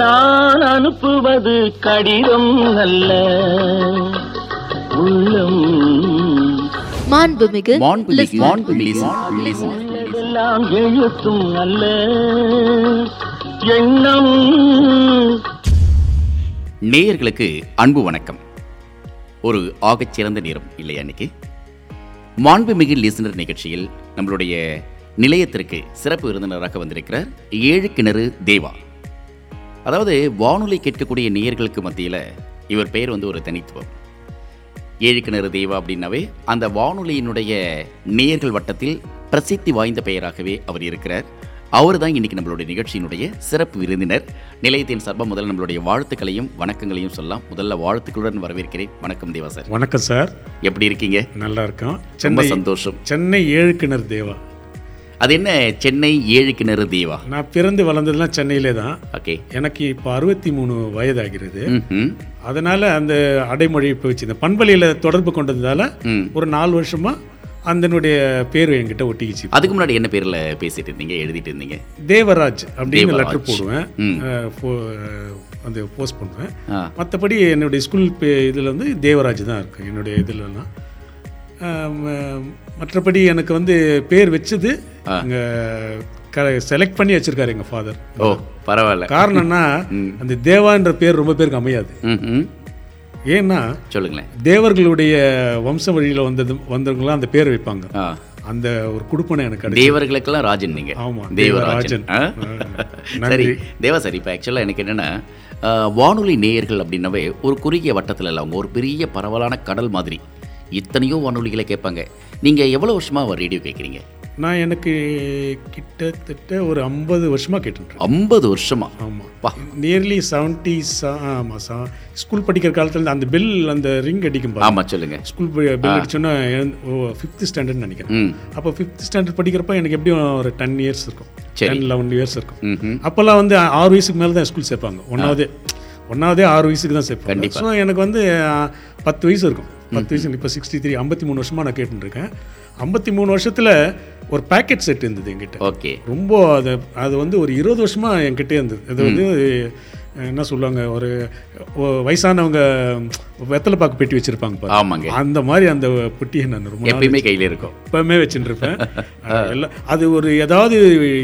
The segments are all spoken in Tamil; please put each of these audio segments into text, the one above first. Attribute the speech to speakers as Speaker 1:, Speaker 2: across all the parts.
Speaker 1: நான் அனுப்புவது கடிதம் அல்ல உள்ளம்
Speaker 2: மாண்புமிகு
Speaker 3: மாண்புமிகு
Speaker 2: listener.
Speaker 3: மாண்புமிகு
Speaker 1: உள்ளதெல்லாம் எழுத்தும் அல்ல எண்ணம்
Speaker 3: நேயர்களுக்கு அன்பு வணக்கம் ஒரு ஆகச்சிறந்த நேரம் இல்லையா இன்னைக்கு மாண்புமிகு லிசனர் நிகழ்ச்சியில் நம்மளுடைய நிலையத்திற்கு சிறப்பு விருந்தினராக வந்திருக்கிறார் ஏழு கிணறு தேவா அதாவது வானொலி கேட்கக்கூடிய நேயர்களுக்கு மத்தியில் இவர் பெயர் வந்து ஒரு தனித்துவம் ஏழு கிணறு தேவா அப்படின்னாவே அந்த வானொலியினுடைய நேயர்கள் வட்டத்தில் பிரசித்தி வாய்ந்த பெயராகவே அவர் இருக்கிறார் அவர் தான் இன்னைக்கு நம்மளுடைய நிகழ்ச்சியினுடைய சிறப்பு விருந்தினர் நிலையத்தின் சார்பாக முதல்ல நம்மளுடைய வாழ்த்துக்களையும் வணக்கங்களையும் சொல்லலாம் முதல்ல வாழ்த்துக்களுடன் வரவேற்கிறேன் வணக்கம் தேவா சார்
Speaker 4: வணக்கம் சார்
Speaker 3: எப்படி இருக்கீங்க
Speaker 4: நல்லா இருக்கோம்
Speaker 3: ரொம்ப
Speaker 4: சென்னை
Speaker 3: சந்தோஷம்
Speaker 4: சென்னை ஏழு கிணறு தேவா
Speaker 3: அது என்ன சென்னை ஏழு கிணறு தீவா
Speaker 4: நான் பிறந்து வளர்ந்ததுலாம் சென்னையிலே தான்
Speaker 3: ஓகே
Speaker 4: எனக்கு இப்போ அறுபத்தி மூணு வயதாகிறது
Speaker 3: ம்ஹும்.
Speaker 4: அதனால அந்த அடைமொழி இப்போ வச்சிருந்தேன் பண்பலையில் தொடர்பு கொண்டதுனால
Speaker 3: ம்.
Speaker 4: ஒரு நாலு வருஷமா அதனுடைய பேர் என்கிட்ட ஒட்டிக்கிச்சு
Speaker 3: அதுக்கு முன்னாடி என்ன பேர்ல பேசிட்டு இருந்தீங்க எழுதிட்டு இருந்தீங்க
Speaker 4: தேவராஜ் அப்படின்னு
Speaker 3: தேவராஜ்.
Speaker 4: லெட்டர் போடுவேன்
Speaker 3: ம்.
Speaker 4: அஹ், போ- அஹ், அந்த போஸ்ட் பண்ணுவேன்
Speaker 3: ஆ.
Speaker 4: மற்றபடி என்னுடைய ஸ்கூல் பே இதில் வந்து தேவராஜ் தான் இருக்கு என்னுடைய இதுலலாம் ஆம், ஆம், மற்றபடி எனக்கு வந்து பேர் வச்சது எங்கள் செலக்ட் பண்ணி வச்சிருக்காரு எங்கள் ஃபாதர்
Speaker 3: ஓ பரவாயில்ல
Speaker 4: காரணம்னா அந்த தேவான்ற பேர் ரொம்ப பேருக்கு அமையாது
Speaker 3: ம்ஹும்.
Speaker 4: ஏன்னா
Speaker 3: சொல்லுங்களேன்
Speaker 4: தேவர்களுடைய வம்ச வழியில் வந்தது வந்தவங்களாம் அந்த பேர் வைப்பாங்க
Speaker 3: ஆ.
Speaker 4: அந்த ஒரு குடுப்பனை எனக்கு கிடைச்சது.
Speaker 3: தேவர்களுக்கெல்லாம் ராஜன் நீங்க
Speaker 4: ஆமா,
Speaker 3: தேவராஜன்
Speaker 4: தேவராஜன்.
Speaker 3: ஆ?
Speaker 4: நன்றி.
Speaker 3: சரி தேவா சார் இப்போ ஆக்சுவலாக எனக்கு என்னென்னா வானொலி நேயர்கள் அப்படின்னாவே ஒரு குறுகிய வட்டத்தில் இல்லை அவங்க ஒரு பெரிய பரவலான கடல் மாதிரி இத்தனையோ வானொலிகளை கேட்பாங்க நீங்கள் எவ்வளோ வருஷமாக ரேடியோ கேட்குறீங்க
Speaker 4: நான் எனக்கு கிட்டத்தட்ட ஒரு ஐம்பது வருஷமாக கேட்டுருக்கேன்
Speaker 3: ஐம்பது வருஷமா பா.
Speaker 4: ஆமாம் நியர்லி செவன்ட்டி ஆமாம் சா ஸ்கூல் படிக்கிற காலத்துல அந்த பெல் அந்த ரிங் அடிக்கும் பாருங்க
Speaker 3: ஆமாம் சொல்லுங்கள்
Speaker 4: ஸ்கூல் பெல் அடிச்சோன்னா ஃபிஃப்த் ஸ்டாண்டர்ட்னு நினைக்கிறேன்
Speaker 3: ம்
Speaker 4: அப்போ ஃபிஃப்த் ஸ்டாண்டர்ட் படிக்கிறப்ப எனக்கு எப்படியும் ஒரு டென் இயர்ஸ் இருக்கும்
Speaker 3: சரி.
Speaker 4: டென் லெவன் இயர்ஸ் இருக்கும்
Speaker 3: ம்ஹும்.
Speaker 4: அப்போல்லாம் வந்து ஆறு வயசுக்கு மேலே தான் ஸ்கூல் சேர்ப்பாங்க ஒன்றாவது ஒன்றாவதே ஆறு வயசுக்கு தான் சேர்ப்பாங்க
Speaker 3: கண்டிப்பா.
Speaker 4: ஸோ எனக்கு வந்து ஆ, பத்து வயசு இருக்கும் பத்து வயசு இப்போ சிக்ஸ்டி த்ரீ ஐம்பத்தி மூணு வருஷமாக நான் கேட்டுருக்கேன் ஐம்பத்தி மூணு வருஷத்தில் ஒரு பேக்கெட் செட் இருந்தது என்கிட்ட
Speaker 3: ஓகே
Speaker 4: ரொம்ப அது அது வந்து ஒரு இருபது வருஷமாக என்கிட்டே இருந்தது அது வந்து அஹ், என்ன சொல்லுவாங்க ஒரு ஒ- வயசானவங்க வெத்தலை பாக்கு பெட்டி வச்சுருப்பாங்க பாரு
Speaker 3: ஆமாங்க
Speaker 4: அந்த மாதிரி அந்த பெட்டியை நான் ரொம்ப நாள்
Speaker 3: எப்பயுமே கையில இருக்கும்
Speaker 4: எப்பவுமே வச்சுட்டு இருப்பேன் எல்லாம் அது ஒரு ஏதாவது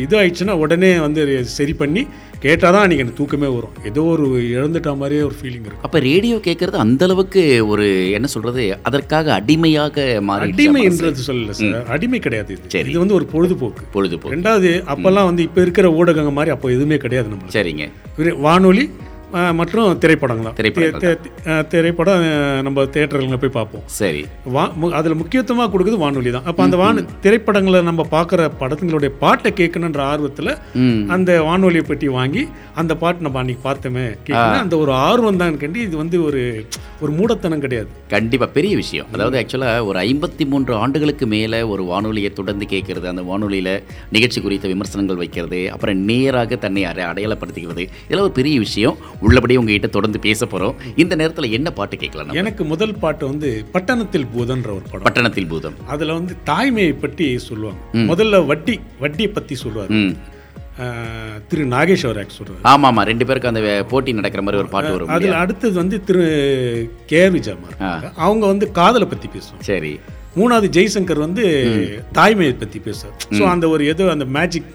Speaker 4: இது ஆயிடுச்சுன்னா உடனே வந்து சரி பண்ணி கேட்டால் தான் அன்றைக்கி எனக்கு தூக்கமே வரும் ஏதோ ஒரு இழந்துட்ட மாதிரியே ஒரு ஃபீலிங் இருக்கும்
Speaker 3: அப்ப ரேடியோ கேட்கறது அந்த அளவுக்கு ஒரு என்ன சொல்றது அதற்காக அடிமையாக மாறிடுச்சா மனசு?
Speaker 4: அடிமைன்றது சொல்லல சார் அடிமை கிடையாது இது
Speaker 3: சரி.
Speaker 4: இது வந்து ஒரு பொழுதுபோக்கு
Speaker 3: பொழுதுபோக்கு
Speaker 4: ரெண்டாவது அப்போல்லாம் வந்து இப்போ இருக்கிற ஊடகங்கள் மாதிரி அப்போ எதுவுமே கிடையாது நம்மளுக்கு
Speaker 3: சரிங்க
Speaker 4: இவரு வானொலி ஆ, மற்றும் திரைப்படங்கள் தான்
Speaker 3: திரைப்படங்கள்
Speaker 4: தே- தே- ஆ, திரைப்படம் ஆ, நம்ம தேட்டருங்கள போய் பார்ப்போம்
Speaker 3: சரி
Speaker 4: வா மு- அதுல முக்கியத்துவமா கொடுக்குறது வானொலி தான் அப்போ அந்த வான திரைப்படங்களை நம்ம பார்க்குற படத்துங்களுடைய பாட்டை கேட்கணுன்ற ஆர்வத்துல
Speaker 3: ம்
Speaker 4: அந்த வானொலியை பெட்டி வாங்கி அந்த பாட்டு நம்ம அன்னைக்கு பார்த்தோமே கேட்கணும் அந்த ஒரு ஆர்வம் தான் கண்டி இது வந்து ஒரு ஒரு மூடத்தனம் கிடையாது
Speaker 3: கண்டிப்பா பெரிய விஷயம் அதாவது ஆக்சுவலா ஒரு ஐம்பத்தி மூன்று ஆண்டுகளுக்கு மேல ஒரு வானொலியை தொடர்ந்து கேட்கறது அந்த வானொலியில நிகழ்ச்சி குறித்த விமர்சனங்கள் வைக்கிறது அப்புறம் நேராக தன்னை அடை அடையாளப்படுத்திக்கிறது இதெல்லாம் ஒரு பெரிய விஷயம் உள்ளபடியே உங்ககிட்ட தொடர்ந்து பேச போறோம் இந்த நேரத்துல என்ன பாட்டு கேட்கலாம் நம்ம?
Speaker 4: எனக்கு முதல் பாட்டு வந்து பட்டணத்தில் பூதன்ற ஒரு படம்
Speaker 3: பட்டணத்தில் பூதம்
Speaker 4: அதுல வந்து தாய்மையை பற்றி சொல்லுவாங்க முதல்ல வட்டி வட்டியை பத்தி சொல்லுவார்
Speaker 3: ம்
Speaker 4: திரு நாகேஸ்வர் ஆக்ட் சொல்லுவார்
Speaker 3: ஆமா ஆமா ரெண்டு பேருக்கும் அந்த வே- போட்டி நடக்கிற மாதிரி ஒரு பாட்டு வரும்
Speaker 4: அதுல அடுத்தது வந்து திரு கே ஆர் விஜயமா இருக்காங்க. அவங்க வந்து காதலை பத்தி பேசுவாங்க
Speaker 3: சரி
Speaker 4: மூணாவது ஜெய்சங்கர் வந்து தாய்மையை பத்தி பேசுவார் ஸோ அந்த ஒரு ஏதோ அந்த மேஜிக்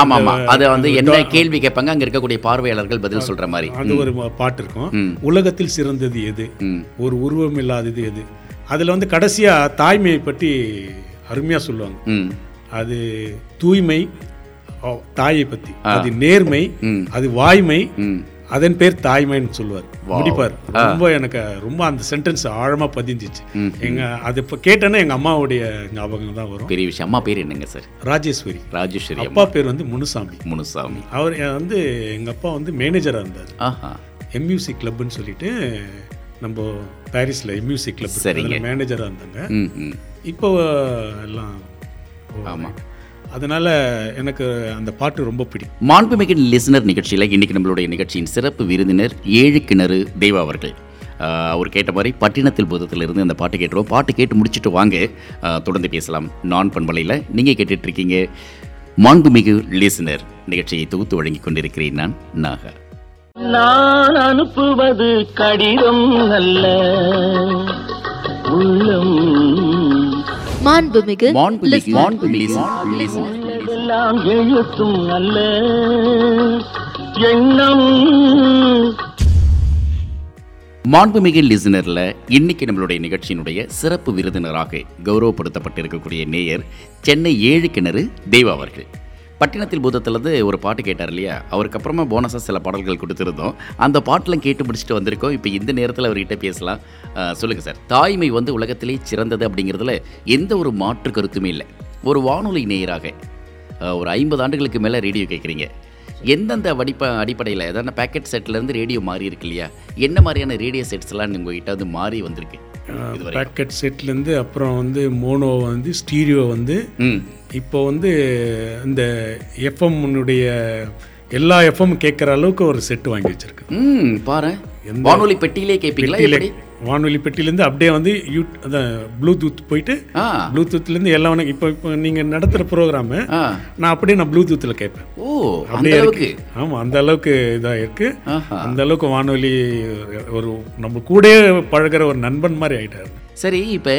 Speaker 3: ஆமா ஆமா அது வந்து என்ன கேள்வி கேட்பாங்க அங்க இருக்கக்கூடிய பார்வையாளர்கள் பதில் சொல்ற மாதிரி
Speaker 4: அது ஒரு ம- பாட்டு இருக்கும்
Speaker 3: ம்.
Speaker 4: உலகத்தில் சிறந்தது எது
Speaker 3: ம்.
Speaker 4: ஒரு உருவம் இல்லாதது எது அதில் வந்து கடைசியாக தாய்மையை பற்றி அருமையாக சொல்லுவாங்க
Speaker 3: ம்
Speaker 4: அது தூய்மை அவ்- தாயை பற்றி அது நேர்மை அது வாய்மை
Speaker 3: ம்
Speaker 4: அதன் பேர் தாய்மைன்னு சொல்லுவார் முடிப்பார் ரொம்ப எனக்கு ரொம்ப அந்த சென்டென்ஸ் ஆழமாக பதிஞ்சிச்சு எங்க அது இப்போ கேட்டேன்னா எங்கள் அம்மாவுடைய ஞாபகம் தான் வரும்
Speaker 3: பெரிய விஷயம் அம்மா பேர் என்னங்க சார்
Speaker 4: ராஜேஸ்வரி
Speaker 3: ராஜேஸ்வரி அம்மா
Speaker 4: அப்பா பேர் வந்து முனுசாமி
Speaker 3: முனுசாமி
Speaker 4: அவர் வந்து எங்கள் அப்பா வந்து மேனேஜராக இருந்தார்
Speaker 3: ஆஹா
Speaker 4: எம்யூசி கிளப்னு சொல்லிட்டு நம்ம பாரிஸில் எம்யூசி கிளப்
Speaker 3: சரிங்க.
Speaker 4: மேனேஜராக இருந்தாங்க
Speaker 3: ம் ம்
Speaker 4: இப்போ எல்லாம் ஆமாம் அதனால் எனக்கு அந்த பாட்டு ரொம்ப பிடிக்கும்
Speaker 3: மாண்புமிகு லிசனர் நிகழ்ச்சியில் இன்னைக்கு நம்மளுடைய நிகழ்ச்சியின் சிறப்பு விருந்தினர் ஏழு கிணறு தெய்வா அவர்கள் ஆஹ் அவர் கேட்ட மாதிரி பட்டினத்தில் பூதத்திலிருந்து அந்த பாட்டு கேட்டுருவோம் பாட்டு கேட்டு முடிச்சுட்டு வாங்க ஆஹ் தொடர்ந்து பேசலாம் நான் பண்பலையில் நீங்கள் கேட்டுட்ருக்கீங்க மாண்புமிகு லிசனர் நிகழ்ச்சியை தொகுத்து வழங்கி கொண்டிருக்கிறேன் நான் நாகா
Speaker 1: நான் அனுப்புவது கடிதம் அல்ல உள்ளம்
Speaker 2: மாண்புமிகு
Speaker 3: மாண்புமிகு
Speaker 2: listener.
Speaker 3: மாண்புமிகு listener.
Speaker 1: உள்ளதெல்லாம் எழுத்தும் அல்ல எண்ணம்
Speaker 3: மாண்புமிகு லிசனரில் இன்னைக்கு நம்மளுடைய நிகழ்ச்சியினுடைய சிறப்பு விருதினராக கௌரவப்படுத்தப்பட்டிருக்கக்கூடிய நேயர் சென்னை ஏழு கிணறு தெய்வா அவர்கள் பட்டினத்தில் பூதத்திலேருந்து ஒரு பாட்டு கேட்டார் இல்லையா அவருக்கு அப்புறமா போனஸாக சில பாடல்கள் கொடுத்துருந்தோம் அந்த பாட்டெலாம் கேட்டு முடிச்சுட்டு வந்திருக்கோம் இப்போ இந்த நேரத்தில் அவர்கிட்ட பேசலாம் அஹ், சொல்லுங்க சார் தாய்மை வந்து உலகத்திலே சிறந்தது அப்படிங்கிறதுல எந்த ஒரு மாற்று கருத்துமே இல்லை ஒரு வானொலி நேயராக அஹ், ஒரு ஐம்பது ஆண்டுகளுக்கு மேலே ரேடியோ கேட்குறீங்க எந்தெந்த வடிப்ப அடிப்படையில் ஏதாவது பேக்கெட் செட்லேருந்து ரேடியோ மாறி இருக்கு இல்லையா என்ன மாதிரியான ரேடியோ செட்ஸ்லாம் உங்ககிட்ட வந்து மாறி வந்திருக்கு இதுவரை
Speaker 4: பேக்கெட் செட்லேருந்து அப்புறம் வந்து மோனோ வந்து ஸ்டீரியோ வந்து
Speaker 3: ம்
Speaker 4: இப்போ வந்து இந்த எஃப்எம்னுடைய எல்லா எஃப்எம் கேட்குற அளவுக்கு ஒரு செட் வாங்கி வச்சிருக்கு
Speaker 3: ம் பாரு வானொலி பெட்டியிலே கேட்பீங்களா எப்படி
Speaker 4: வானொலி பெட்டிலேருந்து அப்படியே வந்து யூ அதான் ப்ளூடூத் போயிட்டு
Speaker 3: ஆ
Speaker 4: ப்ளூடூத்லேருந்து எல்லாம் உனக்கு இப்போ இப்போ நீங்கள் நடத்துகிற ப்ரோக்ராமு
Speaker 3: ஆ
Speaker 4: நான் அப்படியே நான் ப்ளூடூத்தில் கேட்பேன்
Speaker 3: ஓ அந்த அளவுக்கு
Speaker 4: ஆமாம் அந்த அளவுக்கு இதாக இருக்குது
Speaker 3: ஆஹா
Speaker 4: அந்த அளவுக்கு வானொலி ஒரு நம்ம கூடயே பழகுற ஒரு நண்பன் மாதிரி ஆயிட்டாரு
Speaker 3: சரி இப்போ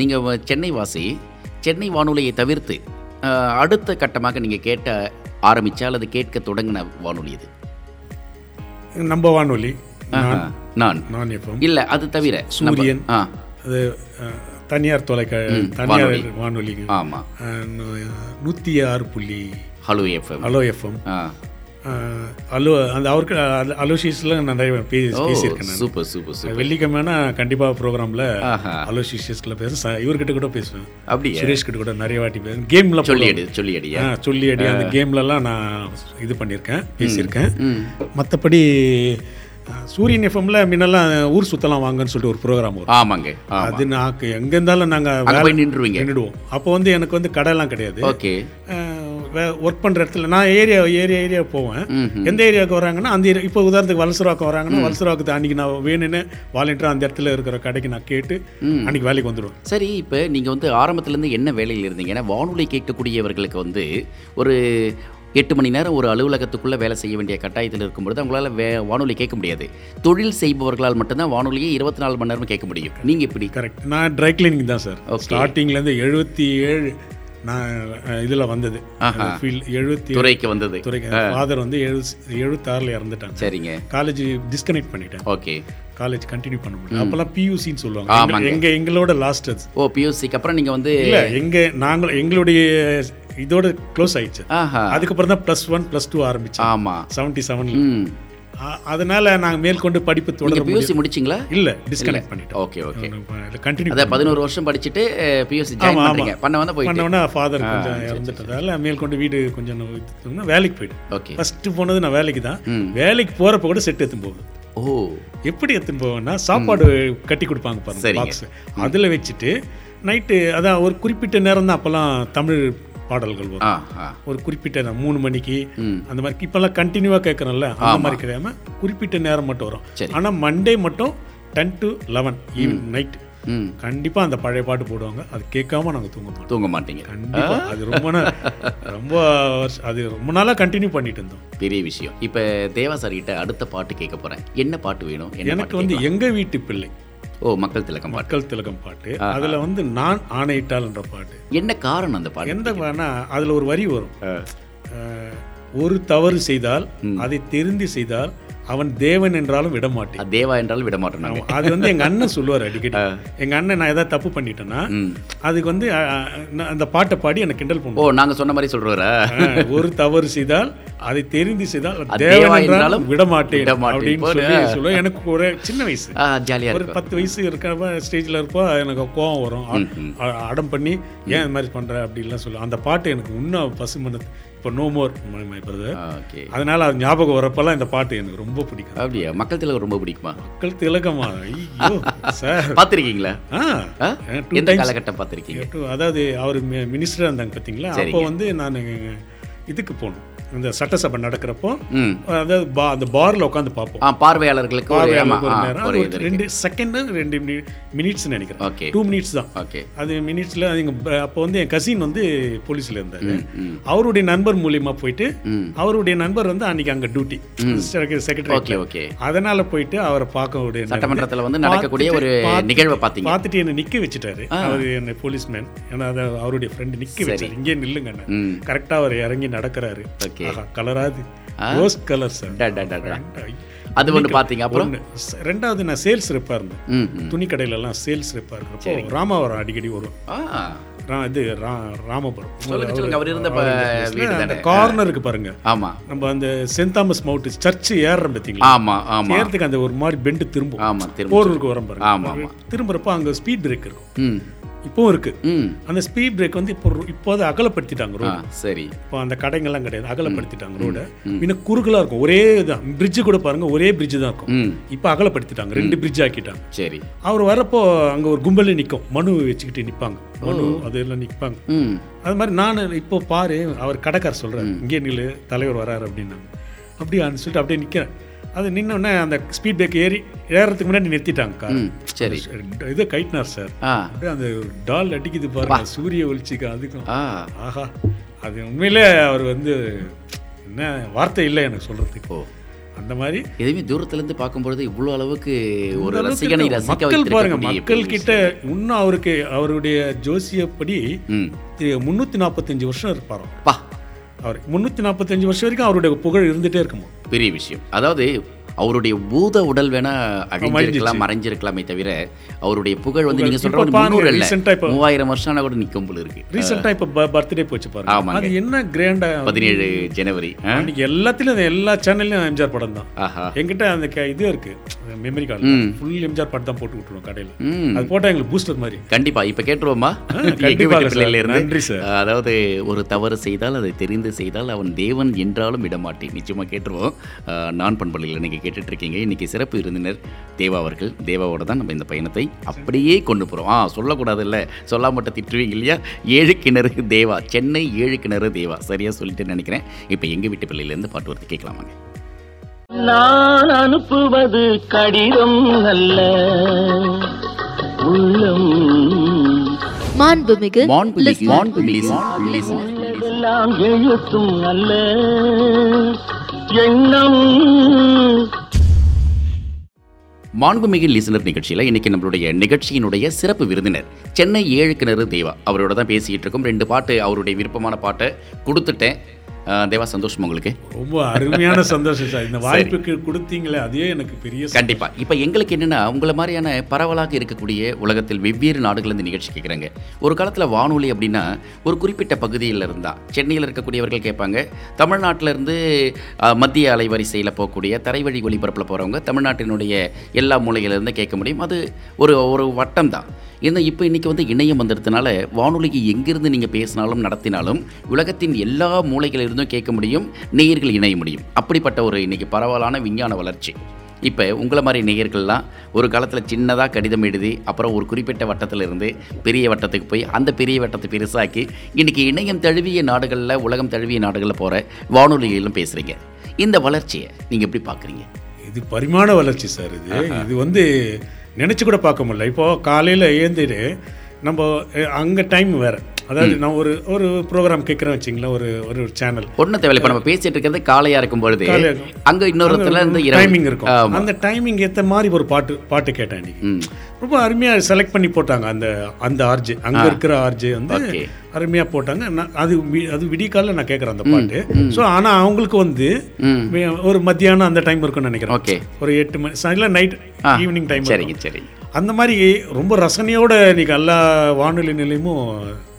Speaker 3: நீங்கள் சென்னை வாசி சென்னை வானொலியை தவிர்த்து அஹ், அடுத்த கட்டமாக நீங்கள் கேட்ட ஆரம்பிச்சா அல்லது கேட்க தொடங்கின வானொலி இது
Speaker 4: நம்ம வானொலி
Speaker 3: ஆஹா. நான்
Speaker 4: நான் எஃப்எம்
Speaker 3: இல்லை அது தவிர நம்ம-
Speaker 4: சூரியன்.
Speaker 3: ஆ
Speaker 4: அது அஹ், தனியார் தொலைக்க
Speaker 3: ம்,
Speaker 4: தனியார் வானொலி
Speaker 3: ஆமாம்
Speaker 4: அஹ், நூ- நூற்றி ஆறு புள்ளி
Speaker 3: ஹலோ எஃப்எம்
Speaker 4: அலோ எஃப்எம்
Speaker 3: ஆ
Speaker 4: அலோ அந்த அவருக்கு அ- அலோ ஷீஸ்லாம் நான் நிறைய பே
Speaker 3: ஓ
Speaker 4: பேசியிருக்கேன் நான்
Speaker 3: சூப்பர் சூப்பர் சூப்பர்
Speaker 4: வெள்ளிக்கிழமைனா கண்டிப்பாக ப்ரோக்ராமில்
Speaker 3: ஆஹா
Speaker 4: அலோ ஷீஷஸ்கில் பேசுவேன் ச- இவர்கிட்ட கூட பேசுவேன்
Speaker 3: அப்படியே
Speaker 4: சுரேஷ் கிட்ட கூட நிறைய வாட்டி பேசுவேன் கேமில்
Speaker 3: சொல்லியடி சொல்லியடியா
Speaker 4: ஆ சொல்லி அடி அந்த கேம்லலாம் நான் இது பண்ணியிருக்கேன் பேசியிருக்கேன்
Speaker 3: ம்
Speaker 4: மற்றபடி சூரியன் எஃப்எம்ல முன்னெல்லாம் ஊர் சுத்தலாம் வாங்கன்னு சொல்லிட்டு ஒரு ப்ரோக்ராம் வரும்
Speaker 3: ஆமாங்க ஆமாம்
Speaker 4: அது நான் க- எங்க இருந்தாலும் நாங்கள்
Speaker 3: அங்கே போய் நின்றுவீங்க
Speaker 4: நின்றுடுவோம் அப்போ வந்து எனக்கு வந்து கடைலாம் கிடையாது
Speaker 3: ஓகே
Speaker 4: ஒர்க் பண்ணுற இடத்துல நான் ஏரியா ஏரியா ஏரியா போவேன்
Speaker 3: ம்
Speaker 4: எந்த ஏரியாவுக்கு வராங்கன்னா அந்த ஏரியா இப்போ உதாரணத்துக்கு வலசரவாக்கம் வராங்கன்னா வலசரவாக்கத்தை அன்றைக்கி நான் வேணும்னு வாலண்டியராக அந்த இடத்துல இருக்கிற கடைக்கு நான் கேட்டு
Speaker 3: ம்.
Speaker 4: அன்னைக்கு வேலைக்கு வந்துடுவேன்
Speaker 3: சரி இப்போ நீங்கள் வந்து ஆரம்பத்துலேருந்து என்ன வேலையில் இருந்தீங்க ஏன்னா வானொலி கேட்கக்கூடியவர்களுக்கு வந்து ஒரு எட்டு மணி நேரம் ஒரு அலுவலகத்துக்குள்ளே வேலை செய்ய வேண்டிய கட்டாயத்தில் இருக்கும்பொழுது அவங்களால வே வானொலி கேட்க முடியாது தொழில் செய்பவர்களால் மட்டும்தான் வானொலியை இருபத்தி நாலு மணி நேரமும் கேட்க முடியும் நீங்கள் இப்படி
Speaker 4: கரெக்ட் நான் ட்ரை கிளீனிங் தான் சார்
Speaker 3: Okay.
Speaker 4: ஸ்டார்டிங்லேருந்து எழுபத்தி ஏழு நான் இதில் வந்தது
Speaker 3: ஆஹா.
Speaker 4: ஃபீல்ட் எழுபத்தி ஏழு
Speaker 3: துறைக்கு வந்தது
Speaker 4: துறைக்கு ஃபாதர் வந்து எழுபத்தி எழுபத்தாறில் இறந்துட்டாங்க
Speaker 3: சரிங்க
Speaker 4: காலேஜ் டிஸ்கனெக்ட் பண்ணிட்டேன்
Speaker 3: ஓகே
Speaker 4: காலேஜ் கண்டினியூ பண்ண முடியல அப்போல்லாம் பியூசின்னு சொல்லுவாங்க
Speaker 3: ஆமாங்க.
Speaker 4: எங்க- எங்க எங்களோட லாஸ்ட் அது
Speaker 3: ஓ பியூசிக்கு அப்புறம் நீங்கள் வந்து
Speaker 4: இல்ல எங்க நாங்கள் எங்களுடைய இதோட க்ளோஸ் ஆயிடுச்சு
Speaker 3: ஆஹா
Speaker 4: அதுக்கப்புறம் தான் ப்ளஸ் ஒன் ப்ளஸ் டூ ஆரம்பிச்சோம்
Speaker 3: ஆமாம்
Speaker 4: செவன்ட்டி செவன்ல
Speaker 3: ம்
Speaker 4: அதனால நாங்க மேற்கொண்டு படிப்பு தொடர
Speaker 3: நீங்கள்
Speaker 4: முடியல
Speaker 3: பியூசி முடிச்சிங்களா
Speaker 4: இல்ல டிஸ்கனெக்ட் பண்ணிட்டோம்
Speaker 3: ஓகே ஓகே
Speaker 4: கண்டினியூ
Speaker 3: அதான் பதினோரு வருஷம் படிச்சுட்டு பியூசி ஜாயின்
Speaker 4: ஆமா, ஆமா.
Speaker 3: பண்ணுறீங்க பண்ண வந்தால் போயிட்டு
Speaker 4: பண்ணவொடனே ஃபாதர் கொஞ்சம் இறந்துட்டதால மேற்கொண்டு வீடு கொஞ்சம் நான் வித்துட்டோம்னா வேலைக்கு போயிட்டேன்
Speaker 3: ஓகே
Speaker 4: ஃபஸ்ட்டு போனது நான் வேலைக்கு தான்
Speaker 3: ம்
Speaker 4: வேலைக்கு போகிறப்ப கூட செட் எடுத்துன்னு போவேன்
Speaker 3: ஓ
Speaker 4: எப்படி எடுத்துன்னு போவேன்னா சாப்பாடு கட்டி கொடுப்பாங்க பாருங்க
Speaker 3: சரிங்க.
Speaker 4: பாக்ஸ் அதில் வச்சுட்டு நைட்டு அதான் ஒரு குறிப்பிட்ட நேரம் தான் அப்போல்லாம் தமிழ் பாடல்கள் வரும்
Speaker 3: ஆ ஆ
Speaker 4: ஒரு குறிப்பிட்ட நே- மூணு மணிக்கு
Speaker 3: ம்
Speaker 4: அந்த மாதிரி இப்போல்லாம் கண்டினியூவாக கேட்குறோம்ல அந்த
Speaker 3: ஆமா.
Speaker 4: மாதிரி கிடையாமல் குறிப்பிட்ட நேரம் மட்டும் வரும்
Speaker 3: சரி.
Speaker 4: ஆனால் மண்டே மட்டும் ten to eleven evening night
Speaker 3: ம்
Speaker 4: கண்டிப்பாக அந்த பழைய பாட்டு போடுவாங்க அது கேட்காம நாங்கள் தூங்க மாட்டோம்
Speaker 3: தூங்க மாட்டீங்க
Speaker 4: கண்டிப்பா அது ரொம்ப நாள் ரொம்ப வருஷ- அது ரொம்ப நாளாக கண்டினியூ பண்ணிட்டு இருந்தோம்
Speaker 3: பெரிய விஷயம் இப்போ தேவா சார் கிட்ட அடுத்த பாட்டு கேட்க போறேன் என்ன பாட்டு வேணும் என்ன
Speaker 4: எனக்கு
Speaker 3: பாட்டு
Speaker 4: வந்து
Speaker 3: வந்து
Speaker 4: எங்க வீட்டு பிள்ளை
Speaker 3: ஓ மக்கள் திலக்கம் பாட்டு
Speaker 4: மக்கள் திலகம் பாட்டு அதுல வந்து நான் ஆணையிட்டால்ன்ற பாட்டு
Speaker 3: என்ன காரணம் அந்த பாட்டு
Speaker 4: எந்த வேணா அதுல ஒரு வரி வரும் அஹ், ஒரு தவறு செய்தால் அதை தெரிந்து செய்தால் அவன் தேவன் என்றாலும் விட மாட்டேன்
Speaker 3: அது தேவா என்றாலும் விட மாட்டோம் நாங்க
Speaker 4: அது வந்து எங்க அண்ணன் சொல்லுவார் அடிக்கடி எங்க அண்ணன் நான் ஏதாவது தப்பு பண்ணிட்டேன்னா
Speaker 3: ம்
Speaker 4: அதுக்கு வந்து அஹ், அஹ், நான் அந்த பாட்டை பாடி எனக்கு கிண்டல்
Speaker 3: ஓ
Speaker 4: பண்ணுவோம்
Speaker 3: நாங்க சொன்ன மாதிரி சொல்றாரா
Speaker 4: அஹ், ஒரு தவறு செய்தால் அதை தெரிந்து செய்தால்
Speaker 3: அது தேவன்
Speaker 4: தேவன்
Speaker 3: என்றாலும்
Speaker 4: என்றாலும் விட மாட்டேன்
Speaker 3: விட மாட்டேன்.
Speaker 4: அப்படின்னு
Speaker 3: போடு.
Speaker 4: சொல்லி சொல்லுவேன் எனக்கு ஒரு சின்ன வயசு
Speaker 3: ஜாலியா
Speaker 4: ஒரு
Speaker 3: இருக்கும்
Speaker 4: பத்து வயசு இருக்கிறப்ப ஸ்டேஜில் இருப்போ எனக்கு கோவம் வரும் அ- அ- அடம் பண்ணி ஏன் இந்த மாதிரி பண்ணுற அப்படின்லாம் சொல்லுவேன் அந்த பாட்டு எனக்கு இன்னும் பசுமன இப்போ no more my brother
Speaker 3: okay
Speaker 4: அதனால அது ஞாபகம் வரப்பெல்லாம் இந்த பாட்டு எனக்கு ரொம்ப பிடிக்கும்
Speaker 3: அப்படியா மக்கள் திலகம் ரொம்ப பிடிக்குமா
Speaker 4: மக்கள் திலகமா ஐயோ சார்
Speaker 3: பார்த்திருக்கீங்களா
Speaker 4: ஆ
Speaker 3: ஆ?
Speaker 4: டூ
Speaker 3: எந்த
Speaker 4: டைம்ஸ்
Speaker 3: காலகட்டம் பார்த்திருக்கீங்க
Speaker 4: அதாவது அவர் மினிஸ்டராக இருந்தாங்க பார்த்தீங்களா அப்போ
Speaker 3: சரிங்க.
Speaker 4: வந்து நான் இதுக்கு போனோம் இந்த சட்டசபை நடக்கிறப்போ
Speaker 3: ம்
Speaker 4: அதாவது பா அந்த பார்ல உட்காந்து பார்ப்போம்
Speaker 3: ஆ பார்வையாளர்களுக்கு ஒரு ஆமா
Speaker 4: பார்வையாளருக்கு ஒரு
Speaker 3: ஆ,
Speaker 4: நேரம்,
Speaker 3: ஒரு
Speaker 4: ஒரு
Speaker 3: இது
Speaker 4: ரெண்டு செகண்ட் ரெண்டு மினிட்ஸ் நினைக்கிறேன்
Speaker 3: ஓகே
Speaker 4: டூ மினிட்ஸ் தான்
Speaker 3: ஓகே
Speaker 4: அது மினிட்ஸில் அதுங்க அப்போ வந்து என் கசின் வந்து போலீஸில் இருந்தார்
Speaker 3: ம் ம்
Speaker 4: அவருடைய நண்பர் மூலியமா போயிட்டு
Speaker 3: ம்
Speaker 4: அவருடைய நண்பர் வந்து அன்னைக்கு அங்கே டியூட்டி
Speaker 3: ம்.
Speaker 4: செக்ரட்டரி
Speaker 3: ஓகே ஓகே
Speaker 4: அதனால போயிட்டு அவரை பார்க்க உடைய
Speaker 3: சட்டமன்றத்துல வந்து நடக்கக்கூடிய ஒரு
Speaker 4: பார்த்துட்டு-
Speaker 3: நிகழ்வை பார்த்தீங்க
Speaker 4: பார்த்துட்டு என்னை நிக்க வச்சுட்டாரு அவர் என்ன போலீஸ்மேன் ஏன்னா அது அவருடைய ஃப்ரெண்டு நிக்க வச்சாரு இங்கே நில்லுங்க
Speaker 3: ம்
Speaker 4: கரெக்டாக அவர் இறங்கி நடக்கிறாரு
Speaker 3: ஓகே
Speaker 4: ஆஹா, கலராது ரோஸ் கலர் சார்
Speaker 3: டா, டா, டா, டா. அது ஒன்று பார்த்தீங்க அப்புறம்
Speaker 4: ரெண்டாவது நான் சேல்ஸ் ரெப்பாக இருந்தேன்
Speaker 3: ம் ம்
Speaker 4: துணி கடையிலலாம் சேல்ஸ் ரெப்பாக இருக்கிறப்போ ராமாவரம் அடிக்கடி வரும்
Speaker 3: ஆ
Speaker 4: ரா இது ரா- ராமபுரம்
Speaker 3: சொல்லுங்க சொல்லுங்க அவர் இருந்த ப- வீடு
Speaker 4: அந்த
Speaker 3: தானே
Speaker 4: கார்னருக்கு பாருங்க
Speaker 3: ஆமா
Speaker 4: நம்ம அந்த சென்ட் தாமஸ் மவுண்ட் சர்ச் ஏறுறோம் பார்த்தீங்களா
Speaker 3: ஆமா ஆமா
Speaker 4: ஏறதுக்கு அந்த ஒரு மாதிரி பெண்டு திரும்பும்
Speaker 3: ஆமா திரும்ப
Speaker 4: போரூருக்கு வரோம்
Speaker 3: ஆமா,
Speaker 4: பாருங்க திரும்புறப்போ அங்க ஸ்பீட் பிரேக் இருக்கும்
Speaker 3: ம்
Speaker 4: இப்போவும் இருக்கு
Speaker 3: ம்
Speaker 4: அந்த ஸ்பீட் பிரேக் வந்து இப்போ ரோ- இப்போ அதை அகலப்படுத்திட்டாங்க
Speaker 3: ஆ
Speaker 4: ரோடு
Speaker 3: சரி
Speaker 4: இப்போ அந்த கடைங்கெல்லாம் கிடையாது அகலப்படுத்திட்டாங்க ரோட இன்னும் குறுகலா இருக்கும் ஒரே தான் bridge கூட பாருங்க ஒரே bridge தான் இருக்கும்
Speaker 3: ம்
Speaker 4: இப்போ அகலப்படுத்திட்டாங்க ரெண்டு bridge ஆக்கிட்டாங்க
Speaker 3: சரி
Speaker 4: அவர் வரப்போ அங்க ஒரு கும்பலே நிக்கும் மனு வச்சுக்கிட்டு நிப்பாங்க மனு அதெல்லாம் நிப்பாங்க
Speaker 3: ம்
Speaker 4: அது மாதிரி நான் இப்போ பாரு அவர் கடைக்கார் சொல்கிறார் இங்கே நில்லு தலைவர் வராரு அப்படின்னாங்க அப்படியான்னு சொல்லிட்டு அப்படியே நிற்கிறேன் அது நின்ன உடனே அந்த ஸ்பீட் பிரேக் ஏறி ஏறதுக்கு முன்னாடி நிறுத்திட்டாங்க கார்
Speaker 3: ம் சரி
Speaker 4: இது கைட்னார் சார்
Speaker 3: ஆ
Speaker 4: அப்படியே அந்த ஒரு டால் அடிக்குது பாருங்க சூரிய ஒளிச்சிக்கு அதுக்கும்
Speaker 3: ஆ
Speaker 4: ஆஹா அது உண்மையிலே அவர் வந்து என்ன வார்த்தை இல்லை எனக்கு சொல்கிறதுக்கு
Speaker 3: ஓ
Speaker 4: அந்த மாதிரி
Speaker 3: எதுவுமே தூரத்துல இருந்து பார்க்கும்பொழுது இவ்வளோ அளவுக்கு ஒரு
Speaker 4: இந்த அளவுக்கு
Speaker 3: ரசிகனை ரசிக்க
Speaker 4: மக்கள் பாருங்க
Speaker 3: வைத்திருக்கக்கூடிய
Speaker 4: மக்கள்
Speaker 3: போலீஸ்.
Speaker 4: கிட்ட இன்னும் அவருக்கு அவருடைய ஜோசியப்படி
Speaker 3: ம்
Speaker 4: முன்னூற்றி நாற்பத்தஞ்சு வருஷம் இருப்பாராம்
Speaker 3: பா
Speaker 4: அவர் முந்நூற்றி நாற்பத்தஞ்சு வருஷம் வரைக்கும் அவருடைய புகழ் இருந்துட்டே இருக்குமா
Speaker 3: பெரிய விஷயம் அதாவது அவருடைய பூத உடல் வேணா அழிஞ்சிருக்கலாம்
Speaker 4: மறைஞ்சிருச்சு.
Speaker 3: மறைஞ்சிருக்கலாமே தவிர அவருடைய புகழ் வந்து நீங்க
Speaker 4: புகழ்
Speaker 3: சொல்ற
Speaker 4: இப்ப பாருங்க,
Speaker 3: முந்நூறு இல்ல
Speaker 4: recent ஆ இப்ப-
Speaker 3: மூவாயிரம் வருஷம் ஆனா கூட நிற்கும் போல இருக்கு
Speaker 4: ரீசெண்டாக இப்போ பர்த்டே போச்சு பாருங்க
Speaker 3: ஆமாங்க.
Speaker 4: அது என்ன கிராண்டா
Speaker 3: பதினேழு ஜனவரி ஆ?
Speaker 4: அன்னைக்கு எல்லாத்துலயும் அது எல்லா சேனல்லையும் எம்ஜிஆர் படம் தான்
Speaker 3: ஆஹா
Speaker 4: என்கிட்ட அந்த க- இது இருக்கு மெமரி கார்டு ஃபுல் எம்ஜிஆர் படம் தான் போட்டு விட்டுருவோம் கடையில
Speaker 3: ம்
Speaker 4: அது போட்டால் எங்களுக்கு பூஸ்டர் மாதிரி
Speaker 3: கண்டிப்பா இப்ப கேட்டுருவோமா எங்க வீட்டு
Speaker 4: கண்டிப்பாக சார்.
Speaker 3: பிள்ளையில இருந்து
Speaker 4: நன்றி சார்
Speaker 3: அதாவது ஒரு தவறு செய்தால் அதை தெரிந்து செய்தால் அவன் தேவன் என்றாலும் விடமாட்டேன் நிச்சயமாக கேட்டுருவோம் அஹ், நான் பண்பலையில் நீங்கள் கேட்டுட்ருக்கீங்க இன்றைக்கி சிறப்பு விருந்தினர் தேவா அவர்கள் தேவாவோட தான் நம்ம இந்த பயணத்தை அப்படியே கொண்டு போகிறோம் ஆ சொல்லக்கூடாதுல்ல சொல்ல மட்டும் திட்டுவீங்க இல்லையா ஏழு கிணறு தேவா சென்னை ஏழு கிணறு தேவா சரியாக சொல்லிட்டு நினைக்கிறேன் இப்போ எங்கள் வீட்டு பிள்ளையிலேருந்து பாட்டு ஒருத்தி கேட்கலாமாங்க
Speaker 1: நான் அனுப்புவது கடிதம் அல்ல உள்ளம்
Speaker 2: மாண்புமிகு
Speaker 3: மான்புமிகு மான்புமிகு listener.
Speaker 1: உள்ளதெல்லாம் எழுத்தும் அல்ல எண்ணம்
Speaker 3: மாண்புமிகு லிசனர் நிகழ்ச்சியில் இன்னைக்கு நம்மளுடைய நிகழ்ச்சியினுடைய சிறப்பு விருந்தினர் சென்னை ஏழு கிணறு தேவா அவரோட தான் பேசிக்கிட்டு இருக்கோம் ரெண்டு பாட்டு அவருடைய விருப்பமான பாட்டை கொடுத்துட்டேன் அஹ் தேவா சந்தோஷம் உங்களுக்கு
Speaker 4: ரொம்ப அருமையான சந்தோஷம் சார் இந்த வாய்ப்புக்கு கொடுத்தீங்களே அதே எனக்கு பெரிய சந்தோஷம்.
Speaker 3: கண்டிப்பா இப்போ எங்களுக்கு என்னன்னா உங்களை மாதிரியான பரவலாக இருக்கக்கூடிய உலகத்தில் வெவ்வேறு நாடுகள் இந்த நிகழ்ச்சி கேட்குறாங்க ஒரு காலத்தில் வானொலி அப்படின்னா ஒரு குறிப்பிட்ட பகுதியில் இருந்தா சென்னையில் இருக்கக்கூடியவர்கள் கேட்பாங்க தமிழ்நாட்டில இருந்து அஹ், மத்திய அலைவரிசையில் போகக்கூடிய தரைவழி ஒளிபரப்பில் போகிறவங்க தமிழ்நாட்டினுடைய எல்லா மூலையிலிருந்து கேட்க முடியும் அது ஒரு ஒரு வட்டம் தான் ஏன்னா இப்போ இன்னைக்கு வந்து இணையம் வந்ததுனால வானொலிக்கு எங்கிருந்து நீங்கள் பேசினாலும் நடத்தினாலும் உலகத்தின் எல்லா மூலைகளிலிருந்தும் கேட்க முடியும் நேயர்கள் இணைய முடியும் அப்படிப்பட்ட ஒரு இன்னைக்கு பரவலான விஞ்ஞான வளர்ச்சி இப்போ உங்களை மாதிரி நேயர்கள்லாம் ஒரு காலத்தில் சின்னதாக கடிதம் எழுதி அப்புறம் ஒரு குறிப்பிட்ட வட்டத்தில் இருந்து பெரிய வட்டத்துக்கு போய் அந்த பெரிய வட்டத்தை பெருசாக்கி இன்றைக்கி இணையம் தழுவிய நாடுகளில் உலகம் தழுவிய நாடுகளில் போகிற வானொலிகளிலும் பேசுகிறீங்க இந்த வளர்ச்சியை நீங்கள் எப்படி பார்க்குறீங்க
Speaker 4: இது பரிமாண வளர்ச்சி சார் இது இது வந்து நினைச்சு கூட பார்க்க முடியல இப்போ காலையில எழுந்துட்டு நம்ம அஹ், அங்க டைம் வேற அதாவது நான் ஒரு ஒரு ப்ரோக்ராம் கேட்குறேன் வச்சிங்களேன் ஒரு ஒரு சேனல்
Speaker 3: ஒன்றும் தேவையில்லை இப்போ நம்ம பேசிகிட்டு இருக்கிறது காலையாக இருக்கும் பொழுது
Speaker 4: காலையா இருக்கும்.
Speaker 3: அங்கே இன்னொரு இடத்துல இருந்து
Speaker 4: டைமிங்
Speaker 3: இரவு
Speaker 4: இருக்கும்
Speaker 3: ஆமா.
Speaker 4: அந்த டைமிங் ஏத்த மாதிரி ஒரு பாட்டு பாட்டு கேட்டேன் இன்னைக்கு
Speaker 3: ம்
Speaker 4: ரொம்ப அருமையா செலக்ட் பண்ணி போட்டாங்க அந்த அந்த ஆர்ஜே அங்க இருக்கிற ஆர்ஜே வந்து
Speaker 3: ஓகே
Speaker 4: அருமையா போட்டாங்க நான் அது வி- அது விடிய காலைல நான் கேட்குறேன் அந்த பாட்டு ஸோ ஆனா அவங்களுக்கு வந்து
Speaker 3: ம்
Speaker 4: ஒரு மத்தியானம் அந்த டைம் இருக்கும்னு நினைக்கிறேன்
Speaker 3: ஓகே
Speaker 4: ஒரு எட்டு மணி சாயங்காலம் நைட்
Speaker 3: ஆ,
Speaker 4: ஈவினிங் டைம்
Speaker 3: சரிங்க சரிங்க
Speaker 4: அந்த மாதிரி ரொம்ப ரசனையோட இன்னைக்கு எல்லா வானொலி நிலையமும்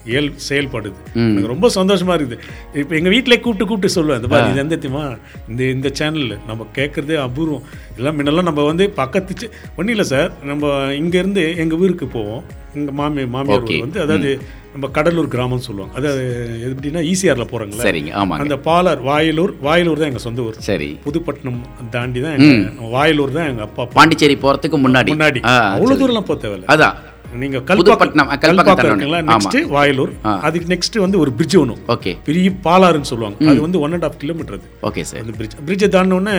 Speaker 4: இயல் செயல்படுது
Speaker 3: ம்.
Speaker 4: எனக்கு ரொம்ப சந்தோஷமா இருக்குது இப்போ எங்கள் வீட்டிலே கூப்பிட்டு கூப்பிட்டு சொல்லுவேன் இந்த மாதிரி இது எந்த தெரியுமா இந்த இந்த சேனலில் நம்ம கேட்குறது அபூர்வம் எல்லாம் முன்னெல்லாம் நம்ம வந்து பக்கத்து ஒன்றும் இல்லை சார் நம்ம இங்கேருந்து எங்கள் ஊருக்கு போவோம் எங்கள் மாமி மாமியார்
Speaker 3: Okay.
Speaker 4: ஊர் வந்து அதாவது நம்ம கடலூர் கிராமம்னு சொல்லுவாங்க அதாவது எது எப்படின்னா ஈசிஆரில் போகிறாங்களே
Speaker 3: சரிங்க ஆமாங்க
Speaker 4: அந்த பாலார் வாயலூர் வாயலூர் தான் எங்கள் சொந்த ஊர்
Speaker 3: சரி
Speaker 4: புதுப்பட்டினம் தாண்டி தான் எங்க- வாயலூர் தான் எங்கள் அப்பா
Speaker 3: பாண்டிச்சேரி போகிறதுக்கு முன்னாடி
Speaker 4: முன்னாடி
Speaker 3: ஆ,
Speaker 4: அவ்வளோ
Speaker 3: சரி.
Speaker 4: தூரம்லாம் போக தேவையில்ல
Speaker 3: அதான்
Speaker 4: நீங்க
Speaker 3: புதுப்பட்டினம், அஹ், கல்பாக்கம் தானே.
Speaker 4: இருக்குங்களா
Speaker 3: ஆமா.
Speaker 4: நெக்ஸ்ட் வயலூர்
Speaker 3: ஆ.
Speaker 4: அதுக்கு நெக்ஸ்ட் வந்து ஒரு பிரிட்ஜ் ஒன்று
Speaker 3: ஓகே
Speaker 4: பெரிய பாலாறுன்னு சொல்லுவாங்க அது வந்து ஒன் அண்ட் ஆஃப் கிலோமீட்டர் அது
Speaker 3: ஓகே சார்
Speaker 4: அந்த பிரிட்ஜ் பிரிட்ஜை தாண்டினோடனே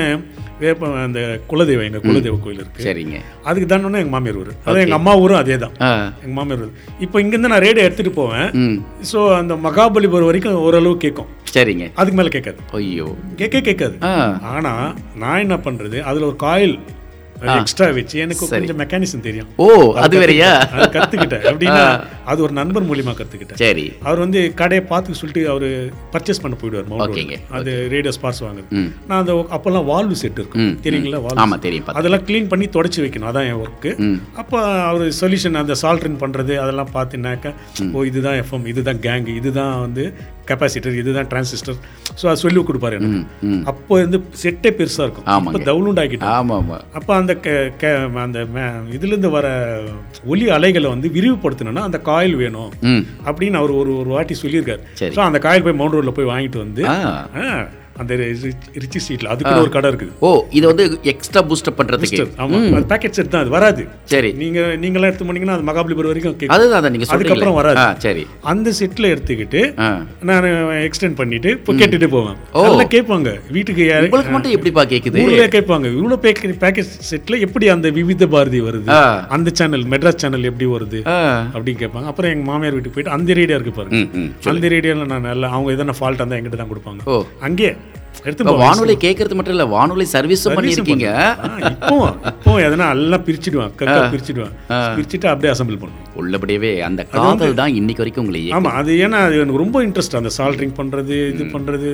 Speaker 4: வேப்ப அந்த குலதெய்வம் எங்கள் குலதெய்வ கோயில் இருக்கு
Speaker 3: சரிங்க
Speaker 4: அதுக்கு தாண்டினோடனே எங்கள் மாமியார் ஊர் அதான் எங்கள் அம்மா ஊரும் அதே தான்
Speaker 3: ஆ
Speaker 4: எங்கள் மாமியார் ஊர் இப்போ இங்கேருந்து நான் ரேடியோ எடுத்துகிட்டு போவேன்
Speaker 3: ம்
Speaker 4: ஸோ அந்த மகாபலிபுரம் வரைக்கும் ஓரளவு கேட்கும்
Speaker 3: சரிங்க
Speaker 4: அதுக்கு மேலே கேட்காது
Speaker 3: ஐயோ
Speaker 4: கேட்க கேட்காது
Speaker 3: ஆ
Speaker 4: ஆனால் நான் என்ன பண்ணுறது அதில் ஒரு காயில் எக்ஸ்ட்ரா வச்சு எனக்கு
Speaker 3: சரி.
Speaker 4: கொஞ்சம் மெக்கானிசம் தெரியும்
Speaker 3: ஓ அது வேறயா
Speaker 4: அது கற்றுக்கிட்டேன் அப்படின்னா அது ஒரு நண்பர் மூலியமா கற்றுக்கிட்டேன்
Speaker 3: சரி
Speaker 4: அவர் வந்து கடையை பார்த்து சொல்லிட்டு அவர் பர்ச்சேஸ் பண்ண போயிடுவார் மவுண்ட்
Speaker 3: ஓகேங்க,
Speaker 4: ரோடு. அது ரேடியோ ஸ்பார்ஸ் வாங்குது
Speaker 3: ம்
Speaker 4: நான் அந்த அப்போல்லாம் வால்வு செட்
Speaker 3: ம்,
Speaker 4: இருக்கும்
Speaker 3: ம்.
Speaker 4: தெரியுங்களா
Speaker 3: ஆமா
Speaker 4: வால்வு
Speaker 3: தெரியும் பார்த்து
Speaker 4: அதெல்லாம் க்ளீன் பண்ணி தொடச்சி வைக்கணும் அதான் என் ஒர்க்கு
Speaker 3: ம்
Speaker 4: அப்போ அவர் சொல்யூஷன் அந்த சால்ட்ரின் பண்ணுறது அதெல்லாம் பார்த்தினாக்கா ஓ இதுதான் எஃப்எம் இதுதான் கேங் இதுதான் வந்து கெப்பாசிட்டர் இதுதான் டிரான்சிஸ்டர் ஸோ அது சொல்லி கொடுப்பாரு எனக்கு
Speaker 3: ம் ம்
Speaker 4: அப்போ வந்து செட்டே பெருசாக இருக்கும்
Speaker 3: ஆமாங்க.
Speaker 4: இப்போ டவுன்லோட் ஆகிட்டோம்
Speaker 3: ஆமாம் ஆமாம்
Speaker 4: அப்போ அந்த கே- கே- அந்த மே- இதுலேருந்து வர ஒலி அலைகளை வந்து விரிவுபடுத்தணும்னா அந்த காயில் வேணும்
Speaker 3: ம்
Speaker 4: அப்படின்னு அவர் ஒரு ஒரு வாட்டி சொல்லியிருக்காரு
Speaker 3: சரி.
Speaker 4: ஸோ அந்த காயில் போய் மவுண்ட் ரோடில் போய் வாங்கிட்டு வந்து
Speaker 3: ஆ
Speaker 4: ஆ, அந்த ரிச்- ரிச்சி ஸ்ட்ரீட்டில் அதுக்குன்னு ஒரு கடை இருக்குது
Speaker 3: ஓ இது வந்து எக்ஸ்ட்ரா பூஸ்டப் பண்ணுறதுக்கு
Speaker 4: ஆமாம் அது பேக்கெட் செட் தான் அது வராது
Speaker 3: சரி
Speaker 4: நீங்கள் நீங்களாம் எடுத்து போனீங்கன்னா அது மகாபலிபுரம் வரைக்கும் கேட்கும்
Speaker 3: அதுதான் அதான் நீங்கள்
Speaker 4: அதுக்கப்புறம்
Speaker 3: சொல்கிறீங்க
Speaker 4: வராது.
Speaker 3: ஆ சரி
Speaker 4: அந்த செட்டில் எடுத்துக்கிட்டு
Speaker 3: ஆ
Speaker 4: நான் எக்ஸ்டெண்ட் பண்ணிட்டு இப்போ கேட்டுட்டு போவேன்
Speaker 3: ஓ.
Speaker 4: நல்லா கேட்பாங்க வீட்டுக்கு யாரு
Speaker 3: உங்களுக்கு மட்டும் எப்படிப்பா கேட்குது
Speaker 4: ஊர்ல கேட்பாங்க இவ்வளோ பேக்கேஜ் செட்டில் எப்படி அந்த விவித பாரதி வருது
Speaker 3: ஆ
Speaker 4: அந்த சேனல் மெட்ராஸ் சேனல் எப்படி வருது
Speaker 3: ஆ
Speaker 4: அப்படின்னு கேட்பாங்க அப்புறம் எங்கள் மாமியார் வீட்டுக்கு போயிட்டு அந்த ரேடியோ இருக்கு பாருங்க
Speaker 3: ம் ம்
Speaker 4: அந்த ரேடியோவில் நான் நல்லா அவங்க எதனா ஃபால்ட் இருந்தால் எங்கிட்ட தான் கொடுப்பாங்க
Speaker 3: ஓ
Speaker 4: அங்கேயே எடுத்து
Speaker 3: இப்போ
Speaker 4: போவேன்.
Speaker 3: வானொலி கேட்கறது மட்டும் இல்லை வானொலி சர்வீஸும் பண்ணியிருக்கீங்க
Speaker 4: ஆ, இப்போ இப்போ எதனா எல்லாம் பிரிச்சிடுவேன் கக்கா பிரிச்சிடுவேன் பிரிச்சுட்டு அப்படியே அசம்பிள் பண்ணுவேன்
Speaker 3: உள்ளபடியவே அந்த காதல் தான் இன்னைக்கு வரைக்கும் உங்களை இயக்கு-
Speaker 4: ஆமா அது ஏன்னா அது எனக்கு ரொம்ப இன்ட்ரெஸ்ட் அந்த சால்ட்ரிங் பண்றது இது பண்றது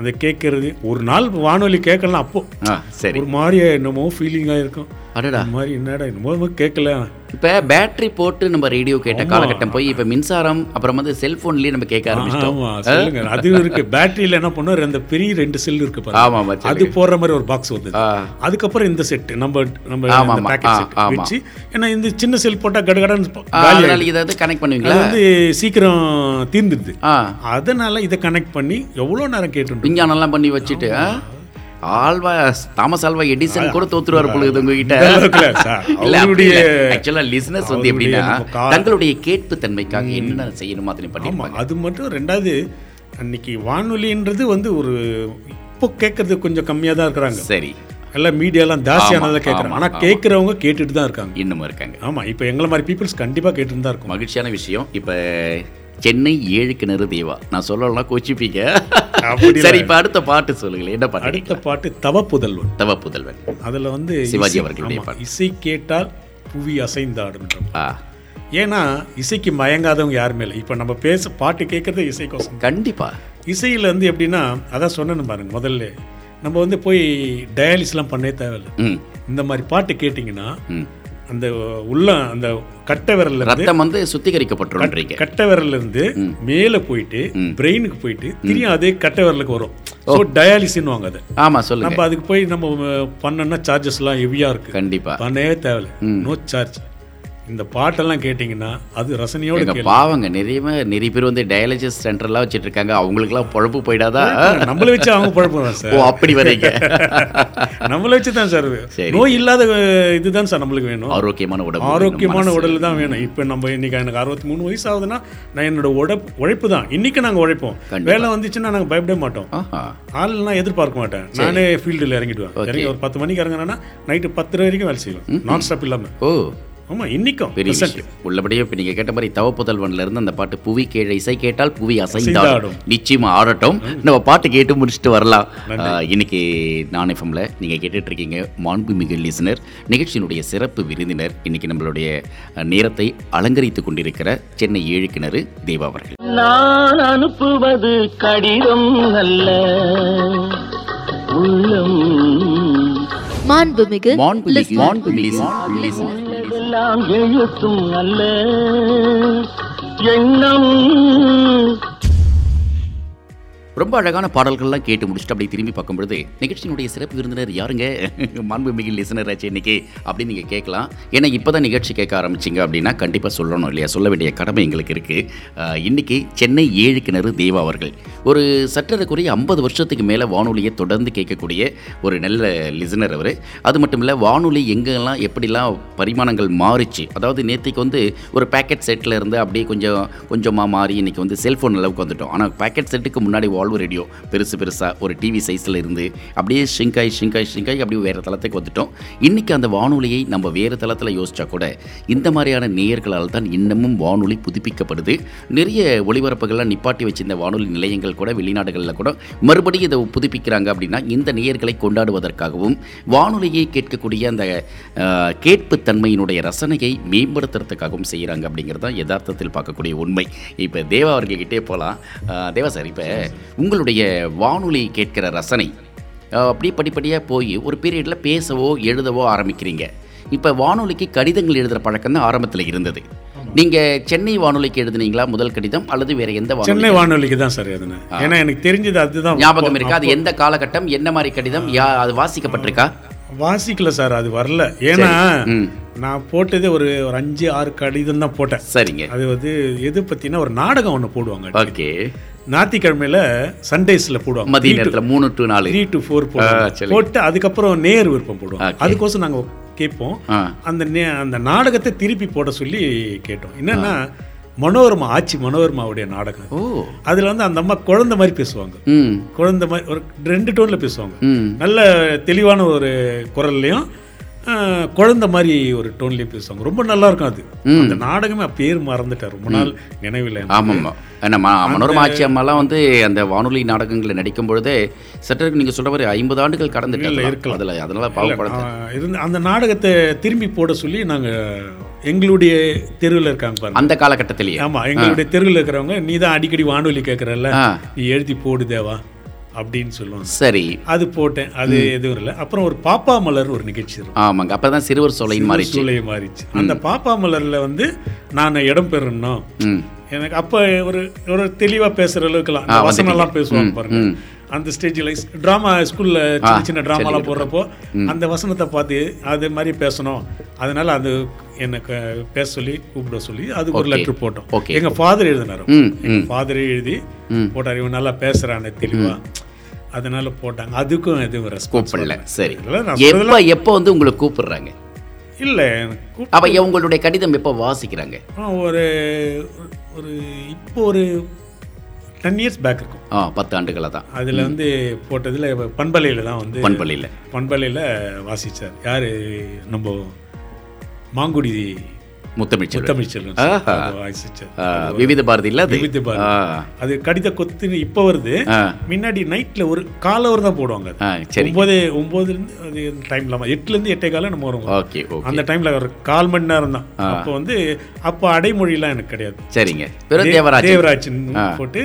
Speaker 4: அந்த கேட்கறது ஒரு நாள் வானொலி கேட்கலாம் அப்போ
Speaker 3: ஆ சரி
Speaker 4: ஒரு மாதிரியா என்னமோ ஃபீலிங்காக இருக்கும்
Speaker 3: அடடா
Speaker 4: இந்த மாதிரி என்னடா என்னமோ கேட்கல
Speaker 3: இப்போ பேட்டரி போட்டு நம்ம ரேடியோ கேட்ட காலகட்டம் போய் இப்போ மின்சாரம் அப்புறம் வந்து செல்போன்லயே நம்ம கேட்க ஆரம்பிச்சிட்டோம்
Speaker 4: ஆமா சொல்லுங்க அது இருக்கு பேட்டரியில என்ன பண்ணோம் அந்த பெரிய ரெண்டு செல் இருக்கு பாருங்க
Speaker 3: ஆமாம் மச்சான்
Speaker 4: அது போடுற மாதிரி ஒரு பாக்ஸ் வந்தது
Speaker 3: ஆ
Speaker 4: அதுக்கப்புறம் இந்த செட் நம்ம நம்ம
Speaker 3: ஆமா,
Speaker 4: இந்த
Speaker 3: ஆமா.
Speaker 4: packet
Speaker 3: ஆ,
Speaker 4: set
Speaker 3: ஆமா.
Speaker 4: வச்சு ஏன்னா இந்த சின்ன செல் போட்டா கடகடன்னு ப-
Speaker 3: ஆ,
Speaker 4: காலி
Speaker 3: அதனால
Speaker 4: ஆயிடுது.
Speaker 3: இதை வந்து கனெக்ட்
Speaker 4: அது
Speaker 3: பண்ணுவீங்களா
Speaker 4: வந்து சீக்கிரம் தீர்ந்துடுது
Speaker 3: ஆ
Speaker 4: அதனால இதை கனெக்ட் பண்ணி எவ்வளவு நேரம் கேட்டு
Speaker 3: விஞ்ஞானம்லாம் பண்ணி வச்சுட்டு ஆ? ஆல்வா தாமஸ் ஆல்வா எடிசன் கூட தோத்துருவார் பொழுது உங்ககிட்ட இல்ல
Speaker 4: அவருடைய
Speaker 3: ஆக்சுவலா லிசனஸ் வந்து எப்படின்னா
Speaker 4: அவருடைய கா-
Speaker 3: தங்களுடைய கேட்பு தன்மைக்காக என்னென்ன செய்யணுமோ அதனை
Speaker 4: ஆமா,
Speaker 3: பண்ணிருப்பாங்க
Speaker 4: அது மட்டும் ரெண்டாவது அன்னைக்கு வானொலின்றது வந்து ஒரு இப்போ கேட்கறது கொஞ்சம் கம்மியா தான் இருக்கிறாங்க
Speaker 3: சரி
Speaker 4: எல்லாம் மீடியாலாம் ஜாஸ்தியானதை கேட்குறாங்க
Speaker 3: ஆமா,
Speaker 4: ஆனா
Speaker 3: ஆமா.
Speaker 4: கேட்குறவங்க கேட்டுட்டு தான் இருக்காங்க
Speaker 3: இன்னும் இருக்காங்க
Speaker 4: ஆமா இப்போ எங்களை மாதிரி பீப்புள்ஸ் கண்டிப்பா கேட்டுட்டு தான் இருக்கும்
Speaker 3: மகிழ்ச்சியான விஷயம் இப்ப சென்னை ஏழு கிணறு தேவா நான் சொல்லலாம் கோச்சிப்பீங்க
Speaker 4: அப்படி
Speaker 3: சரி இப்ப அடுத்த பாட்டு சொல்லுங்களேன் என்ன பாட்டு
Speaker 4: அடுத்த பாட்டு தவ புதல்வன்
Speaker 3: தவ புதல்வன்
Speaker 4: அதுல வந்து
Speaker 3: சிவாஜி
Speaker 4: இசை-
Speaker 3: அவர்களுடைய
Speaker 4: ஆமா,
Speaker 3: பாட்டு.
Speaker 4: இசை கேட்டால் புவி அசைந்தாடுன்ற
Speaker 3: ஆ
Speaker 4: ஏன்னா இசைக்கு மயங்காதவங்க யாருமே இல்லை இப்போ நம்ம பேச பாட்டு கேட்கறது இசைக்கோசம்
Speaker 3: கண்டிப்பா
Speaker 4: இசையில் வந்து எப்படின்னா அதான் சொன்னேன்னு பாருங்க முதல்ல நம்ம வந்து போய் டயாலிஸ்லாம் பண்ணவே தேவையில்லை
Speaker 3: ம்
Speaker 4: இந்த மாதிரி பாட்டு கேட்டிங்கன்னா
Speaker 3: ம்
Speaker 4: அந்த உள்ள அந்த கட்டை விரல்ல இருந்து
Speaker 3: ரத்தம் வந்து சுத்திகரிக்கப்பட்டுன்றீங்க
Speaker 4: கட்டை விரல்ல இருந்து மேலே போயிட்டு
Speaker 3: ம்.
Speaker 4: பிரெயினுக்கு போயிட்டு திரும்பி அதே கட்டை விரலுக்கு வரும் ஸோ டயாலிசின்வாங்க அதை
Speaker 3: ஆமா சொல்லுங்க
Speaker 4: நம்ம அதுக்கு போய் நம்ம அஹ், பண்ணோம்னா சார்ஜஸ்லாம் ஹெவியாக இருக்குது
Speaker 3: கண்டிப்பா
Speaker 4: பண்ணவே தேவையில்லை நோ சார்ஜ் இந்த பாட்டெல்லாம் கேட்டிங்கன்னா அது ரசனையோட
Speaker 3: எங்க பாவங்க நிறைய பேர்- நிறைய பேர் வந்து டயாலிசிஸ் சென்டர்லாம் வச்சிட்டு இருக்காங்க அவங்களுக்குலாம் பொழப்பு போயிடாதா
Speaker 4: கேட்கலாம் நம்மளை வச்சு அவங்க பழப்புறோம் சார்
Speaker 3: ஓ அப்படி வரீங்க
Speaker 4: நம்மளை வச்சு தான் சார் இது.
Speaker 3: சரி.
Speaker 4: நோய் இல்லாத அஹ், இதுதான் சார் நம்மளுக்கு வேணும்
Speaker 3: ஆரோக்கியமான உடம்பு
Speaker 4: ஆரோக்கியமான உடல் தான் வேணும் இப்போ நம்ம இன்னைக்கு எனக்கு அறுபத்தி மூணு வயசு ஆகுதுன்னா நான் என்னோட உடப் உழைப்பு தான் இன்னைக்கு நாங்கள் உழைப்போம்
Speaker 3: கண்டிப்பா.
Speaker 4: வேலை வந்துச்சுன்னா நாங்கள் பயப்படவே மாட்டோம்
Speaker 3: ஆஹா
Speaker 4: ஆள்லாம் எதிர்பார்க்க மாட்டேன் நானே ஃபீல்டில் இறங்கிடுவேன்
Speaker 3: Okay.
Speaker 4: இறங்கி ஒரு பத்து மணிக்கு இறங்கினேன்னா நைட்டு பத்து வரைக்கும் வேலை செய்வேன் நான் ஸ்டாப் இல்லாமல்
Speaker 3: ஓ
Speaker 4: ஆமாம் இன்னைக்கும்
Speaker 3: பெரிய
Speaker 4: present.
Speaker 3: விஷயம் உள்ளபடியே இப்போ நீங்கள் கேட்ட மாதிரி தவ புதல்வன்ல இருந்து அந்த பாட்டு புவி கேழ இசை கேட்டால் புவி அசைந்தாடும் நிச்சயமா ஆடட்டும் நம்ம பாட்டு கேட்டு முடிச்சுட்டு வரலாம் ஆஹ், இன்னைக்கு நான் எஃப்எம்ல நீங்கள் கேட்டுட்டு இருக்கீங்க மாண்புமிகு லிசனர் நிகழ்ச்சியினுடைய சிறப்பு விருந்தினர் இன்னைக்கு நம்மளுடைய அஹ், நேரத்தை அலங்கரித்து கொண்டிருக்கிற சென்னை ஏழு கிணறு தேவா அவர்கள்
Speaker 1: நான் அனுப்புவது கடிதம் அல்ல உள்ளம்
Speaker 2: மாண்புமிகு
Speaker 3: மாண்புமிகு
Speaker 2: listener.
Speaker 3: மாண்புமிகு listener.
Speaker 1: உள்ளதெல்லாம் எழுத்தும் அல்ல எண்ணம்
Speaker 3: ரொம்ப அழகான பாடல்கள்லாம் கேட்டு முடிச்சுட்டு அப்படியே திரும்பி பார்க்கும் பொழுது நிகழ்ச்சியினுடைய சிறப்பு விருந்தினர் யாருங்க மாண்புமிகு லிசனர் ஆச்சு இன்னைக்கு அப்படின்னு நீங்கள் கேட்கலாம் ஏன்னா இப்போ தான் நிகழ்ச்சி கேட்க ஆரம்பிச்சிங்க அப்படின்னா கண்டிப்பாக சொல்லணும் இல்லையா சொல்ல வேண்டிய கடமை எங்களுக்கு இருக்குது இன்னைக்கு சென்னை ஏழு கிணறு தேவா அவர்கள் ஒரு சற்றறக்குறைய ஐம்பது வருஷத்துக்கு மேலே வானொலியை தொடர்ந்து கேட்கக்கூடிய ஒரு நல்ல லிசனர் அவர் அது மட்டும் இல்லை வானொலி எங்கெல்லாம் எப்படிலாம் பரிமாணங்கள் மாறுச்சு அதாவது நேத்திக்கு வந்து ஒரு பேக்கெட் செட்டில் இருந்து அப்படியே கொஞ்சம் கொஞ்சமாக மாறி இன்னைக்கு வந்து செல்ஃபோன் அளவுக்கு வந்துட்டோம் ஆனால் பேக்கெட் செட்டுக்கு முன்னாடி வால்வ் ரேடியோ பெருசு பெருசாக ஒரு டிவி சைஸில் இருந்து அப்படியே ஷிங்காய் ஷிங்காய் ஷிங்காய் அப்படியே வேறு தளத்துக்கு வந்துட்டோம் இன்றைக்கி அந்த வானொலியை நம்ம வேறு தளத்தில் யோசிச்சா கூட இந்த மாதிரியான நேயர்களால் தான் இன்னமும் வானொலி புதுப்பிக்கப்படுது நிறைய ஒளிபரப்புகள்லாம் நிப்பாட்டி வச்சிருந்த வானொலி நிலையங்கள் கூட வெளிநாடுகளில் கூட மறுபடியும் இதை புதுப்பிக்கிறாங்க அப்படின்னா இந்த நேயர்களை கொண்டாடுவதற்காகவும் வானொலியை கேட்கக்கூடிய அந்த அஹ், கேட்பு தன்மையினுடைய ரசனையை மேம்படுத்துறதுக்காகவும் செய்கிறாங்க அப்படிங்கிறது தான் யதார்த்தத்தில் பார்க்கக்கூடிய உண்மை இப்போ தேவா அவர்கள்கிட்டே போகலாம் தேவா சார் இப்போ உங்களுடைய வானொலி கேட்கிற ரசனை அஹ், அப்படியே படிப்படியாக போய் ஒரு பீரியடில் பேசவோ எழுதவோ ஆரம்பிக்கிறீங்க இப்போ வானொலிக்கு கடிதங்கள் எழுதுகிற பழக்கம் தான் ஆரம்பத்தில் இருந்தது நீங்கள் சென்னை வானொலிக்கு எழுதுனீங்களா முதல் கடிதம் அல்லது வேற எந்த
Speaker 4: சென்னை
Speaker 3: வானொலி
Speaker 4: வானொலிக்கு தான் சார் எதுனா ஏன்னா எனக்கு தெரிஞ்சது அதுதான்
Speaker 3: ஞாபகம் இருக்கா அது எந்த காலகட்டம் என்ன மாதிரி கடிதம் யா அது வாசிக்கப்பட்டிருக்கா
Speaker 4: வாசிக்கல சார் அது வரல ஏன்னா
Speaker 3: ம்
Speaker 4: நான் போட்டதே ஒரு ஒரு அஞ்சு ஆறு கடிதம் தான் போட்டேன்
Speaker 3: சரிங்க
Speaker 4: அது வந்து எது பத்தினா ஒரு நாடகம் ஒன்று போடுவாங்க
Speaker 3: ஓகே
Speaker 4: ஞாயிற்றுக்கிழமையில சண்டேஸ்ல போடுவாங்க
Speaker 3: மதிய நேரத்துல மூணு டு நாலு
Speaker 4: த்ரீ டு ஃபோர்
Speaker 3: ஆ,
Speaker 4: போடுவாங்க
Speaker 3: சரி.
Speaker 4: போட்டு அதுக்கப்புறம் நேர் விருப்பம்
Speaker 3: Okay.
Speaker 4: போடுவோம் அதுக்கோசம் நாங்க கேட்போம்
Speaker 3: ஆ
Speaker 4: அந்த நே- அந்த நாடகத்தை திருப்பி போட சொல்லி கேட்டோம் என்னன்னா மனோரமா ஆச்சி மனோரமாவுடைய நாடகம்
Speaker 3: ஓ
Speaker 4: அதுல வந்து அந்த அம்மா குழந்தை மாதிரி பேசுவாங்க
Speaker 3: ம்
Speaker 4: குழந்தை மாதிரி ஒரு ரெண்டு டோன்ல பேசுவாங்க
Speaker 3: ம்
Speaker 4: நல்ல தெளிவான ஒரு குரல்லையும் ஆ, குழந்தை மாதிரி ஒரு டோன்லையும் பேசுவாங்க ரொம்ப நல்லா இருக்கும் அது
Speaker 3: ம்.
Speaker 4: அந்த நாடகமே அப்ப பேர் மறந்துட்டேன் ரொம்ப நாள் நினைவில் எனக்கு.
Speaker 3: ஆமாம்மா நம்ம மனோரமா ஆட்சி அம்மாலாம் வந்து அந்த வானொலி நாடகங்களில் நடிக்கும் பொழுதே சட்டருக்கு நீங்கள் சொல்கிற மாதிரி ஐம்பது ஆண்டுகள் கடந்துட்டு
Speaker 4: இல்ல,
Speaker 3: அதெல்லாம்.
Speaker 4: இருக்கலாம்.
Speaker 3: அதுல அதனால
Speaker 4: இல்ல,
Speaker 3: பாவப்படத்தை
Speaker 4: நான் இருந்த அந்த நாடகத்தை திரும்பி போட சொல்லி நாங்க எங்களுடைய தெருவில் இருக்காங்க பாருங்க
Speaker 3: அந்த காலகட்டத்திலேயே
Speaker 4: ஆமா எங்களுடைய தெருவில் இருக்கிறவங்க நீ தான் அடிக்கடி வானொலி கேட்குறல்ல
Speaker 3: ஆ
Speaker 4: நீ எழுதி போடு தேவா அப்படின்னு சொல்லுவாங்க
Speaker 3: சரி
Speaker 4: அது போட்டேன் அது எதுவும் இல்லை அப்புறம் ஒரு பாப்பா மலர் ஒரு நிகழ்ச்சி இருக்கும்
Speaker 3: ஆமாங்க அப்பதான் சிறுவர் சோலைன்னு மாறிச்சு
Speaker 4: சூழலை மாறிச்சு அந்த பாப்பா மலர்ல வந்து நான் இடம் பெறணும்
Speaker 3: ம்
Speaker 4: எனக்கு அப்போ ஒரு ஒரு தெளிவாக பேசுகிற அளவுக்குலாம்
Speaker 3: ஆ, வந்துட்டீங்க.
Speaker 4: வசனம்லாம் பேசுவாங்க பாருங்க
Speaker 3: ம்.
Speaker 4: அந்த ஸ்டேஜில் ட்ராமா ஸ்கூலில் சின்ன சின்ன ட்ராமாலாம் போடுறப்போ அந்த வசனத்தை பார்த்து அது மாதிரி பேசணும் அதனால அது எனக்கு பேச சொல்லி கூப்பிட சொல்லி அது ஒரு
Speaker 3: Okay.
Speaker 4: லெட்டர் போட்டோம்
Speaker 3: Okay.
Speaker 4: எங்க ஃபாதர் எழுதினாரு
Speaker 3: ம்
Speaker 4: எங்க
Speaker 3: ம்
Speaker 4: ஃபாதரே எழுதி
Speaker 3: ம்.
Speaker 4: போட்டார் இவன் நல்லா பேசுறானே தெளிவா அதனால போட்டாங்க அதுக்கும் எதுவும் ரெஸ்பான்ஸ்
Speaker 3: கூப்பிடல சரி
Speaker 4: இதெல்லாம் நான்
Speaker 3: எப்போ எப்போ வந்து உங்களை கூப்பிடுறாங்க
Speaker 4: இல்ல எனக்கு கூப்-
Speaker 3: அப்போ உங்களுடைய கடிதம் எப்போ வாசிக்கிறாங்க
Speaker 4: ஆ, ஒரு ஒரு இப்போ ஒரு டென் இயர்ஸ் பேக் இருக்கும்
Speaker 3: ஆ பத்து ஆண்டுகளாக தான்
Speaker 4: அதுல வந்து போட்டதுல பண்பலையில தான் வந்து
Speaker 3: பண்பள்ளியில்
Speaker 4: பண்பலையில வாசிச்சார் யாரு நம்ம மாங்குடி
Speaker 3: முத்தமிழ்ச்சல்
Speaker 4: தமிழ்ச்செல்வன்
Speaker 3: ஆஹா.
Speaker 4: வாசிச்சார்
Speaker 3: ஆ, விவித பாரதி இல்ல அது
Speaker 4: விவித பாரதி.
Speaker 3: ஆ,
Speaker 4: அது கடித கொத்துன்னு இப்போ வருது
Speaker 3: ஆ,
Speaker 4: முன்னாடி நைட்ல ஒரு காலவர் தான் போடுவாங்க அது
Speaker 3: ஆ, சரி
Speaker 4: ஒன்பது ஒன்பதுலேருந்து அது டைம் இல்லாமல் எட்டுலேருந்து எட்டே காலம் நம்ம வரும்
Speaker 3: ஓகே ஓகே
Speaker 4: அந்த டைம்ல ஒரு கால் மணி நேரம் தான் அப்போ வந்து அப்போ அடைமொழிலாம் எனக்கு கிடையாது
Speaker 3: சரிங்க வெறும் தேவராஜ்
Speaker 4: தேவராஜன் போட்டு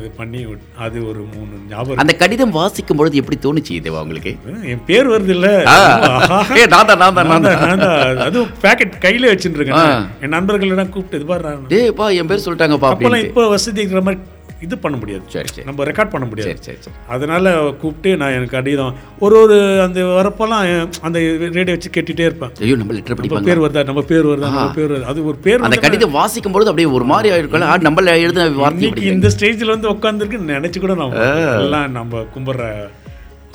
Speaker 4: இது பண்ணி விட்- அது ஒரு மூணு ஞாபகம்
Speaker 3: அந்த கடிதம் வாசிக்கும் பொழுது எப்படி தோணுச்சு தேவா உங்களுக்கு
Speaker 4: இருக்கு. என் பேர் வருது இல்ல
Speaker 3: ஆ, ஏய், நான் தான், நான் தான், நான் தான்.
Speaker 4: அதுவும் பேக்கெட் கையில வச்சுட்டு இருக்கேன் என் நண்பர்கள் எல்லாம் கூப்பிட்டு இது பாரு நான்
Speaker 3: டேய், பா என் பேர் சொல்லிட்டாங்கப்பா
Speaker 4: அப்போலாம்
Speaker 3: அப்படின்னு
Speaker 4: இப்போ வசதி இருக்கிற மாதிரி இது பண்ண முடியாது
Speaker 3: சரி சரி
Speaker 4: நம்ம ரெக்கார்ட் பண்ண முடியாது
Speaker 3: சரி சரி சரி
Speaker 4: அதனால கூப்பிட்டு நான் எனக்கு கடிதம் ஒரு ஒரு அந்த வரப்பெல்லாம் என் அந்த ரேடியோ வச்சு கேட்டுட்டே இருப்பேன்
Speaker 3: ஐயோ நம்ம லெட்டர்
Speaker 4: நம்ம
Speaker 3: படிப்பாங்க
Speaker 4: பேர் வருதா நம்ம பேர் வருதா நம்ம பேர் வருதா அது ஒரு பேர்
Speaker 3: அந்த
Speaker 4: வந்து
Speaker 3: கடிதம் வாசிக்கும் பொழுது அப்படியே ஒரு மாதிரி ஆயிருக்கல ஆ நம்ம எழுதின வார்த்தை
Speaker 4: இன்னைக்கு இந்த ஸ்டேஜ்ல வந்து உட்காந்துருக்கு நினைச்சு கூட நான் எல்லாம் நம்ம கும்பிட்ற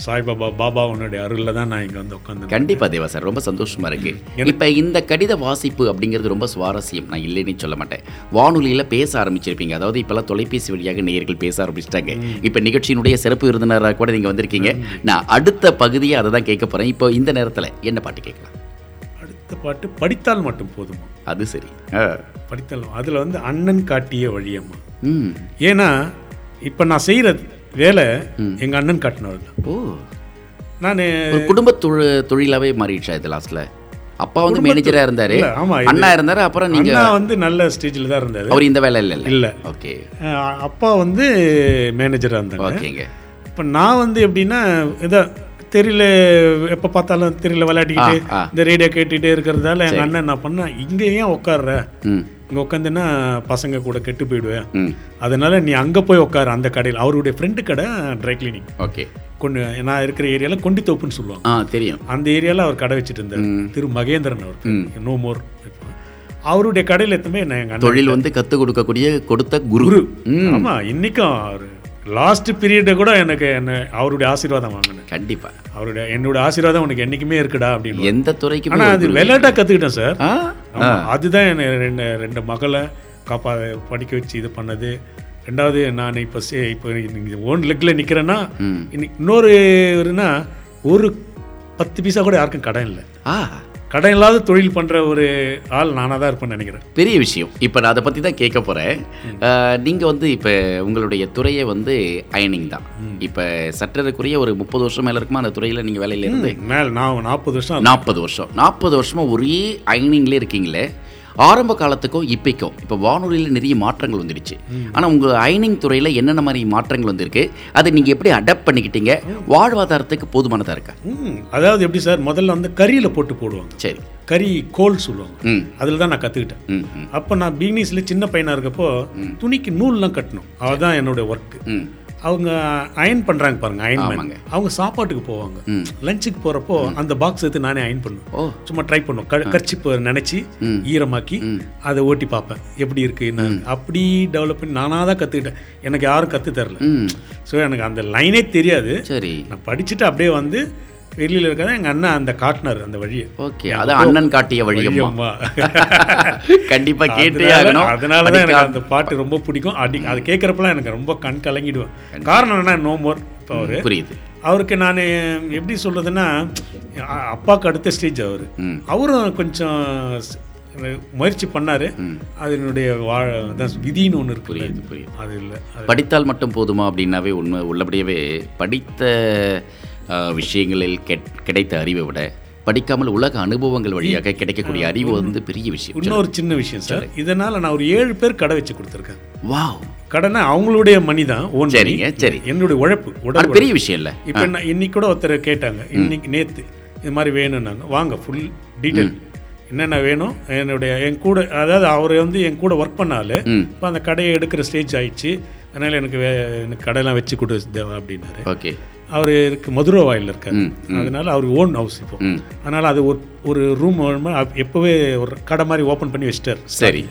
Speaker 4: சாய்பாபா பாபா உன்னுடைய அருள்ல தான் நான் இங்க வந்து உட்காந்து
Speaker 3: கண்டிப்பா தேவா சார் ரொம்ப சந்தோஷமா இருக்கு இப்ப இந்த கடித வாசிப்பு அப்படிங்கிறது ரொம்ப சுவாரஸ்யம் நான் இல்லைன்னு சொல்ல மாட்டேன் வானொலியில பேச ஆரம்பிச்சிருப்பீங்க அதாவது இப்பெல்லாம் தொலைபேசி வழியாக நேயர்கள் பேச ஆரம்பிச்சிட்டாங்க இப்ப நிகழ்ச்சியினுடைய சிறப்பு விருந்தினராக கூட நீங்க வந்திருக்கீங்க நான் அடுத்த பகுதியை அதை தான் கேட்க போறேன் இப்போ இந்த நேரத்துல என்ன பாட்டு கேட்கலாம்
Speaker 4: அடுத்த பாட்டு படித்தால் மட்டும் போதுமா
Speaker 3: அது சரி ஆ.
Speaker 4: படித்தால் அதுல வந்து அண்ணன் காட்டிய வழியம்மா
Speaker 3: ம்
Speaker 4: ஏன்னா இப்ப நான் செய்யற வேலை எங்க அண்ணன் காட்டினவர் தான்
Speaker 3: ஓ
Speaker 4: நான்
Speaker 3: ஒரு குடும்ப தொழில் தொழிலாவே மாறிடுச்சா இது லாஸ்ட்ல அப்பா வந்து மேனேஜரா இருந்தாரு
Speaker 4: இல்ல, ஆமா, இது-
Speaker 3: அண்ணா இருந்தாரு அப்புறம் நீங்க
Speaker 4: அண்ணா வந்து நல்ல ஸ்டேஜ்ல தான் இருந்தாரு
Speaker 3: அவர் இந்த வேலை இல்ல
Speaker 4: இல்ல
Speaker 3: ஓகே
Speaker 4: அஹ் அப்பா வந்து மேனேஜரா இருந்தாங்க
Speaker 3: ஓகேங்க
Speaker 4: இப்போ நான் வந்து எப்படின்னா ஏதோ தெரியல எப்போ பார்த்தாலும் தெரியல விளையாடிக்கிட்டு
Speaker 3: ஆ, ஆ.
Speaker 4: இந்த ரேடியோ கேட்டுகிட்டே இருக்கிறதால எங்கள் அண்ணன் நான் பண்ணேன் இங்கே ஏன் உட்கார்ற
Speaker 3: ம்
Speaker 4: இங்கே உட்காந்துன்னா பசங்க கூட கெட்டு போயிடுவேன்
Speaker 3: ம்
Speaker 4: அதனால நீ அங்கே போய் உட்காரு அந்த கடையில் அவருடைய ஃப்ரெண்டு கடை ட்ரை கிளீனிங்
Speaker 3: ஓகே
Speaker 4: கொண்டு நான் இருக்கிற ஏரியாவில் கொண்டி தோப்புன்னு சொல்லுவாங்க
Speaker 3: ஆ தெரியும்
Speaker 4: அந்த ஏரியாவில் அவர் கடை வச்சுட்டு இருந்தார்
Speaker 3: ம்.
Speaker 4: திரு மகேந்திரன்
Speaker 3: ம்.
Speaker 4: அவர் நோ மோர் அவருடைய கடையில் எத்தமே நான் எங்கள் அண்ணன்
Speaker 3: தொழில் வந்து கற்றுக் கொடுக்கக்கூடிய கொடுத்த குரு
Speaker 4: குரு
Speaker 3: ம்
Speaker 4: ஆமா இன்னைக்கும் அவர் லாஸ்ட் பீரியடை கூட எனக்கு என்ன அவருடைய ஆசீர்வாதம் வாங்கினேன்
Speaker 3: கண்டிப்பா
Speaker 4: அவருடைய என்னோட ஆசீர்வாதம் உனக்கு என்னைக்குமே இருக்குடா அப்படின்னு
Speaker 3: எந்த துறைக்கு
Speaker 4: ஆனா அது விளையாட்டா கத்துக்கிட்டேன் சார்
Speaker 3: ஆ
Speaker 4: ஆமா, அதுதான் என்ன ரெண்டு ரெண்டு மகளை காப்பா படிக்க வச்சு இது பண்ணது ரெண்டாவது நான் இப்போ சே இப்போ ஓன் லெக்கில் நிற்கிறேன்னா
Speaker 3: ம்.
Speaker 4: இன்னொரு ஒருனா ஒரு பத்து பைசா கூட யாருக்கும் கடன் இல்லை
Speaker 3: ஆ
Speaker 4: கடன் இல்லாத தொழில் பண்ணுற ஒரு ஆள் நானாக தான் இருப்பேன்னு நினைக்கிறேன்
Speaker 3: பெரிய விஷயம் இப்போ நான் அதை பற்றி தான் கேட்க போகிறேன் நீங்கள் வந்து இப்போ உங்களுடைய துறையை வந்து அயனிங் தான் இப்போ சற்றதுக்குரிய ஒரு முப்பது வருஷம் மேலே இருக்குமா அந்த துறையில் நீங்கள் வேலையில இருந்து
Speaker 4: மேல் நான் நாற்பது வருஷம்
Speaker 3: நாற்பது வருஷம் நாற்பது வருஷமாக ஒரே அயனிங்லேயே இருக்கீங்களே ஆரம்ப காலத்துக்கும் இப்பைக்கும் இப்போ வானொலியில் நிறைய மாற்றங்கள் வந்துடுச்சு ஆனால் உங்கள் அயனிங் துறையில் என்னென்ன மாதிரி மாற்றங்கள் வந்திருக்கு அதை நீங்கள் எப்படி அடாப்ட் பண்ணிக்கிட்டீங்க வாழ்வாதாரத்துக்கு போதுமானதாக இருக்கா
Speaker 4: ம் அதாவது எப்படி சார் முதல்ல வந்து கறியில் போட்டு போடுவாங்க
Speaker 3: சரி
Speaker 4: கறி கோல் சொல்லுவாங்க
Speaker 3: ம்
Speaker 4: அதில் தான் நான் கற்றுக்கிட்டேன்
Speaker 3: ம் ம்
Speaker 4: அப்போ நான் பீனிஸில் சின்ன பையனாக இருக்கப்போ துணிக்கு நூல்லாம் கட்டணும் அதுதான் என்னோட ஒர்க்கு
Speaker 3: ம்
Speaker 4: அவங்க அயன் பண்ணுறாங்க பாருங்க அயன்
Speaker 3: ஆமாங்க.
Speaker 4: அவங்க சாப்பாட்டுக்கு போவாங்க
Speaker 3: ம்.
Speaker 4: லஞ்சுக்கு போகிறப்போ அந்த பாக்ஸ் எடுத்து நானே அயன் பண்ணுவேன்
Speaker 3: ஓ
Speaker 4: சும்மா ட்ரை பண்ணுவோம் க கர்ச்சிப்பு நினச்சி
Speaker 3: ம்.
Speaker 4: ஈரமாக்கி
Speaker 3: ம்.
Speaker 4: அதை ஓட்டி பார்ப்பேன் எப்படி இருக்குது என்ன இருக்கு. அப்படி டெவலப் பண்ணி நானாக தான் கற்றுக்கிட்டேன் எனக்கு யாரும் கற்றுத் தரல
Speaker 3: ம்
Speaker 4: ஸோ எனக்கு அந்த லைனே தெரியாது
Speaker 3: சரி
Speaker 4: நான் படிச்சுட்டு அப்படியே வந்து வெளியில் இருக்கிறத எங்கள் அண்ணன் அந்த காட்டினார் அந்த வழியை
Speaker 3: ஓகே அது அண்ணன் காட்டிய வழியம்மா
Speaker 4: வழியம்மா.
Speaker 3: கண்டிப்பா கேட்டே
Speaker 4: அதனால
Speaker 3: ஆகணும்
Speaker 4: அதனால தான் எனக்கு
Speaker 3: படிக்காம-
Speaker 4: அந்த பாட்டு ரொம்ப பிடிக்கும் அடி அதை கேட்குறப்பெல்லாம் எனக்கு ரொம்ப கண் கலங்கிடுவேன் காரணம் என்ன நோ மோர் இப்போ அவரு
Speaker 3: புரியுது
Speaker 4: அவருக்கு நான் எப்படி சொல்றதுன்னா அ- அப்பாவுக்கு அடுத்த ஸ்டேஜ் அவர்
Speaker 3: ம்.
Speaker 4: அவரும் கொஞ்சம் ஸ்- முயற்சி பண்ணாரு
Speaker 3: ம்.
Speaker 4: அதனுடைய வா அதான் விதின்னு ஒன்று இருக்கு
Speaker 3: புரியுது புரியுது
Speaker 4: அது இல்லை அது
Speaker 3: படித்தால் மட்டும் போதுமா அப்படின்னாவே உண்மை உள்ளபடியவே படித்த அஹ், விஷயங்களில் கெட்- கிடைத்த அறிவை விட படிக்காமல் உலக அனுபவங்கள் வழியாக கிடைக்கக்கூடிய அறிவு வந்து பெரிய விஷயம்
Speaker 4: இன்னொரு சின்ன விஷயம் சார் இதனால நான் ஒரு ஏழு பேர் கடை வச்சு கொடுத்துருக்கேன்
Speaker 3: வாவ்
Speaker 4: கடனை அவங்களுடைய மணி தான் ஓன் மணி.
Speaker 3: சரிங்க, சரி.
Speaker 4: என்னுடைய உழைப்பு
Speaker 3: அது
Speaker 4: உடல்
Speaker 3: பெரிய விஷயம் இல்ல
Speaker 4: இப்போ என்ன இன்னைக்கு கூட ஒருத்தர் கேட்டாங்க இன்னைக்கு நேத்து இது மாதிரி வேணும்னாங்க வாங்க ஃபுல் டீட்டெயில் என்னென்ன வேணும் என்னுடைய என் கூட அதாவது அவர் வந்து என் கூட ஒர்க் பண்ணாலே
Speaker 3: ம்
Speaker 4: இப்போ அந்த கடையை எடுக்கிற ஸ்டேஜ் ஆயிடுச்சு அதனால எனக்கு வே எனக்கு கடையெல்லாம் வச்சு கொடு தேவா அப்படின்னாரு
Speaker 3: ஓகே
Speaker 4: அவர் இருக்கு மதுரை வாயில் இருக்காரு
Speaker 3: ம்,
Speaker 4: அதனால அவர் ஓன் ஹவுஸ் இப்போ
Speaker 3: ம்
Speaker 4: அதனால அது ஒரு ஒரு ரூம் எப்போவே ஒரு கடை மாதிரி ஓப்பன் பண்ணி வச்சிட்டார்
Speaker 3: சரி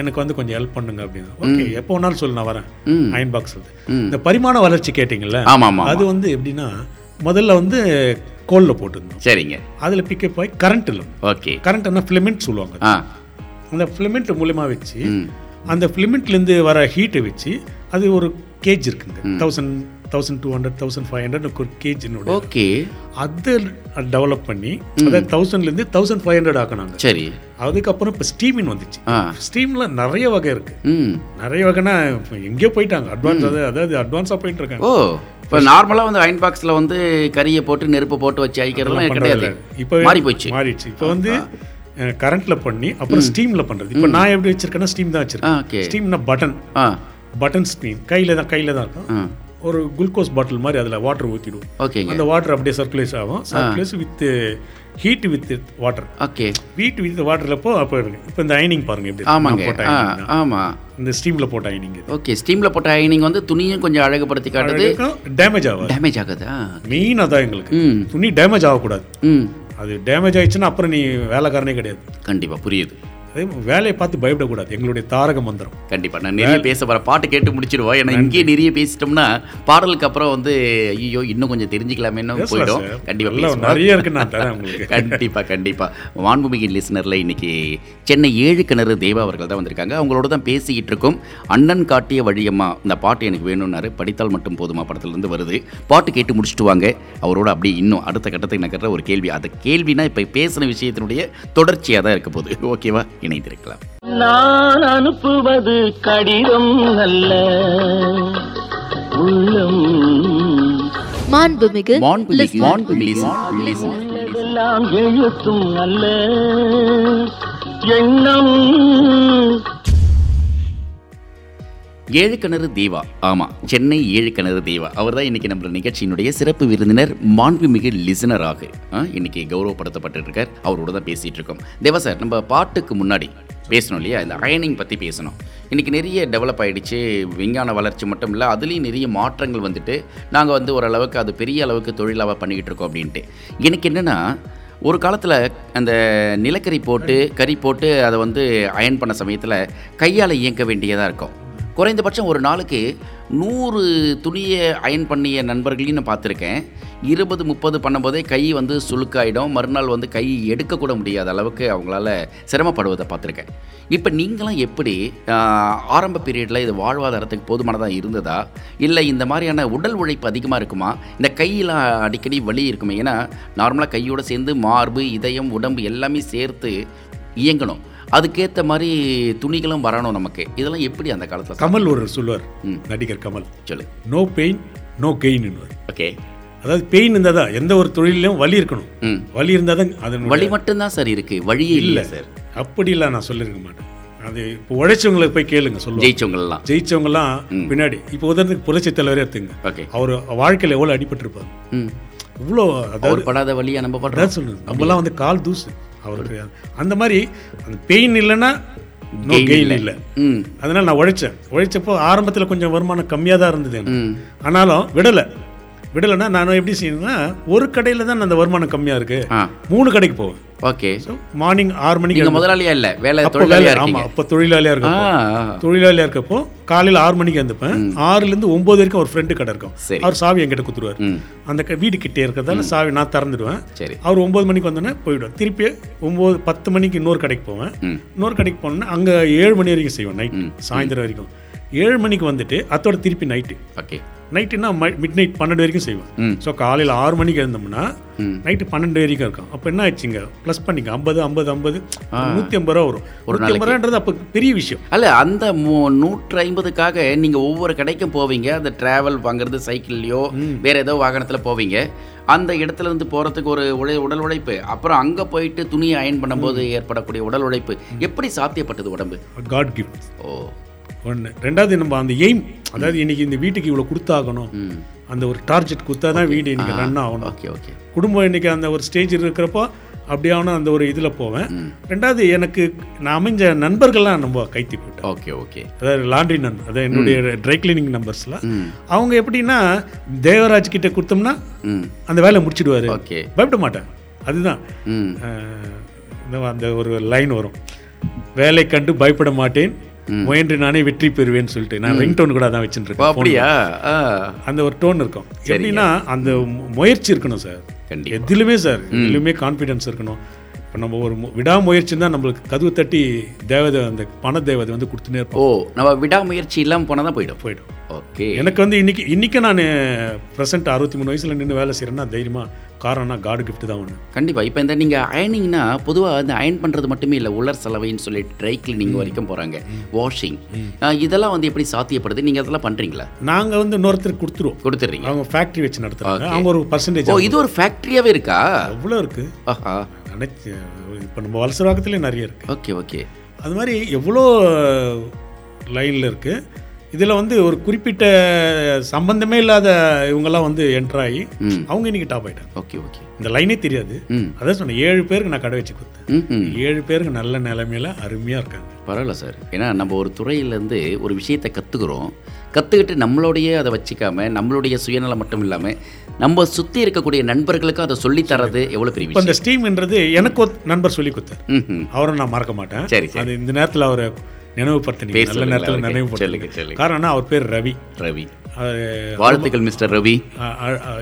Speaker 4: எனக்கு வந்து கொஞ்சம் ஹெல்ப் பண்ணுங்க அப்படின்னு ஓகே எப்போ வேணாலும் சொல்லு நான் வரேன்
Speaker 3: ம்
Speaker 4: அயன் பாக்ஸ் வந்து
Speaker 3: ம்
Speaker 4: இந்த பரிமாண வளர்ச்சி கேட்டிங்கல்ல
Speaker 3: ஆமா ஆமா
Speaker 4: அது வந்து எப்படின்னா முதல்ல வந்து கோலில் போட்டிருந்தோம்
Speaker 3: சரிங்க
Speaker 4: அதில் பிக்கப் ஆகி கரண்ட்டில்
Speaker 3: ஓகே
Speaker 4: கரண்ட் என்ன ஃபிலமெண்ட் சொல்லுவாங்க
Speaker 3: ஆ
Speaker 4: அந்த ஃபிலமெண்ட் மூலமா வச்சு
Speaker 3: ம்
Speaker 4: அந்த ஃபிலமெண்ட்லேருந்து வர ஹீட்டை வச்சு அது ஒரு கேஜ் இருக்குங்க thousand thousand two hundred thousand five hundred ஒரு கேஜினோட
Speaker 3: ஓகே
Speaker 4: அதை டெவலப் பண்ணி அதை தௌசண்ட்லேருந்து தௌசண்ட் ஃபைவ் ஹண்ட்ரட் ஆக்கினாங்க
Speaker 3: சரி
Speaker 4: அதுக்கப்புறம் இப்போ ஸ்டீமின் வந்துச்சு
Speaker 3: ஆ
Speaker 4: ஸ்டீமில் நிறைய வகை இருக்கு
Speaker 3: ம்
Speaker 4: நிறைய வகைனா இப்ப எங்கேயோ போயிட்டாங்க அட்வான்ஸ் அதாவது அட்வான்ஸாக போயிட்டு இருக்காங்க
Speaker 3: ஓ இப்போ நார்மலாக வந்து அயன் பாக்ஸில் வந்து கறியை போட்டு நெருப்பு போட்டு வச்சு அழிக்கிறதுலாம் கிடையாது
Speaker 4: இப்போ
Speaker 3: மாறி போச்சு
Speaker 4: மாறிடுச்சு இப்போ வந்து கரண்ட்ல பண்ணி அப்புறம் ஸ்டீம்ல பண்றது இப்போ நான் எப்படி வச்சிருக்கேன்னா ஸ்டீம் தான்
Speaker 3: ஆ
Speaker 4: வச்சிருக்கேன்
Speaker 3: ஓகே
Speaker 4: ஸ்டீம்னா பட்டன்
Speaker 3: ஆ
Speaker 4: பட்டன் ஸ்டீம் கையில தான் கையில தான் இருக்கும்
Speaker 3: ஆ
Speaker 4: ஒரு குளுக்கோஸ் பாட்டில் மாதிரி அதில் வாட்டர் ஊற்றிடுவோம்
Speaker 3: ஓகேங்க
Speaker 4: அந்த வாட்டர் அப்படியே சர்க்குலேட் ஆகும் circulates with heat with water
Speaker 3: okay
Speaker 4: heat with வாட்டரில் போ அப்போ இருக்கு இப்போ இந்த ஐனிங் பாருங்க எப்படி இருக்கு.
Speaker 3: ஆமாங்க
Speaker 4: நான் போட்ட
Speaker 3: ஆ
Speaker 4: ironing தான்.
Speaker 3: ஆமாம்
Speaker 4: இந்த ஸ்டீமில் போட்ட ஐனிங்
Speaker 3: ஓகே ஸ்டீமில் போட்ட அயனிங் வந்து துணியும் கொஞ்சம் அழகுபடுத்தி காட்டுது
Speaker 4: டேமேஜ் ஆகாது
Speaker 3: டேமேஜ் ஆகுது ஆ
Speaker 4: மெயின் அதான் எங்களுக்கு
Speaker 3: ம்
Speaker 4: துணி டேமேஜ் ஆகக்கூடாது
Speaker 3: ம்
Speaker 4: அது டேமேஜ் ஆயிடுச்சுன்னா அப்புறம் நீ வேலைக்காரனே கிடையாது
Speaker 3: கண்டிப்பாக புரியுது
Speaker 4: அதே மாதிரி வேலையை பார்த்து பயப்படக்கூடாது எங்களுடைய தாரக மந்திரம்
Speaker 3: கண்டிப்பாக நான் நிறைய பேச வர பாட்டு கேட்டு முடிச்சிடுவோம் ஏன்னா இங்கேயே நிறைய பேசிட்டோம்னா பாடலுக்கு அப்புறம் வந்து ஐயோ இன்னும் கொஞ்சம் தெரிஞ்சுக்கலாமேன்னு
Speaker 4: பேசலாம்
Speaker 3: போயிடும்
Speaker 4: சார்.
Speaker 3: கண்டிப்பாக
Speaker 4: எல்லாம் நிறைய இருக்கு நான் தரேன் உங்களுக்கு
Speaker 3: கண்டிப்பா கண்டிப்பா வான்பூமிகி லிசனர்ல இன்னைக்கு சென்னை ஏழு கிணறு தேவா அவர்கள் தான் வந்திருக்காங்க அவங்களோட தான் பேசிக்கிட்டு இருக்கோம் அண்ணன் காட்டிய வழியம்மா இந்த பாட்டு எனக்கு வேணும்னாரு படித்தால் மட்டும் போதுமா படத்துலேருந்து வருது பாட்டு கேட்டு முடிச்சுட்டு வாங்க அவரோட அப்படியே இன்னும் அடுத்த கட்டத்துக்கு நகர்ற ஒரு கேள்வி அந்த கேள்வினா இப்போ பேசின விஷயத்தினுடைய தொடர்ச்சியாக தான் இருக்க போகுது ஓகேவா இணைந்திருக்கலாம்
Speaker 1: நான் அனுப்புவது கடிதம் அல்ல உள்ளம்
Speaker 2: மாண்புமிகு
Speaker 3: வான்பூமி
Speaker 2: listener.
Speaker 3: வான்பூமி listener.
Speaker 1: எல்லாம் எழுத்தும் அல்ல எண்ணம்
Speaker 3: ஏழு கிணறு தேவா ஆமாம் சென்னை ஏழு கிணறு தேவா அவர் தான் இன்றைக்கி நம்ம நிகழ்ச்சியினுடைய சிறப்பு விருந்தினர் மாண்புமிகு லிசனராக இன்றைக்கி கௌரவப்படுத்தப்பட்டு இருக்கார் அவரோட தான் பேசிகிட்டு இருக்கோம் தேவா சார் நம்ம பாட்டுக்கு முன்னாடி பேசணும் இல்லையா இந்த அயனிங் பற்றி பேசணும் இன்றைக்கி நிறைய டெவலப் ஆயிடுச்சு விஞ்ஞான வளர்ச்சி மட்டும் இல்லை அதுலேயும் நிறைய மாற்றங்கள் வந்துட்டு நாங்கள் வந்து ஓரளவுக்கு அது பெரிய அளவுக்கு தொழிலாக பண்ணிக்கிட்டு இருக்கோம் அப்படின்ட்டு எனக்கு என்னென்னா ஒரு காலத்தில் அந்த நிலக்கரி போட்டு கறி போட்டு அதை வந்து அயன் பண்ண சமயத்தில் கையால் இயங்க வேண்டியதாக இருக்கும் குறைந்தபட்சம் ஒரு நாளுக்கு நூறு துணியை அயன் பண்ணிய நண்பர்களையும் நான் பார்த்துருக்கேன் இருபது முப்பது பண்ணும்போதே கை வந்து சுளுக்காயிடும் மறுநாள் வந்து கை எடுக்கக்கூட முடியாத அளவுக்கு அவங்களால சிரமப்படுவதை பார்த்துருக்கேன் இப்போ நீங்களாம் எப்படி ஆஹ், ஆரம்ப பீரியடில் இது வாழ்வாதாரத்துக்கு போதுமானதாக இருந்ததா இல்லை இந்த மாதிரியான உடல் உழைப்பு அதிகமாக இருக்குமா இந்த கையெல்லாம் அடிக்கடி வலி இருக்குமே ஏன்னா நார்மலாக கையோட சேர்ந்து மார்பு இதயம் உடம்பு எல்லாமே சேர்த்து இயங்கணும் அதுக்கேற்ற மாதிரி துணிகளும் வரணும் நமக்கு இதெல்லாம் எப்படி அந்த காலத்தில்
Speaker 4: கமல் ஒரு சொல்லுவார்
Speaker 3: ம்.
Speaker 4: நடிகர் கமல்
Speaker 3: சொல்லு
Speaker 4: நோ பெயின் நோ கெயின்னுவார்
Speaker 3: ஓகே
Speaker 4: அதாவது பெயின் இருந்தால் தான் எந்த ஒரு தொழிலையும் வலி இருக்கணும்
Speaker 3: ம்
Speaker 4: வலி இருந்தால் தான் அதன்
Speaker 3: வழி மட்டும்தான் சார் இருக்கு வழியே இல்லை சார்
Speaker 4: அப்படிலாம் நான் சொல்லியிருக்க மாட்டேன் அது இப்போ உழைச்சவங்களுக்கு போய் கேளுங்க சொல்லுவாங்க
Speaker 3: ஜெயிச்சவங்கலாம்
Speaker 4: ஜெயிச்சவங்கலாம்
Speaker 3: ம்.
Speaker 4: பின்னாடி இப்போ உதாரணத்துக்கு புரட்சி தலைவரே எடுத்துங்க
Speaker 3: ஓகே
Speaker 4: அவர் வாழ்க்கையில் எவ்வளோ அடிபட்டிருப்பாங்க
Speaker 3: ம்
Speaker 4: இவ்வளோ அதாவது
Speaker 3: அவர் படாத வழியா நம்ம படுறோம்
Speaker 4: அதான் சொல்லுங்க நம்மலாம் வந்து கால் தூசு அவருக்கு அந்த மாதிரி அந்த பெயின் இல்லைன்னா நோ
Speaker 3: Gain
Speaker 4: கெயின்
Speaker 3: இல்லை.
Speaker 4: இல்லை
Speaker 3: ம்
Speaker 4: அதனால நான் உழைச்சேன் உழைச்சப்போ ஆரம்பத்தில் கொஞ்சம் வருமானம் கம்மியாக தான் இருந்தது எனக்கு
Speaker 3: ம்
Speaker 4: ஆனாலும் விடலை விடலைன்னா நான் எப்படி செய்யணும்னா ஒரு கடையில் தான் அந்த வருமானம் கம்மியாக இருக்கு
Speaker 3: ஆ
Speaker 4: மூணு கடைக்கு போவேன்
Speaker 3: ஓகே
Speaker 4: ஸோ மார்னிங் ஆறு மணிக்கு
Speaker 3: நீங்க முதலாளியா இல்லை வேலை
Speaker 4: அப்போ வேலை
Speaker 3: தொழிலாளியா
Speaker 4: ஆமாம்
Speaker 3: இருக்கீங்க
Speaker 4: அப்போ தொழிலாளியாக
Speaker 3: ஆ
Speaker 4: இருக்கும்
Speaker 3: ஆ.
Speaker 4: தொழிலாளியாக இருக்கப்போ காலையில் ஆறு மணிக்கு வந்துப்பேன் ஆறுலேருந்து ஒம்பது வரைக்கும் ஒரு ஃப்ரெண்டு கடை இருக்கும்
Speaker 3: சரி.
Speaker 4: அவர் சாவி என்கிட்ட கொடுத்துருவார்
Speaker 3: ம்
Speaker 4: அந்த க- வீடு கிட்டே இருக்கிறதால சாவி நான் திறந்துடுவேன்
Speaker 3: சரி
Speaker 4: அவர் ஒம்பது மணிக்கு வந்தோடனே போயிடுவேன் திருப்பி ஒம்பது பத்து மணிக்கு இன்னொரு கடைக்கு போவேன்
Speaker 3: ம்
Speaker 4: இன்னொரு கடைக்கு போனோன்னா அங்கே ஏழு மணி வரைக்கும் செய்வேன் நைட்
Speaker 3: ம்.
Speaker 4: சாயந்தரம் வரைக்கும் ஏழு மணிக்கு வந்துட்டு அதோட திருப்பி நைட்டு
Speaker 3: ஓகே
Speaker 4: நைட்டுன்னா மிட் நைட் பன்னெண்டு வரைக்கும் செய்வேன்
Speaker 3: ம்
Speaker 4: ஸோ காலையில் ஆறு மணிக்கு இருந்தோம்னா
Speaker 3: ம்
Speaker 4: நைட்டு பன்னெண்டு வரைக்கும் இருக்கும் அப்போ என்ன ஆச்சுங்க ப்ளஸ் பண்ணிக்க ஐம்பது ஐம்பது ஐம்பது
Speaker 3: ஆ.
Speaker 4: நூற்றி ஐம்பது ரூபா வரும்
Speaker 3: ஒரு
Speaker 4: நூற்றி ஐம்பது ரூபான்றது அப்போ பெரிய விஷயம்
Speaker 3: அல்ல அந்த மூ- நூற்று ஐம்பதுக்காக நீங்கள் ஒவ்வொரு கடைக்கும் போவீங்க அந்த டிராவல் வாங்குறது சைக்கிள்லையோ வேற ஏதோ வாகனத்தில் போவீங்க அந்த இடத்துல இருந்து போகிறதுக்கு ஒரு உழை உடல் உழைப்பு அப்புறம் அங்கே போயிட்டு துணியை அயன் பண்ணும்போது ஏற்படக்கூடிய உடல் உழைப்பு எப்படி சாத்தியப்பட்டது உடம்பு
Speaker 4: காட் கிஃப்ட்
Speaker 3: ஓ
Speaker 4: ஒன்று ரெண்டாவது நம்ம அந்த எய்ம் அதாவது இன்னைக்கு இந்த வீட்டுக்கு இவ்வளோ கொடுத்தாகணும்
Speaker 3: ம்
Speaker 4: அந்த ஒரு டார்கெட் கொடுத்தா தான் வீடு இன்னைக்கு ரன் ஆகணும்
Speaker 3: ஓகே ஓகே
Speaker 4: குடும்பம் இன்னைக்கு அந்த ஒரு ஸ்டேஜ் இருக்கிறப்போ அப்படியான அந்த ஒரு இதில் போவேன்
Speaker 3: ம்
Speaker 4: ரெண்டாவது எனக்கு நான் அமைஞ்ச நண்பர்கள்லாம் நம்ம கைத்தி போட்டோம்
Speaker 3: ஓகே ஓகே
Speaker 4: அதாவது லாண்ட்ரி நன் அதாவது என்னுடைய ட்ரை கிளீனிங் நம்பர்ஸ்லாம்
Speaker 3: ம்
Speaker 4: அவங்க எப்படின்னா தேவராஜ் கிட்ட கொடுத்தோம்னா
Speaker 3: ம்
Speaker 4: அந்த வேலையை முடிச்சிடுவாரு
Speaker 3: ஓகே
Speaker 4: பயப்பட மாட்டேன் அதுதான்
Speaker 3: ம்
Speaker 4: அஹ், இந்த அந்த ஒரு லைன் வரும் வேலை கண்டு பயப்பட மாட்டேன் முயன்று நானே வெற்றி பெறுவேன்னு சொல்லிட்டு நான் ரிங் டோன் கூட தான் வச்சுட்டு
Speaker 3: ஓ,
Speaker 4: இருக்கேன்
Speaker 3: அப்படியா ஆ
Speaker 4: அந்த ஒரு டோன் இருக்கும் எப்படின்னா அந்த மு- முயற்சி இருக்கணும் சார்
Speaker 3: கண்டிப்பாக
Speaker 4: எதிலுமே சார் எதிலுமே கான்ஃபிடன்ஸ் இருக்கணும் இப்போ நம்ம ஒரு மு- விடாமுயற்சின்னு தான் நம்மளுக்கு கதவு தட்டி தேவதை அந்த பண தேவதை வந்து கொடுத்துனே இருப்போம்
Speaker 3: ஓ நம்ம விடாமுயற்சி இல்லாமல் போனால் தான் போயிடும்
Speaker 4: போயிடும்
Speaker 3: ஓகே
Speaker 4: எனக்கு வந்து இன்னைக்கு இன்னைக்கு நான் ப்ரெசென்ட் அறுபத்தி மூணு வயசுல நின்று வேலை செய்கிறேன்னா தைரியமா காரணம்னா காடு gift தான் ஒன்று
Speaker 3: கண்டிப்பா இப்போ இந்த நீங்க அயனிங்னா பொதுவா இந்த அயன் பண்றது மட்டுமே இல்லை உலர் சலவைன்னு சொல்லி ட்ரை கிளீனிங் வரைக்கும் போறாங்க வாஷிங் இதெல்லாம் வந்து எப்படி சாத்தியப்படுது நீங்க அதெல்லாம் பண்றீங்களா
Speaker 4: நாங்க வந்து இன்னொருத்தருக்கு கொடுத்துருவோம்
Speaker 3: கொடுத்துட்றீங்க
Speaker 4: அவங்க ஃபேக்ட்ரி வச்சு நடத்துறாங்க அவங்க ஒரு பர்சன்டேஜ்
Speaker 3: ஓ இது ஒரு ஃபேக்டரியாவே இருக்கா
Speaker 4: எவ்வளோ இருக்கு
Speaker 3: ஆஹா
Speaker 4: நினைச்சு இப்போ நம்ம வலசராக்கத்துலேயே நிறைய இருக்கு
Speaker 3: ஓகே ஓகே
Speaker 4: அது மாதிரி எவ்வளோ லைனில் இருக்கு இதில் வந்து ஒரு குறிப்பிட்ட சம்பந்தமே இல்லாத இவங்கெல்லாம் வந்து என்ட்ரு ஆகி
Speaker 3: ம்
Speaker 4: அவங்க இன்னைக்கு டாப் ஆயிட்டாங்க
Speaker 3: ஓகே ஓகே
Speaker 4: இந்த லைனே தெரியாது
Speaker 3: ம்
Speaker 4: அதான் சொன்னேன் ஏழு பேருக்கு நான் கடை வச்சு கொடுத்தேன்
Speaker 3: ம் ம்
Speaker 4: ஏழு பேருக்கு நல்ல நிலைமையில அருமையாக இருக்காங்க
Speaker 3: பரவாயில்ல சார் ஏன்னா நம்ம ஒரு துறையிலேருந்து ஒரு விஷயத்தை கற்றுக்குறோம் கற்றுக்கிட்டு நம்மளோடைய அதை வச்சுக்காம நம்மளுடைய சுயநலம் மட்டும் இல்லாமல் நம்ம சுற்றி இருக்கக்கூடிய நண்பர்களுக்கும் அதை சொல்லித் தர்றது எவ்வளோ பெரிய
Speaker 4: இப்போ
Speaker 3: விஷயம்
Speaker 4: இந்த ஸ்டீம்ன்றது எனக்கு ஒரு நண்பர் சொல்லி கொடுத்தார்
Speaker 3: ம் ம்
Speaker 4: அவரை நான் மறக்க மாட்டேன்
Speaker 3: சரி, சரி.
Speaker 4: அது இந்த நேரத்தில் அவரை நினைவுபடுத்தினீங்க
Speaker 3: பேர்
Speaker 4: நல்ல
Speaker 3: சொல்லுங்க
Speaker 4: நேரத்தில்
Speaker 3: அவருக்கு. சொல்லுங்க,
Speaker 4: நினைவுபடுத்தல
Speaker 3: சொல்லுங்க.
Speaker 4: காரணம்னா அவர் பேர் ரவி
Speaker 3: ரவி
Speaker 4: அவர்
Speaker 3: வாழ்த்துக்கள் மிஸ்டர் ரவி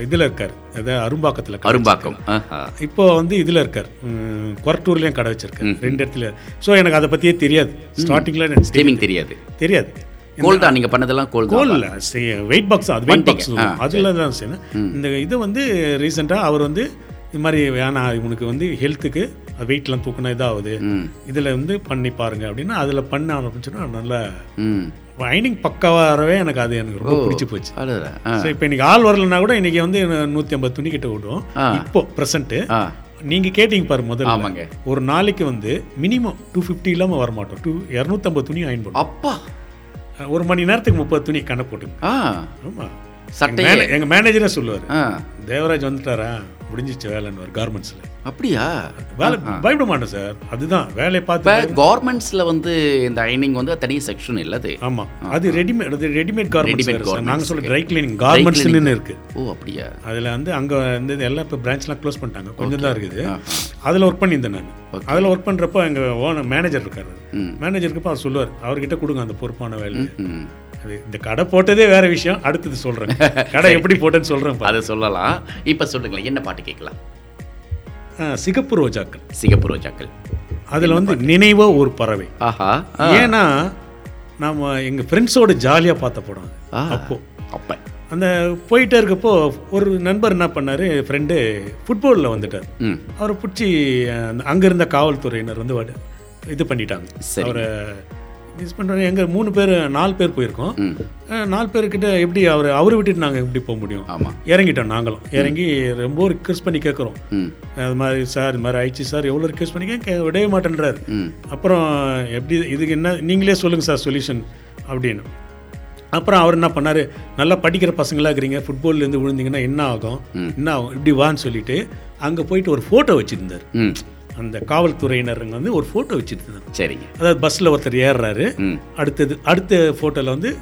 Speaker 4: இதில் இருக்கார் அதாவது அரும்பாக்கத்தில் கடை
Speaker 3: அரும்பாக்கம் ஆஹா.
Speaker 4: இப்போ வந்து இதில் இருக்கார் ம், கொரட்டூர்லேயும் கடை வச்சிருக்கார் ரெண்டு இடத்துல ஸோ எனக்கு அதை பற்றியே தெரியாது ஸ்டார்டிங்கில் எனக்கு தெரி-
Speaker 3: ஸ்ட்ரீமிங் தெரியாது
Speaker 4: தெரியாது
Speaker 3: கோல் தான் நீங்க பண்ணதெல்லாம் கோல் தான்
Speaker 4: கோல் வெயிட் பாக்ஸ் அது வெயிட் பாக்ஸ்
Speaker 3: ஆ,
Speaker 4: அதில் தான் செய்யணும் இந்த இது வந்து ரீசெண்டாக அவர் வந்து இது மாதிரி வேணாம் இவனுக்கு வந்து ஹெல்த்துக்கு வெயிட்லாம் தூக்கினா இதாகுது
Speaker 3: ம்
Speaker 4: இதில் வந்து பண்ணி பாருங்க அப்படின்னா அதில் பண்ண ஆரம்பிச்சோன்னா நல்லா
Speaker 3: ம்
Speaker 4: ஐனிங் பக்காவாகவே எனக்கு அது எனக்கு ரொம்ப பிடிச்சி போச்சு
Speaker 3: அடடா. ஆ,
Speaker 4: ஸோ இப்போ இன்னைக்கு ஆள் வரலன்னா கூட இன்னைக்கு வந்து நூற்றி ஐம்பது துணி கிட்ட விடுவோம்
Speaker 3: ஆ.
Speaker 4: இப்போ ப்ரெசென்ட்டு
Speaker 3: ஆ
Speaker 4: நீங்க கேட்டீங்க பாரு முதல்ல
Speaker 3: ஆமாங்க
Speaker 4: ஒரு நாளைக்கு வந்து மினிமம் டூ ஃபிஃப்டி இல்லாமல் வரமாட்டோம் டூ இரநூத்தம்பது துணி அயன் பண்ணுவோம்
Speaker 3: அப்பா
Speaker 4: ஒரு மணி நேரத்துக்கு முப்பது துணி கணக்கு போட்டுங்க
Speaker 3: ஆ
Speaker 4: ஆமா
Speaker 3: சட்டையே
Speaker 4: எங்க மேனேஜரே சொல்லுவார்
Speaker 3: ஆ
Speaker 4: தேவராஜ் வந்துட்டாரா முடிஞ்சிச்சு வேலைன்னு கார்மெண்ட்ஸில்
Speaker 3: அப்படியா
Speaker 4: வேலை பயப்பட மாட்டேன் சார் அதுதான் வேலையை
Speaker 3: இப்போ
Speaker 4: பார்த்து
Speaker 3: கவர்மெண்ட்ஸ்ல வந்து இந்த அயனிங் வந்து தனி செக்ஷன் இல்லது
Speaker 4: ஆமா அது ரெடிமேட் அது readymade
Speaker 3: Readymade
Speaker 4: garments sir
Speaker 3: garments,
Speaker 4: நாங்கள் சொல்ல
Speaker 3: okay.
Speaker 4: Dry cleaning
Speaker 3: Dry cleaning.
Speaker 4: கார்மெண்ட்ஸ்னு இருக்கு
Speaker 3: ஓ அப்படியா
Speaker 4: அதில் வந்து அங்கே வந்து இது எல்லாம் இப்போ பிரான்ச்லாம் க்ளோஸ் பண்ணிட்டாங்க கொஞ்சம் தான் இருக்குது அதில் ஒர்க் பண்ணியிருந்தேன் நான் அதில் ஒர்க் பண்ணுறப்போ எங்கள் ஓன மேனேஜர் இருக்காரு
Speaker 3: ம்.
Speaker 4: மேனேஜருக்கப்போ அவர் சொல்லுவார் அவர்கிட்ட கொடுங்க அந்த பொறுப்பான வேலை
Speaker 3: ம்
Speaker 4: அது இந்த கடை போட்டதே வேற விஷயம் அடுத்தது சொல்கிறேன் கடை எப்படி போட்டேன்னு சொல்கிறேன்
Speaker 3: அதை சொல்லலாம் இப்போ சொல்லுங்களேன் என்ன பாட்டு கேட்கலாம்
Speaker 4: சிகப்பு ரோஜாக்கள்
Speaker 3: சிகப்பு ரோஜாக்கள்
Speaker 4: அதில் வந்து நினைவோ ஒரு பறவை
Speaker 3: ஆஹா ஆ,
Speaker 4: ஏன்னா நாம எங்கள் ஃப்ரெண்ட்ஸோட ஜாலியாக பார்த்த படம் அது.
Speaker 3: ஆ.
Speaker 4: அப்போ
Speaker 3: அப்ப
Speaker 4: அந்த போயிட்டே இருக்கப்போ ஒரு நண்பர் என்ன பண்ணார் ஃப்ரெண்டு ஃபுட்பாலில் வந்துட்டார்
Speaker 3: ம்
Speaker 4: அவரை பிடிச்சி அங்கே இருந்த காவல்துறையினர் வந்து வட- இது பண்ணிட்டாங்க
Speaker 3: சரி.
Speaker 4: அவரை மிஸ் பண்ணுறாங்க எங்கள் மூணு பேர் நாலு பேர் போயிருக்கோம்
Speaker 3: ம்
Speaker 4: அஹ், நாலு பேர்கிட்ட எப்படி அவர் அவரை விட்டுட்டு நாங்கள் எப்படி போக முடியும்
Speaker 3: ஆமா
Speaker 4: இறங்கிட்டோம் நாங்களும் இறங்கி ரொம்ப ரிக்வெஸ்ட் பண்ணி கேட்குறோம்
Speaker 3: ம்
Speaker 4: அது மாதிரி சார் இது மாதிரி ஆயிடுச்சு சார் எவ்வளோ ரிக்வெஸ்ட் பண்ணிக்க விடவே மாட்டேன்றாரு
Speaker 3: ம்
Speaker 4: அப்புறம் எப்படி இதுக்கு என்ன நீங்களே சொல்லுங்கள் சார் சொல்யூஷன் அப்படின்னு அப்புறம் அவர் என்ன பண்ணார் நல்லா படிக்கிற பசங்களா இருக்கிறீங்க ஃபுட்பால்லேருந்து விழுந்தீங்கன்னா என்ன ஆகும்
Speaker 3: ம்.
Speaker 4: என்ன ஆகும் இப்படி வான்னு சொல்லிட்டு அங்கே போயிட்டு ஒரு ஃபோட்டோ வச்சுருந்தார்
Speaker 3: ம்
Speaker 4: அந்த காவல்துறையினருங்க வந்து ஒரு ஃபோட்டோ வச்சுருந்தார்
Speaker 3: சரிங்க
Speaker 4: அதாவது பஸ்ஸில் ஒருத்தர் ஏறுறாரு
Speaker 3: ம்
Speaker 4: அடுத்தது அடுத்த ஃபோட்டோவில் வந்து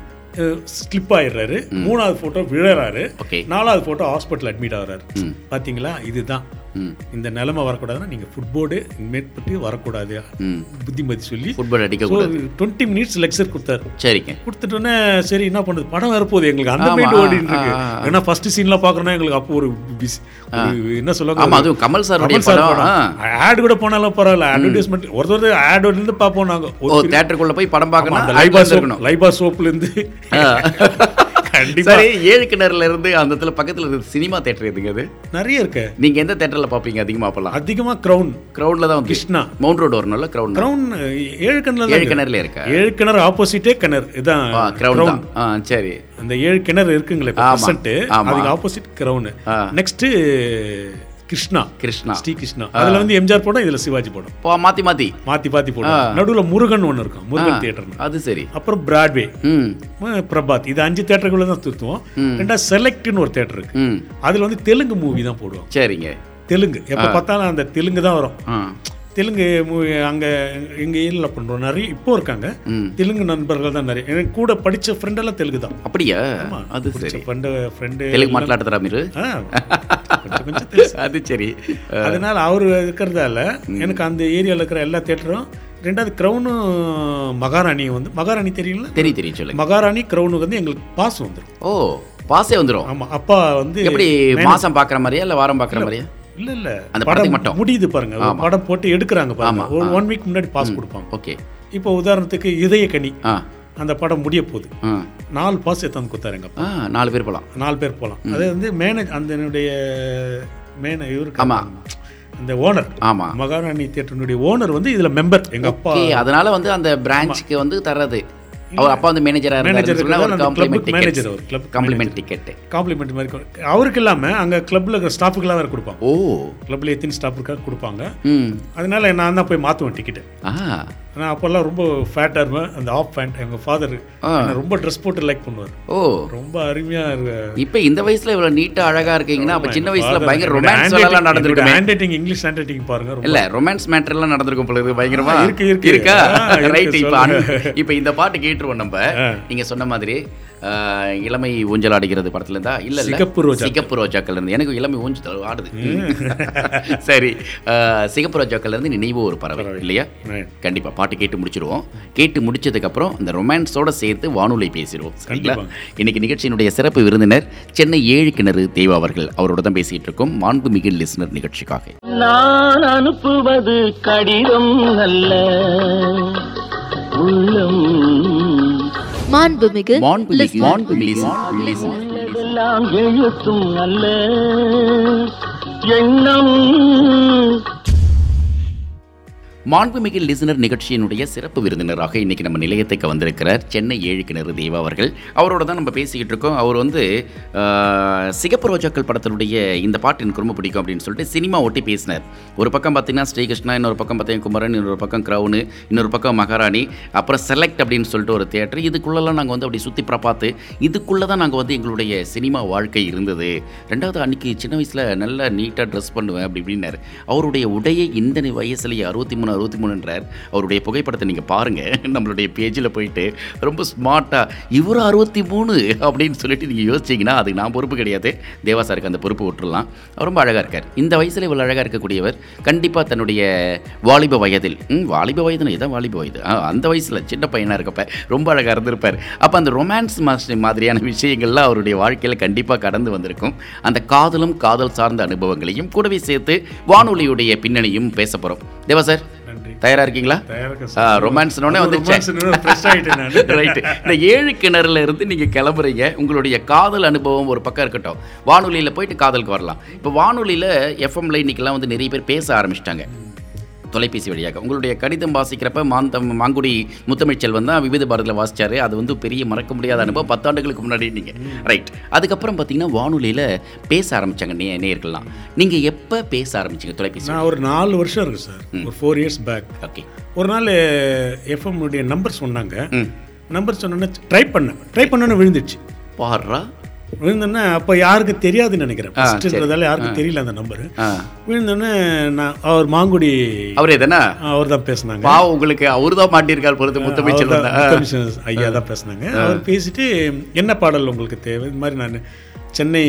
Speaker 4: ஸ்லிப் ஆயிடுறாரு மூணாவது ஃபோட்டோ விழறாரு
Speaker 3: ஓகே
Speaker 4: நாலாவது ஃபோட்டோ ஹாஸ்பிட்டல் அட்மிட் ஆகுறாரு
Speaker 3: ம்
Speaker 4: பார்த்தீங்களா இதுதான்
Speaker 3: ம்
Speaker 4: இந்த நிலைமை வரக்கூடாதுன்னா நீங்கள் ஃபுட்போர்டு மேற்பட்டு வரக்கூடாது
Speaker 3: ம்
Speaker 4: புத்திமதி சொல்லி
Speaker 3: ஃபுட்பால் அடிக்கக்கூடாது
Speaker 4: டுவெண்ட்டி மினிட்ஸ் லெக்சர் கொடுத்தாரு
Speaker 3: சரிங்க
Speaker 4: கொடுத்துட்டோன்னே சரி என்ன பண்ணுறது படம் வரப்போகுது எங்களுக்கு அந்த
Speaker 3: ஆமா,
Speaker 4: மைண்ட் ஓடிட்டு
Speaker 3: ஆ,
Speaker 4: இருக்கு
Speaker 3: ஆ, ஆ.
Speaker 4: ஏன்னா ஃபர்ஸ்ட் சீன்லாம் பார்க்கணும்னா எங்களுக்கு அப்போ ஒரு பிஸ் ஒரு என்ன
Speaker 3: ஆமா
Speaker 4: சொல்லுவாங்க
Speaker 3: அதுவும் கமல் சாருடைய படம் ஆ.
Speaker 4: ஆட் கூட போனாலும் பரவாயில்ல அட்வர்டைஸ்மெண்ட் ஒருத்தர் ஆடோட இருந்து பார்ப்போம் நாங்க
Speaker 3: ஓ தேட்டருக்குள்ள போய் படம் பார்க்கணும்
Speaker 4: லைபா
Speaker 3: ஐபாஸ்
Speaker 4: சோப்
Speaker 3: இருக்கணும்
Speaker 4: லைபா சோப்ல இருந்து
Speaker 3: ஆ.
Speaker 4: கண்டிப்பா
Speaker 3: சரி ஏழு கிணறுல இருந்து அந்த இடத்துல பக்கத்துல இருந்து சினிமா தேட்டர் எதுங்க அது
Speaker 4: நிறைய இருக்கு
Speaker 3: நீங்க எந்த தேட்டர்ல பாப்பீங்க அதிகமா அப்பலாம்
Speaker 4: அதிகமா கிரவுன்
Speaker 3: கிரவுண்ட்ல தான் வந்து
Speaker 4: கிருஷ்ணா
Speaker 3: மவுண்ட் ரோடு வரணும்ல கிரவுண்ட்
Speaker 4: கிரவுன் ஏழு கிணறு
Speaker 3: ஏழு
Speaker 4: தான்
Speaker 3: கிணறுல இருக்கா
Speaker 4: ஏழு கிணறு ஆப்போசிட்டே கிணறு இதான்
Speaker 3: ஆ கிரவுண்ட் தான் ஆ சரி
Speaker 4: அந்த ஏழு கிணறு இருக்குங்களே
Speaker 3: ஆமா,
Speaker 4: பர்சன்ட்
Speaker 3: ஆமா.
Speaker 4: அதுக்கு ஆப்போசிட் கிரவுன்
Speaker 3: ஆ.
Speaker 4: நெக்ஸ்ட் கிருஷ்ணா
Speaker 3: கிருஷ்ணா
Speaker 4: ஸ்ரீ கிருஷ்ணா அதுல வந்து எம்ஜிஆர் படம் இதுல சிவாஜி படம்
Speaker 3: போ மாத்தி மாத்தி
Speaker 4: மாத்தி பாத்தி போடுவோம் நடுவுல முருகன் ஒன்னு இருக்கும் முருகன் தியேட்டர்
Speaker 3: அது சரி
Speaker 4: அப்புறம் பிராட்வே
Speaker 3: ம்
Speaker 4: அஹ் பிரபாத் இது அஞ்சு தேட்டருக்குள்ள தான் சுத்துவோம் ரெண்டா செலக்ட்னு ஒரு தேட்டர் இருக்கு
Speaker 3: ம்
Speaker 4: அதுல வந்து தெலுங்கு மூவி தான் போடுவாங்க
Speaker 3: சரிங்க
Speaker 4: தெலுங்கு எப்ப பார்த்தாலும் அந்த தெலுங்கு தான் வரும்
Speaker 3: ஆ
Speaker 4: தெலுங்கு மூவி அங்க எங்க ஏரியால பண்றோம் நிறைய இப்போ இருக்காங்க
Speaker 3: ம்
Speaker 4: தெலுங்கு நண்பர்கள் தான் நிறைய எனக்கு கூட படிச்ச ஃப்ரெண்டெல்லாம் தெலுங்கு தான்
Speaker 3: அப்படியா அது சரி
Speaker 4: ஃப்ரெண்டு ஃப்ரெண்டு
Speaker 3: தெலுங்கு மாట్లాடுறா மீரு
Speaker 4: கொஞ்சம் கொஞ்சம் தெலுங்கு.
Speaker 3: அது சரி ஆ,
Speaker 4: அதனால அவர் இருக்கிறதால எனக்கு அந்த ஏரியால இருக்கிற எல்லா தேட்டரும் ரெண்டாவது கிரௌனும் மகாராணியும் வந்து மகாராணி தெரியல
Speaker 3: தெரியும் தெரியும் சொல்லுங்க
Speaker 4: மகாராணி கிரௌனுக்கு வந்து எங்களுக்கு பாஸ் வந்துடும்
Speaker 3: ஓ பாஸே வந்துரும்
Speaker 4: ஆமா அப்பா வந்து
Speaker 3: எப்படி மாசம் பாக்குற மாதிரியா இல்ல வாரம் பாக்குற மாதிரியா
Speaker 4: இல்ல இல்ல
Speaker 3: அந்த படத்துக்கு
Speaker 4: படம்
Speaker 3: மட்டும்.
Speaker 4: முடியுது பாருங்க ஒரு படம் போட்டு எடுக்கிறாங்க பாருங்க ஒரு ஒன் வீக் முன்னாடி பாஸ் கொடுப்பாங்க
Speaker 3: ஓகே
Speaker 4: இப்போ உதாரணத்துக்கு இதயக்கனி
Speaker 3: ஆ
Speaker 4: அந்த படம் முடிய போகுது
Speaker 3: ஆ
Speaker 4: நாலு பாஸ் எத்தாந்து கொடுத்தாரு எங்க அப்பா.
Speaker 3: ஆ நாலு பேர் போலாம்
Speaker 4: நாலு பேர் போகலாம் அது வந்து மேனேஜ் அந்த என்னுடைய மேன இவருக்கு
Speaker 3: ஆமா.
Speaker 4: அந்த ஓனர்
Speaker 3: ஆமா
Speaker 4: மகாராணி தியேட்டருடைய ஓனர் வந்து இதுல மெம்பர் எங்க அப்பா
Speaker 3: ஓகே அதனால வந்து அந்த பிரான்ச்சுக்கு வந்து தர்றது அவர் அப்பா வந்து மேனேஜரா
Speaker 4: Manager
Speaker 3: இருந்தாரு சொன்னா
Speaker 4: இருக்கிறதால
Speaker 3: ஒரு
Speaker 4: அந்த
Speaker 3: காம்ப்ளிமெண்ட்
Speaker 4: club manager
Speaker 3: டிக்கெட்
Speaker 4: அவர், club
Speaker 3: காம்ப்ளிமெண்ட் டிக்கெட்
Speaker 4: காம்ப்ளிமெண்ட் மாதிரி கொடு- அவருக்கு இல்லாம அங்க கிளப்ல இருக்கிற ஸ்டாஃபுக்கெல்லாம் வேற கொடுப்பாங்க
Speaker 3: ஓ
Speaker 4: கிளப்ல எத்தனை ஸ்டாஃப் இருக்கா கொடுப்பாங்க
Speaker 3: ம்
Speaker 4: அதனால நான் தான் போய் மாத்துவேன் டிக்கெட்டு
Speaker 3: ஆ
Speaker 4: நான் அப்போல்லாம் ரொம்ப ஃபேட்டாக இருப்பேன் அந்த ஆஃப் பேண்ட் எங்கள் ஃபாதர்
Speaker 3: ஆ.
Speaker 4: ரொம்ப ட்ரெஸ் போட்டு லைக் பண்ணுவார்
Speaker 3: ஓ
Speaker 4: ரொம்ப அருமையாக இருக்கு
Speaker 3: இப்போ இந்த வயசுல இவ்வளவு நீட்டா அழகா இருக்கீங்கன்னா அப்ப சின்ன வயசுல பயங்கர ரொமான்ஸ் எல்லாம் நடந்திருக்குமே
Speaker 4: handwriting English handwriting பாருங்க ரொம்ப
Speaker 3: இல்ல ரொமான்ஸ் மேட்டர் எல்லாம் நடந்திருக்கும் பொழுது பயங்கரமா
Speaker 4: ஆ, இருக்கு, இருக்கு.
Speaker 3: இருக்கா
Speaker 4: ஆ, இருக்கு,
Speaker 3: ரைட் இப்ப அன்பு-
Speaker 4: சொல்லுங்க.
Speaker 3: இப்ப இந்த பாட்டு கேட்டுருவோம் நம்ம
Speaker 4: ஆ.
Speaker 3: நீங்க சொன்ன மாதிரி ஆ, இளமை ஊஞ்சல் ஆடுகிறது படத்துல இருந்தா இல்ல இல்ல
Speaker 4: சிகப்பு ரோஜா.
Speaker 3: சிகப்பு ரோஜாக்கள்ல இருந்து எனக்கு இளமை ஊஞ்சல் ஆடுது சரி ஆ, சிகப்பு ரோஜாக்கள்ல இருந்து நினைவு ஒரு பறவை இல்லையா
Speaker 4: Right.
Speaker 3: கண்டிப்பா பாட்டு கேட்டு முடிச்சிருவோம் கேட்டு முடிச்சதுக்கு அப்புறம் அந்த ரொமான்ஸோட சேர்த்து வானொலி பேசிடுவோம் சரிங்களா இன்னைக்கு நிகழ்ச்சியினுடைய சிறப்பு விருந்தினர் சென்னை ஏழு கிணறு தேவா அவர்கள் அவரோட தான் பேசிட்டு இருக்கோம் மாண்புமிகு லிஸ்னர் நிகழ்ச்சிக்காக
Speaker 1: நான் அனுப்புவது கடிதம் அல்ல உள்ளம்
Speaker 2: மாண்புமிகு
Speaker 3: மாண்புமிகு மாண்புமிகு listener.
Speaker 1: எல்லாம் எழுத்தும் அல்ல எண்ணம்
Speaker 3: மாண்புமிகு லிசனர் நிகழ்ச்சியினுடைய சிறப்பு விருந்தினராக இன்னைக்கு நம்ம நிலையத்துக்கு வந்திருக்கிறார் சென்னை ஏழுக்கிணறு தேவா அவர்கள் அவரோட தான் நம்ம பேசிக்கிட்டு இருக்கோம் அவர் வந்து ஆஹ், சிகப்பு ரோஜாக்கள் படத்தினுடைய இந்த பாட்டு எனக்கு ரொம்ப பிடிக்கும் அப்படின்னு சொல்லிட்டு சினிமா ஒட்டி பேசினார் ஒரு பக்கம் பார்த்தீங்கன்னா ஸ்ரீகிருஷ்ணா இன்னொரு பக்கம் பார்த்தீங்கன்னா குமரன் இன்னொரு பக்கம் க்ரௌனு இன்னொரு பக்கம் மகாராணி அப்புறம் செலக்ட் அப்படின்னு சொல்லிட்டு ஒரு தேட்டர் இதுக்குள்ளெல்லாம் நாங்கள் வந்து அப்படி சுற்றி பார்த்து இதுக்குள்ளே தான் நாங்கள் வந்து எங்களுடைய சினிமா வாழ்க்கை இருந்தது ரெண்டாவது அன்னைக்கு சின்ன வயசில் நல்லா நீட்டாக ட்ரெஸ் பண்ணுவேன் அப்படி இப்படின்னாரு அவருடைய உடையை இந்த நி- வயசுலயே அறுபத்தி மூணு அறுபத்தி மூணுன்றார் அவருடைய புகைப்படத்தை நீங்கள் பாருங்கள் நம்மளுடைய பேஜில் போயிட்டு ரொம்ப ஸ்மார்ட்டாக இவர் அறுபத்தி மூணு அப்படின்னு சொல்லிட்டு நீங்கள் யோசிச்சிங்கன்னா அதுக்கு நான் பொறுப்பு கிடையாது தேவா சாருக்கு அந்த பொறுப்பு விட்டுறலாம் அவர் ரொம்ப அழகாக இருக்கார் இந்த வயசில் இவ்வளோ அழகாக இருக்கக்கூடியவர் கண்டிப்பாக தன்னுடைய வாலிப வயதில் ம், வாலிப வயதுன்னு இதான் வாலிப வயது ஆ, அந்த வயசில் சின்ன பையனாக இருக்கப்ப ரொம்ப அழகாக இருந்திருப்பார் அப்போ அந்த ரொமான்ஸ் மாஸ்டர் மாதிரியான விஷயங்கள்லாம் அவருடைய வாழ்க்கையில் கண்டிப்பாக கடந்து வந்திருக்கும் அந்த காதலும் காதல் சார்ந்த அனுபவங்களையும் கூடவே சேர்த்து வானொலியுடைய பின்னணியும் பேச போகிறோம் தேவா சார்
Speaker 4: நன்றி
Speaker 3: தயாராக இருக்கீங்களா
Speaker 4: தயாரா இருக்கேன்
Speaker 3: ஆ,
Speaker 4: சார்.
Speaker 3: ரொமான்ஸ்னோடனே
Speaker 4: ரொம்ப
Speaker 3: வந்துருச்சு.
Speaker 4: ரொமான்ஸ்னோட fresh ஆயிட்டேன் நான்.
Speaker 3: ரைட்டு இந்த ஏழு கிணறுல இருந்து நீங்கள் கிளம்புறீங்க உங்களுடைய காதல் அனுபவம் ஒரு பக்கம் இருக்கட்டும் வானொலியில் போயிட்டு காதலுக்கு வரலாம் இப்போ வானொலியில் எஃப்எம்ல இன்னைக்கெல்லாம் வந்து நிறைய பேர் பேச ஆரம்பிச்சிட்டாங்க தொலைபேசி வழியாக உங்களுடைய கடிதம் வாசிக்கிறப்ப மாந்தம் மாங்குடி முத்தமிழ்ச்செல்வன் தான் விவித பாரதியில் வாசிச்சாரு அது வந்து பெரிய மறக்க முடியாத அனுபவம் பத்தாண்டுகளுக்கு முன்னாடி நீங்கள் ரைட் அதுக்கப்புறம் பார்த்தீங்கன்னா வானொலியில் பேச ஆரம்பிச்சாங்க நே நேர்கள்லாம் நீங்கள் எப்போ பேச ஆரம்பிச்சீங்க தொலைபேசி
Speaker 4: நான் ஒரு நாலு வருஷம் இருக்கு சார் ஒரு ஃபோர் இயர்ஸ் பேக்
Speaker 3: ஓகே
Speaker 4: ஒரு நாள் எஃப்எம் உடைய நம்பர் சொன்னாங்க நம்பர் சொன்னோன்னே ட்ரை பண்ணேன் ட்ரை பண்ணோன்னு விழுந்துச்சு
Speaker 3: பாடுறா
Speaker 4: விழுந்தோன்னே அப்போ யாருக்கு தெரியாதுன்னு நினைக்கிறேன்
Speaker 3: ஆ,
Speaker 4: ஃபஸ்ட்டுன்றதால யாருக்கும் தெரியல அந்த நம்பர்
Speaker 3: ஆ
Speaker 4: விழுந்தோன்னே நான் அவர் மாங்குடி
Speaker 3: அவர் எதனா
Speaker 4: அவர் தான் பேசினாங்க
Speaker 3: பாவம் உங்களுக்கு அவரு தான் மாட்டியிருக்கார் பொறுத்து முத்தமிழ்ச்செல்வன் தான்.
Speaker 4: ஐயா தான் பேசினாங்க அவர் பேசிட்டு என்ன பாடல் உங்களுக்கு தேவை இந்த மாதிரி நான் சென்னை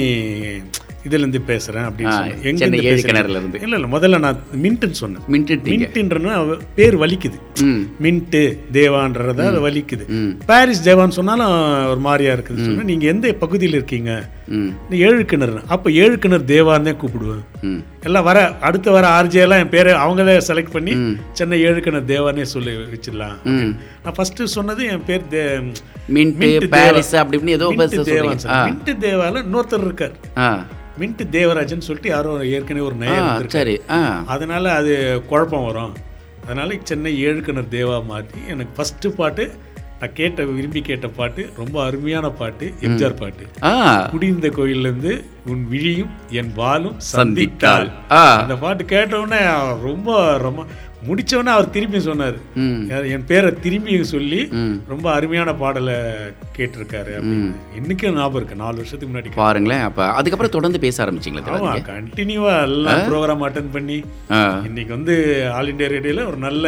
Speaker 4: இதுலேருந்து பேசுகிறேன் அப்படின்னு
Speaker 3: ஆ,
Speaker 4: சொன்னேன்.
Speaker 3: சென்னை
Speaker 4: எங்கேருந்து
Speaker 3: ஏழு
Speaker 4: பேசுறீங்க?
Speaker 3: கிணறுலேருந்து.
Speaker 4: இல்லை இல்லை முதல்ல நான் மின்ட்டுன்னு சொன்னேன்
Speaker 3: மின்ட்டுட்டீங்க
Speaker 4: மின்ட்டுன்றனா அவ- பேர் வலிக்குது
Speaker 3: ம்
Speaker 4: மின்ட்டு தேவான்றத அது வலிக்குது
Speaker 3: ம்.
Speaker 4: பாரிஸ் தேவான்னு சொன்னாலும் ஒரு மாதிரியா இருக்குதுன்னு சொன்னா நீங்கள் எந்த பகுதியில் இருக்கீங்க
Speaker 3: ம்
Speaker 4: நீ ஏழு கிணறு அப்போ ஏழு கிணறு தேவான்னே கூப்பிடுவேன்
Speaker 3: ம்
Speaker 4: எல்லாம் வர அடுத்து வர RJ எல்லாம் என் பேரை அவங்களே செலக்ட் பண்ணி சென்னை ஏழு கிணறு தேவான்னே சொல்லி வச்சிடலாம்
Speaker 3: ம்
Speaker 4: நான் ஃபஸ்ட்டு சொன்னது என் பேர் தே
Speaker 3: மின்ட்டு
Speaker 4: மின்ட்டு
Speaker 3: பாரிஸ் அப்படி இப்படின்னு ஏதோ பேச
Speaker 4: மின்ட்டு தேவான்
Speaker 3: சொல்றீங்க
Speaker 4: சார்
Speaker 3: ஆ
Speaker 4: மின்ட்டு தேவால இன்னொருத்தர் இருக்கார்
Speaker 3: ஆ
Speaker 4: மின்ட்டு தேவராஜன் சொல்லிட்டு யாரோ ஏற்கனவே ஒரு நயர்
Speaker 3: ஆ,
Speaker 4: இருந்திருக்காரு.
Speaker 3: சரி ஆ
Speaker 4: அதனால அது குழப்பம் வரும் அதனால சென்னை ஏழுக்கணர் தேவா மாற்றி எனக்கு ஃபர்ஸ்ட் பாட்டு நான் கேட்ட விரும்பி கேட்ட பாட்டு ரொம்ப அருமையான பாட்டு எம்ஜிஆர் பாட்டு
Speaker 3: ஆ
Speaker 4: குடியிருந்த கோயிலிருந்து உன் விழியும் என் வாலும்
Speaker 3: சந்தித்தாள்
Speaker 4: சந்தித்தாள்
Speaker 3: ஆ
Speaker 4: அந்த பாட்டு கேட்ட உடனே ரொம்ப ரொம்ப முடிச்ச உடனே அவர் திரும்பி சொன்னார்
Speaker 3: ம்
Speaker 4: யார் என் பேரை திரும்பி சொல்லி
Speaker 3: ம்
Speaker 4: ரொம்ப அருமையான பாடலை கேட்டிருக்காரு அப்படின்னு இன்னைக்கும் ஞாபகம் இருக்கு நாலு வருஷத்துக்கு முன்னாடி கேட்டேன்.
Speaker 3: பாருங்களேன் அப்ப அதுக்கப்புறம் தொடர்ந்து பேச ஆரம்பிச்சிங்களா
Speaker 4: ஆமா
Speaker 3: தொடர்ந்து
Speaker 4: கண்டினியூவா எல்லா ப்ரோக்ராம் அட்டன் பண்ணி
Speaker 3: ஆ
Speaker 4: இன்னைக்கு வந்து ஆல் இந்தியா ரேடியோல ஒரு நல்ல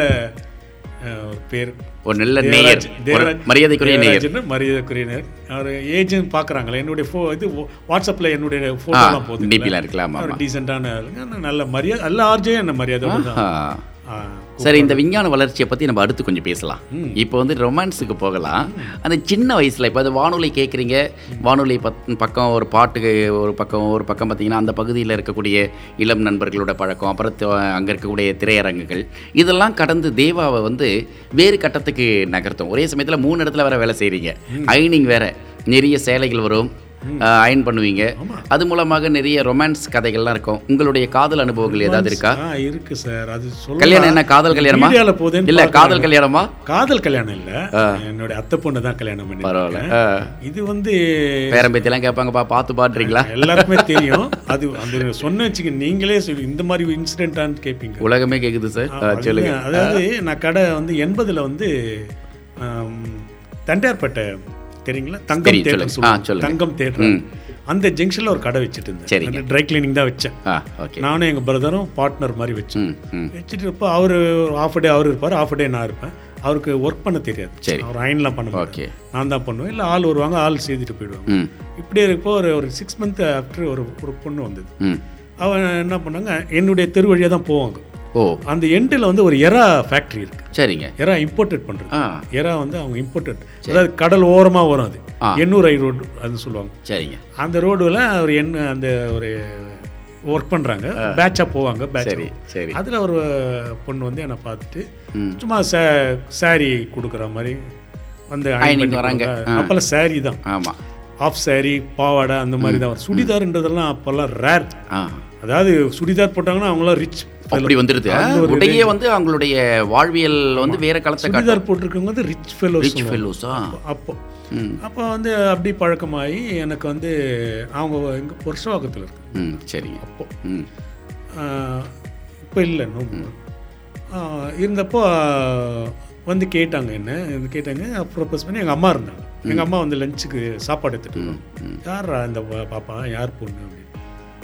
Speaker 4: அஹ், ஒரு பேர்
Speaker 3: ஒரு நல்ல நேயர்
Speaker 4: தேவராஜ்-
Speaker 3: ஒரு
Speaker 4: தேவராஜ்-
Speaker 3: மரியாதைக்குரிய நேயர்
Speaker 4: தேவராஜ்னு மரியாதைக்குரிய நேயர் அவர் ஏஜென்ட் பார்க்குறாங்களே என்னுடைய ஃபோ இது வாட்ஸ்அப்பில் என்னுடைய ஃபோட்டோலாம் போகுது
Speaker 3: டிபிலாம் இருக்கலாம் ஆமா
Speaker 4: அவர் டீசெண்டான ஆளுங்க ஆனா நல்ல மரியாதை எல்லா ஆர்ஜியும் என்ன மரியாதை தான்
Speaker 3: ஆ. சரி இந்த விஞ்ஞான வளர்ச்சியை பற்றி நம்ம அடுத்து கொஞ்சம் பேசலாம் இப்போ வந்து ரொமான்ஸுக்கு போகலாம் அந்த சின்ன வயசில் இப்போ அது வானொலி கேட்குறீங்க வானொலி பத் பக்கம் ஒரு பாட்டுக்கு ஒரு பக்கம் ஒரு பக்கம் பார்த்தீங்கன்னா அந்த பகுதியில் இருக்கக்கூடிய இளம் நண்பர்களோட பழக்கம் அப்புறம் அங்கே இருக்கக்கூடிய திரையரங்குகள் இதெல்லாம் கடந்து தேவாவை வந்து வேறு கட்டத்துக்கு நகர்த்தும் ஒரே சமயத்தில் மூணு இடத்துல வேற வேலை செய்கிறீங்க ஐனிங் வேற நிறைய சேலைகள் வரும் அயன் பண்ணுவீங்க அது மூலமாக நிறைய ரொமான்ஸ் கதைகள்லாம் இருக்கும் உங்களுடைய காதல் அனுபவங்கள் ஏதாவது இருக்கா
Speaker 4: ஆ இருக்கு சார் அது சொல்ல
Speaker 3: கல்யாணம் என்ன காதல் கல்யாணமா
Speaker 4: மீடியால போகுதுன்னு
Speaker 3: இல்ல
Speaker 4: பார்க்கறாங்க.
Speaker 3: காதல் கல்யாணமா
Speaker 4: காதல் கல்யாணம் இல்ல என்னுடைய அத்தை பொண்ணு தான் கல்யாணம் பண்ணி
Speaker 3: பரவாயில்ல
Speaker 4: இது வந்து
Speaker 3: பேரம்பேத்தி எல்லாம் கேட்பாங்கப்பா பார்த்து பாடுறீங்களா
Speaker 4: எல்லாருக்குமே தெரியும் அது அந்த சொன்ன வச்சுக்க நீங்களே சொல்லி இந்த மாதிரி இன்சிடென்டான்னு கேட்பீங்க
Speaker 3: உலகமே கேக்குது சார் ஆ, சொல்லுங்க
Speaker 4: அதுதான். அதாவது நான் கடை வந்து எண்பதுல வந்து ஆம், தண்டையார்பேட்டை தெரியுங்களா தங்கம்
Speaker 3: தெரியும்,
Speaker 4: தேட்டர்
Speaker 3: சொல்லுங்க. ஆ, சொல்லுங்க.
Speaker 4: தங்கம் தேட்டர் அந்த ஜங்ஷன்ல ஒரு கடை வச்சுட்டு
Speaker 3: சரிங்க.
Speaker 4: இருந்தேன் ட்ரை கிளீனிங் தான் வச்சேன்
Speaker 3: ஆ ஓகே
Speaker 4: நானும் எங்க பிரதரும் பார்ட்னர் மாதிரி வச்சோம்
Speaker 3: ம் ம்
Speaker 4: வச்சுட்டு இருப்போ அவர் ஆஃப் டே அவர் இருப்பார் ஆஃப் டே நான் இருப்பேன் அவருக்கு ஒர்க் பண்ண தெரியாது
Speaker 3: சரி.
Speaker 4: அவர் அயன்லாம் பண்ண மாட்டார்.
Speaker 3: ஓகே
Speaker 4: நான் தான் பண்ணுவேன் இல்லை ஆள் வருவாங்க ஆள் செய்துட்டு போயிடுவாங்க
Speaker 3: ம்
Speaker 4: இப்படியே இருப்போ ஒரு ஒரு சிக்ஸ் மந்த் ஆஃப்டர் ஒரு ஒரு பொண்ணு வந்தது
Speaker 3: ம்
Speaker 4: அவன் என்ன பண்ணாங்க என்னுடைய தெரு வழியாக தான் போவாங்க
Speaker 3: ஓ
Speaker 4: அந்த எண்டில் வந்து ஒரு எறா ஃபேக்ட்ரி இருக்கு
Speaker 3: சரிங்க
Speaker 4: எறா இம்போர்ட்டட் பண்ணுறது
Speaker 3: ஆ
Speaker 4: எறா வந்து அவங்க இம்போர்ட்டட் அதாவது கடல் ஓரமாக வரும் அது
Speaker 3: ஆ.
Speaker 4: எண்ணூர் ஐ ரோடு அது சொல்லுவாங்க
Speaker 3: சரிங்க
Speaker 4: அந்த ரோடுல ஒரு எண் அந்த ஒரு ஒர்க் பண்ணுறாங்க பேட்சாக போவாங்க
Speaker 3: சரி
Speaker 4: பேட்ச்
Speaker 3: சரி
Speaker 4: அதில் ஒரு பொண்ணு வந்து என்னை பார்த்துட்டு
Speaker 3: ம்.
Speaker 4: சும்மா சே சாரி கொடுக்குற மாதிரி வந்து iron
Speaker 3: Ironing
Speaker 4: பண்ணி
Speaker 3: வராங்க.
Speaker 4: கொடுக்குறாங்க. அப்பெல்லாம் saree தான்
Speaker 3: ஆமா
Speaker 4: ஆஃப் saree பாவாடை அந்த மாதிரி தான் வரும் சுடிதார்ன்றதெல்லாம் அப்போல்லாம் ரேர்
Speaker 3: ஆ
Speaker 4: அதாவது சுடிதார் போட்டாங்கன்னா அவங்களாம் ரிச்
Speaker 3: அப்படி வந்துருது உடையே வந்து அவங்களுடைய வாழ்வியல் வந்து வேற காலத்தை காட்டும்
Speaker 4: சுடிதார் போட்டிருக்கவங்க வந்து ரிச் ஃபெலோஸ்
Speaker 3: ரிச் ஃபெல்லோஸா
Speaker 4: அப்போ
Speaker 3: ம்
Speaker 4: அப்போ வந்து அப்படி பழக்கமாகி எனக்கு வந்து அவங்க எங்கே பொருஷவாக்கத்தில் இருக்கு
Speaker 3: ம் சரிங்க
Speaker 4: அப்போ
Speaker 3: ம்
Speaker 4: இப்போ இல்லை நோ இருந்தப்போ ஆஹ், வந்து கேட்டாங்க என்ன வந்து கேட்டாங்க ப்ரொப்போஸ் பண்ணி எங்கள் அம்மா இருந்தாங்க எங்கள் அம்மா வந்து லஞ்சுக்கு சாப்பாடு எடுத்துட்டு
Speaker 3: ம், ம்
Speaker 4: வந்தாங்க. யார்ரா இந்த பா- பாப்பா யார் பொண்ணு அப்படின்னு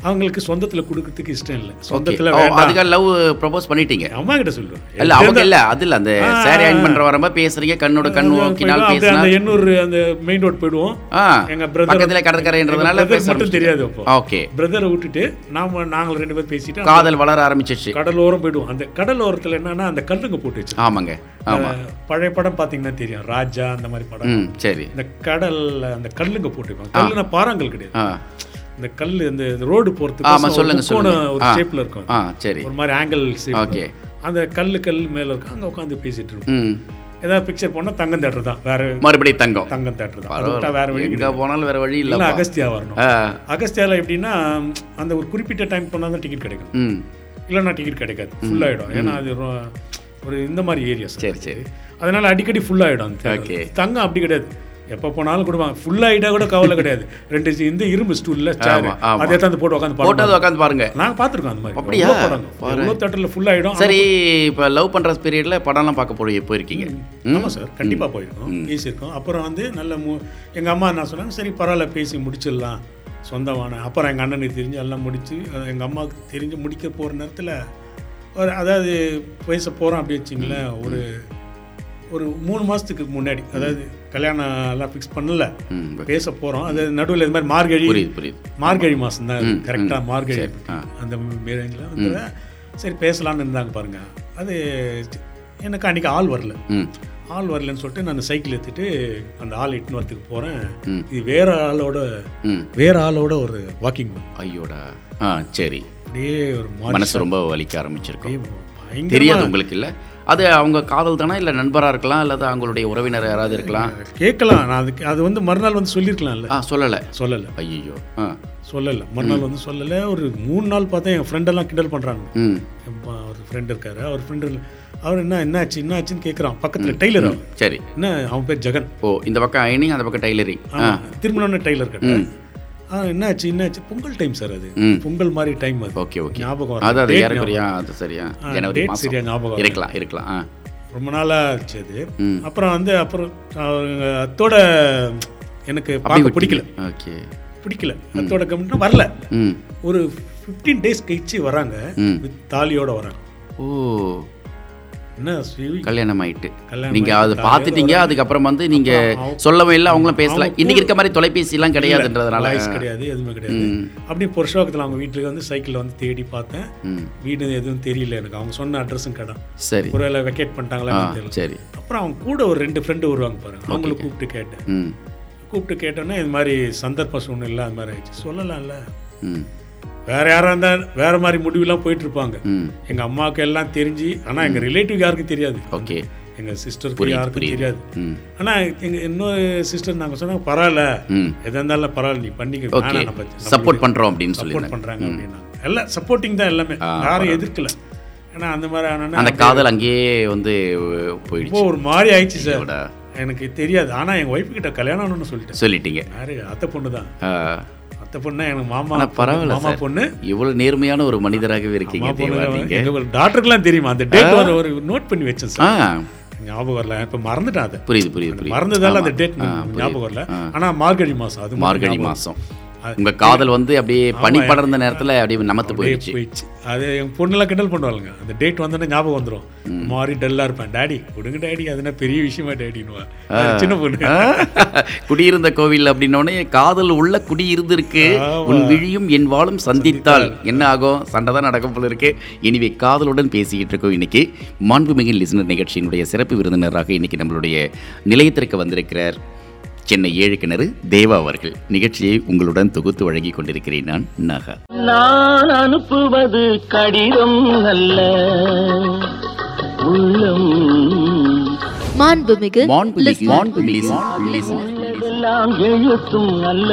Speaker 4: அவங்களுக்கு சொந்தத்தில் கொடுக்கறதுக்கு இஷ்டம் இல்லை
Speaker 3: ஓகே
Speaker 4: சொந்தத்தில்
Speaker 3: ஓ, அதுக்காக லவ் ப்ரப்போஸ் பண்ணிட்டீங்க
Speaker 4: அம்மா கிட்ட சொல்லுவேன்
Speaker 3: இல்ல அவங்க இல்ல அது இல்ல அந்த சாரி அயன் பண்ற வரம்ப பேசுறீங்க கண்ணோட கண் நோக்கினால்
Speaker 4: அப்படியே
Speaker 3: பேசினா
Speaker 4: அந்த எண்ணூர் அந்த மெயின் ரோட் போயிடுவோம்
Speaker 3: ஆ
Speaker 4: எங்க brother-
Speaker 3: பக்கத்துல
Speaker 4: எங்க
Speaker 3: கடற்கரைன்றதுனால
Speaker 4: brother
Speaker 3: பேச
Speaker 4: மட்டும் தெரியாது அப்போ
Speaker 3: ஓகே
Speaker 4: பிரதரை விட்டுட்டு நாம நாங்கள் ரெண்டு பேரும் பேசிட்டு அந்த
Speaker 3: காதல் வளர ஆரம்பிச்சிச்சு
Speaker 4: கடலோரம் போயிடுவோம் அந்த கடலோரத்தில் என்னன்னா அந்த கல்லுங்க போட்டு வச்சு
Speaker 3: ஆமாங்க ஆமா
Speaker 4: பழைய படம் பார்த்தீங்கன்னா தெரியும் ராஜா அந்த மாதிரி படம்
Speaker 3: ம் சரி
Speaker 4: இந்த கடல்ல அந்த கல்லுங்க போட்டுருப்பாங்க கல்லுனா பாறாங்கல் கிடையாது
Speaker 3: ஆ
Speaker 4: இந்த கல் இந்த ரோடு
Speaker 3: ஆமா, சொல்லுங்க,
Speaker 4: போகிறதுக்கு
Speaker 3: சொல்லுங்க.
Speaker 4: ஒரு
Speaker 3: ஆ.
Speaker 4: ஷேப்ல இருக்கும்
Speaker 3: ஆ சரி
Speaker 4: ஒரு மாதிரி ஆங்கிள் ஷேப்
Speaker 3: ஓகே
Speaker 4: அந்த கல்லு கல் மேல இருக்கும் அங்க உட்காந்து பேசிட்டு இருப்போம்
Speaker 3: ம்
Speaker 4: ஏதாவது பிக்சர் போனா தங்கம் தேட்டர் தான் வேற
Speaker 3: மறுபடியும் தங்கம்
Speaker 4: தங்கம் தேட்டர் தான் அதை விட்டா வேற
Speaker 3: பரவாயில்ல.
Speaker 4: வழி
Speaker 3: எங்க போனாலும் வேற வழி
Speaker 4: இல்லை
Speaker 3: இல்ல
Speaker 4: அகஸ்தியா வரணும்
Speaker 3: ஆ
Speaker 4: அகஸ்தியால எப்படின்னா அந்த ஒரு குறிப்பிட்ட டைம் போனால் தான் டிக்கெட் கிடைக்கும்
Speaker 3: ம்
Speaker 4: இல்லைன்னா டிக்கெட் கிடைக்காது ஃபுல் ஆயிடும் ஏன்னா அது ரொ- ஒரு இந்த மாதிரி ஏரியாஸ்
Speaker 3: சரி சரி
Speaker 4: அதனால அடிக்கடி ஃபுல் ஆயிடும் அந்த theatre.
Speaker 3: Okay.
Speaker 4: தங்கம் அப்படி கிடையாது எப்போ போனாலும் கொடுப்பாங்க ஃபுல் ஆயிட்டா கூட கவலை கிடையாது ரெண்டு சி- இந்த இரும்பு ஸ்டூல்ல சேர்
Speaker 3: ஆமா, ஆமா.
Speaker 4: அதே தான் போட்டு உட்காந்து பாருங்க
Speaker 3: போட்டோது உட்காந்து பாருங்க
Speaker 4: நாங்கள் பார்த்துருக்கோம் அந்த மாதிரி
Speaker 3: அப்படியா?
Speaker 4: எவ்வளோ படம் எவ்வளோ தேட்டரில் ஃபுல் ஆயிடும்
Speaker 3: சரி இப்ப லவ் பண்ற பீரியட்ல படம்லாம் பார்க்க போய் போயிருக்கீங்க ம்
Speaker 4: ஆமாம் சார் கண்டிப்பாக போயிருக்கோம் பேசியிருக்கோம் அப்புறம் வந்து நல்ல மு எங்கள் அம்மா என்ன சொன்னாங்க சரி பரவாயில்ல பேசி முடிச்சிடலாம் சொந்தமான அப்புறம் எங்கள் அண்ணனுக்கு தெரிஞ்சு எல்லாம் முடிச்சு எங்கள் அம்மாவுக்கு தெரிஞ்சு முடிக்க போகிற நேரத்தில் ஒரு அதாவது பேச போகிறோம் அப்படி வச்சிங்களேன் ஒரு ஒரு மூணு மாதத்துக்கு முன்னாடி அதாவது கல்யாணம் எல்லாம் ஃபிக்ஸ் பண்ணல
Speaker 3: ம்
Speaker 4: பேச போகிறோம் அது நடுவில் இது மாதிரி மார்கழி
Speaker 3: புரியுது புரியுது
Speaker 4: மார்கழி மாதம் தான்
Speaker 3: ம்,
Speaker 4: கரெக்டாக மார்கழி
Speaker 3: சரி, ஆ.
Speaker 4: அந்த மேரேஜில் வந்து சரி பேசலாம்னு இருந்தாங்க பாருங்க அது எனக்கு அன்றைக்கி ஆள் வரல
Speaker 3: ம்
Speaker 4: ஆள் வரலன்னு சொல்லிட்டு நான் சைக்கிள் எடுத்துட்டு அந்த ஆள் எட்டுன்னு வரத்துக்கு போகிறேன்
Speaker 3: ம்.
Speaker 4: இது வேற ஆளோட
Speaker 3: ம்
Speaker 4: வேற ஆளோட ஒரு வாக்கிங்
Speaker 3: ஐயோடா ஆ சரி
Speaker 4: அப்படியே ஒரு மாதிரி
Speaker 3: மனசு ரொம்ப வலிக்க ஆரம்பிச்சிருக்கும்
Speaker 4: அப்படியே பயங்கர
Speaker 3: தெரியாது உங்களுக்கு இல்ல அது அவங்க காதல் தானா இல்ல நண்பரா இருக்கலாம் அல்லது அவங்களுடைய உறவினர் யாராவது இருக்கலாம்
Speaker 4: கேட்கலாம் நான் அதுக்கு அது வந்து மறுநாள் வந்து சொல்லியிருக்கலாம்ல
Speaker 3: ஆ சொல்லல
Speaker 4: சொல்லலை
Speaker 3: ஐயோ ஆ
Speaker 4: சொல்லலை மறுநாள் வந்து சொல்லலை ஒரு மூணு நாள் பார்த்தா என் ஃப்ரெண்டெல்லாம் கிண்டல் பண்ணுறாங்க
Speaker 3: ம்
Speaker 4: ஒரு ஃப்ரெண்ட் இருக்காரு அவர் ஃப்ரெண்டு அவர் என்ன என்னாச்சு என்னாச்சுன்னு கேட்குறான் பக்கத்தில் டெய்லர் அவன்
Speaker 3: சரி
Speaker 4: என்ன அவன் பேர் ஜெகன்
Speaker 3: ஓ இந்த பக்கம் அயனிங் அந்த பக்கம் டைலரிங் ஆ
Speaker 4: திரும்பினோடனே டெய்லர் கடை ஆ என்னாச்சு என்னாச்சு பொங்கல் டைம் சார் அது
Speaker 3: ம்.
Speaker 4: பொங்கல் மாதிரி டைம் அது
Speaker 3: ஓகே ஓகே
Speaker 4: ஞாபகம்
Speaker 3: அது
Speaker 4: வரல.
Speaker 3: அது
Speaker 4: Date ஞாபகம்.
Speaker 3: ஏறக்குறையா அது சரியா
Speaker 4: ஆ,
Speaker 3: ஜனவரி
Speaker 4: date
Speaker 3: மாசம்
Speaker 4: சரியா ஞாபகம் வரல.
Speaker 3: இருக்கலாம் இருக்கலாம் ஆ
Speaker 4: ரொம்ப நாளாக இருந்துச்சு அது
Speaker 3: ம்
Speaker 4: அப்புறம் வந்து அப்புறம் அவங்க அத்தோட எனக்கு
Speaker 3: அப்படி
Speaker 4: பார்க்க பிடிக்கல
Speaker 3: ஓகே
Speaker 4: பிடிக்கல அத்தோட கம்மிட்டு வரல
Speaker 3: ம்
Speaker 4: ஒரு ஃபிஃப்டீன் டேஸ் கழிச்சு வராங்க
Speaker 3: ம்
Speaker 4: with தாலியோட வராங்க
Speaker 3: ஓ
Speaker 4: என்ன ஸ்ரீவி
Speaker 3: கல்யாணம் ஆயிட்டு
Speaker 4: கல்யாணம்
Speaker 3: நீங்க அதை பார்த்துட்டீங்க அதுக்கப்புறம் வந்து நீங்க சொல்லவும் இல்லை அவங்களும் பேசல இன்னைக்கு இருக்க மாதிரி தொலைபேசி எல்லாம் கிடையாதுன்றதுனால
Speaker 4: வாய்ஸ் கிடையாது எதுவுமே கிடையாது
Speaker 3: ம்.
Speaker 4: அப்படி புருஷோகத்தில் அவங்க வீட்டுக்கு வந்து சைக்கிளில் வந்து தேடி பார்த்தேன்
Speaker 3: ம்
Speaker 4: வீடு எதுவும் தெரியல எனக்கு அவங்க சொன்ன அட்ரஸும் கடை
Speaker 3: சரி
Speaker 4: ஒருவேளை வெக்கேட்
Speaker 3: ஆ
Speaker 4: பண்ணிட்டாங்களா தெரியல
Speaker 3: சரி
Speaker 4: அப்புறம் அவங்க கூட ஒரு ரெண்டு ஃப்ரெண்டு வருவாங்க பாருங்க அவங்கள கூப்பிட்டு கேட்டேன்
Speaker 3: ம்
Speaker 4: கூப்பிட்டு கேட்டோன்னே இது மாதிரி சந்தர்ப்ப சூழ்நிலை அது மாதிரி ஆயிடுச்சு சொல்லலாம்ல
Speaker 3: ம்
Speaker 4: வேற யாரா இருந்தா வேற மாதிரி முடிவுலாம் போயிட்டு இருப்பாங்க
Speaker 3: ம்
Speaker 4: எங்க அம்மாவுக்கு எல்லாம் தெரிஞ்சு ஆனா எங்க ரிலேட்டிவ் யாருக்கும் தெரியாது
Speaker 3: ஓகே
Speaker 4: எங்க சிஸ்டருக்கு யாருக்கும் தெரியாது
Speaker 3: ம்
Speaker 4: ஆனா எங்க இன்னொரு சிஸ்டர் நாங்க சொன்னாங்க பரவாயில்ல
Speaker 3: ம்
Speaker 4: எதா இருந்தாலும் பரவாயில்ல நீ பண்ணிக்க
Speaker 3: ஓகே
Speaker 4: வேணாம் நம்ம
Speaker 3: சப்போர்ட் பண்றோம் அப்படின்னு சொல்லியிருந்தேன்
Speaker 4: சப்போர்ட் பண்றாங்க அப்படின்னா எல்லாம் சப்போர்ட்டிங் தான் எல்லாமே யாரும் எதிர்க்கல ஏன்னா அந்த மாதிரி ஆனா
Speaker 3: அந்த காதல் அங்கேயே வந்து அஹ், போயிடுச்சு
Speaker 4: ரொம்ப ஒரு மாதிரி ஆயிடுச்சு சார்
Speaker 3: இதோட
Speaker 4: எனக்கு தெரியாது ஆனா எங்க ஒய்ஃப் கிட்ட கல்யாணம்னு சொல்லிட்டேன்
Speaker 3: சொல்லிட்டீங்க
Speaker 4: யாரு அத்தை பொண்ணு தான்
Speaker 3: ஆ,
Speaker 4: அத்தை பொண்ணு எனக்கு மாமா
Speaker 3: ஆனா பரவாயில்ல
Speaker 4: மாமா பொண்ணு
Speaker 3: இவ்வளவு நேர்மையான ஒரு மனிதராகவே இருக்கீங்க
Speaker 4: மாமா
Speaker 3: தேவா
Speaker 4: பொண்ணு
Speaker 3: நீங்க
Speaker 4: எங்க டாக்டருக்குலாம் தெரியுமா அந்த டேட் வந்து ஒரு நோட் பண்ணி வச்சேன்
Speaker 3: ஆ
Speaker 4: சார் ஞாபகம் வரல இப்ப மறந்துட்டேன் அதை
Speaker 3: புரியுது புரியுது புரியுது
Speaker 4: மறந்ததால அந்த டேட்
Speaker 3: ஆ, புரியுது.
Speaker 4: ஞாபகம் வரல ஆனா மார்கழி மாசம் அது மட்டும்
Speaker 3: மார்கழி
Speaker 4: ஞாபகம்
Speaker 3: மாசம்
Speaker 4: அது-
Speaker 3: உங்க காதல் வந்து அப்படியே பனி படர்ந்த நேரத்துல அப்படியே நமத்து போயிடுச்சு
Speaker 4: போயிடுச்சு அது என் பொண்ணுலாம் கிண்டல் பண்ணுவாளுங்க அந்த டேட் வந்தோடனே ஞாபகம் வந்துடும் மாறி டல்லா இருப்பேன் டேடி கொடுங்க டேடி அதுனா பெரிய விஷயமா டேடின்னுவா சின்ன பொண்ணு
Speaker 3: ஆ, குடியிருந்த கோவில் அப்படின்னோடனே காதல் உள்ள குடியிருந்திருக்கு உன் விழியும் என் வாளும் சந்தித்தால் என்ன ஆகும் சண்டை தான் நடக்கும் போல இருக்கு எனவே காதலுடன் பேசிக்கிட்டு இருக்கோம் இன்னைக்கு மாண்புமிகு லிசனர் நிகழ்ச்சியினுடைய சிறப்பு விருந்தினராக இன்னைக்கு நம்மளுடைய நிலையத்திற்கு வந்திருக்கிறார் சென்னை ஏழு கிணறு தேவா அவர்கள் நிகழ்ச்சியை உங்களுடன் தொகுத்து வழங்கி கொண்டிருக்கிறேன் நான் நாகா
Speaker 1: நான் அனுப்புவது கடிதம் அல்ல உள்ளம்
Speaker 2: மாண்புமிகு
Speaker 3: மாண்புமிகு மாண்புமிகு listener.
Speaker 1: உள்ளதெல்லாம் எழுத்தும் அல்ல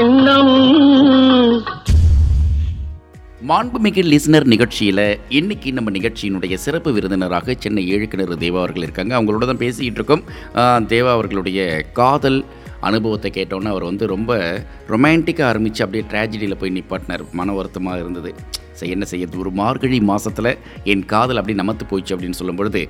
Speaker 1: எண்ணம்
Speaker 3: மாண்புமிகு லிசனர் நிகழ்ச்சியில் இன்னைக்கு நம்ம நிகழ்ச்சியினுடைய சிறப்பு விருந்தினராக சென்னை ஏழுக்கிணறு தேவா அவர்கள் இருக்காங்க அவங்களோட தான் பேசிக்கிட்டு இருக்கோம் ஆஹ், தேவா அவர்களுடைய காதல் அனுபவத்தை கேட்டோன்னே அவர் வந்து ரொம்ப ரொமான்டிக்காக ஆரம்பித்து அப்படியே ட்ராஜடியில் போய் நிப்பாட்டினார் மன வருத்தமாக இருந்தது சரி என்ன செய்யறது ஒரு மார்கழி மாதத்தில் என் காதல் அப்படியே நமத்து போயிடுச்சு அப்படின்னு சொல்லும்பொழுது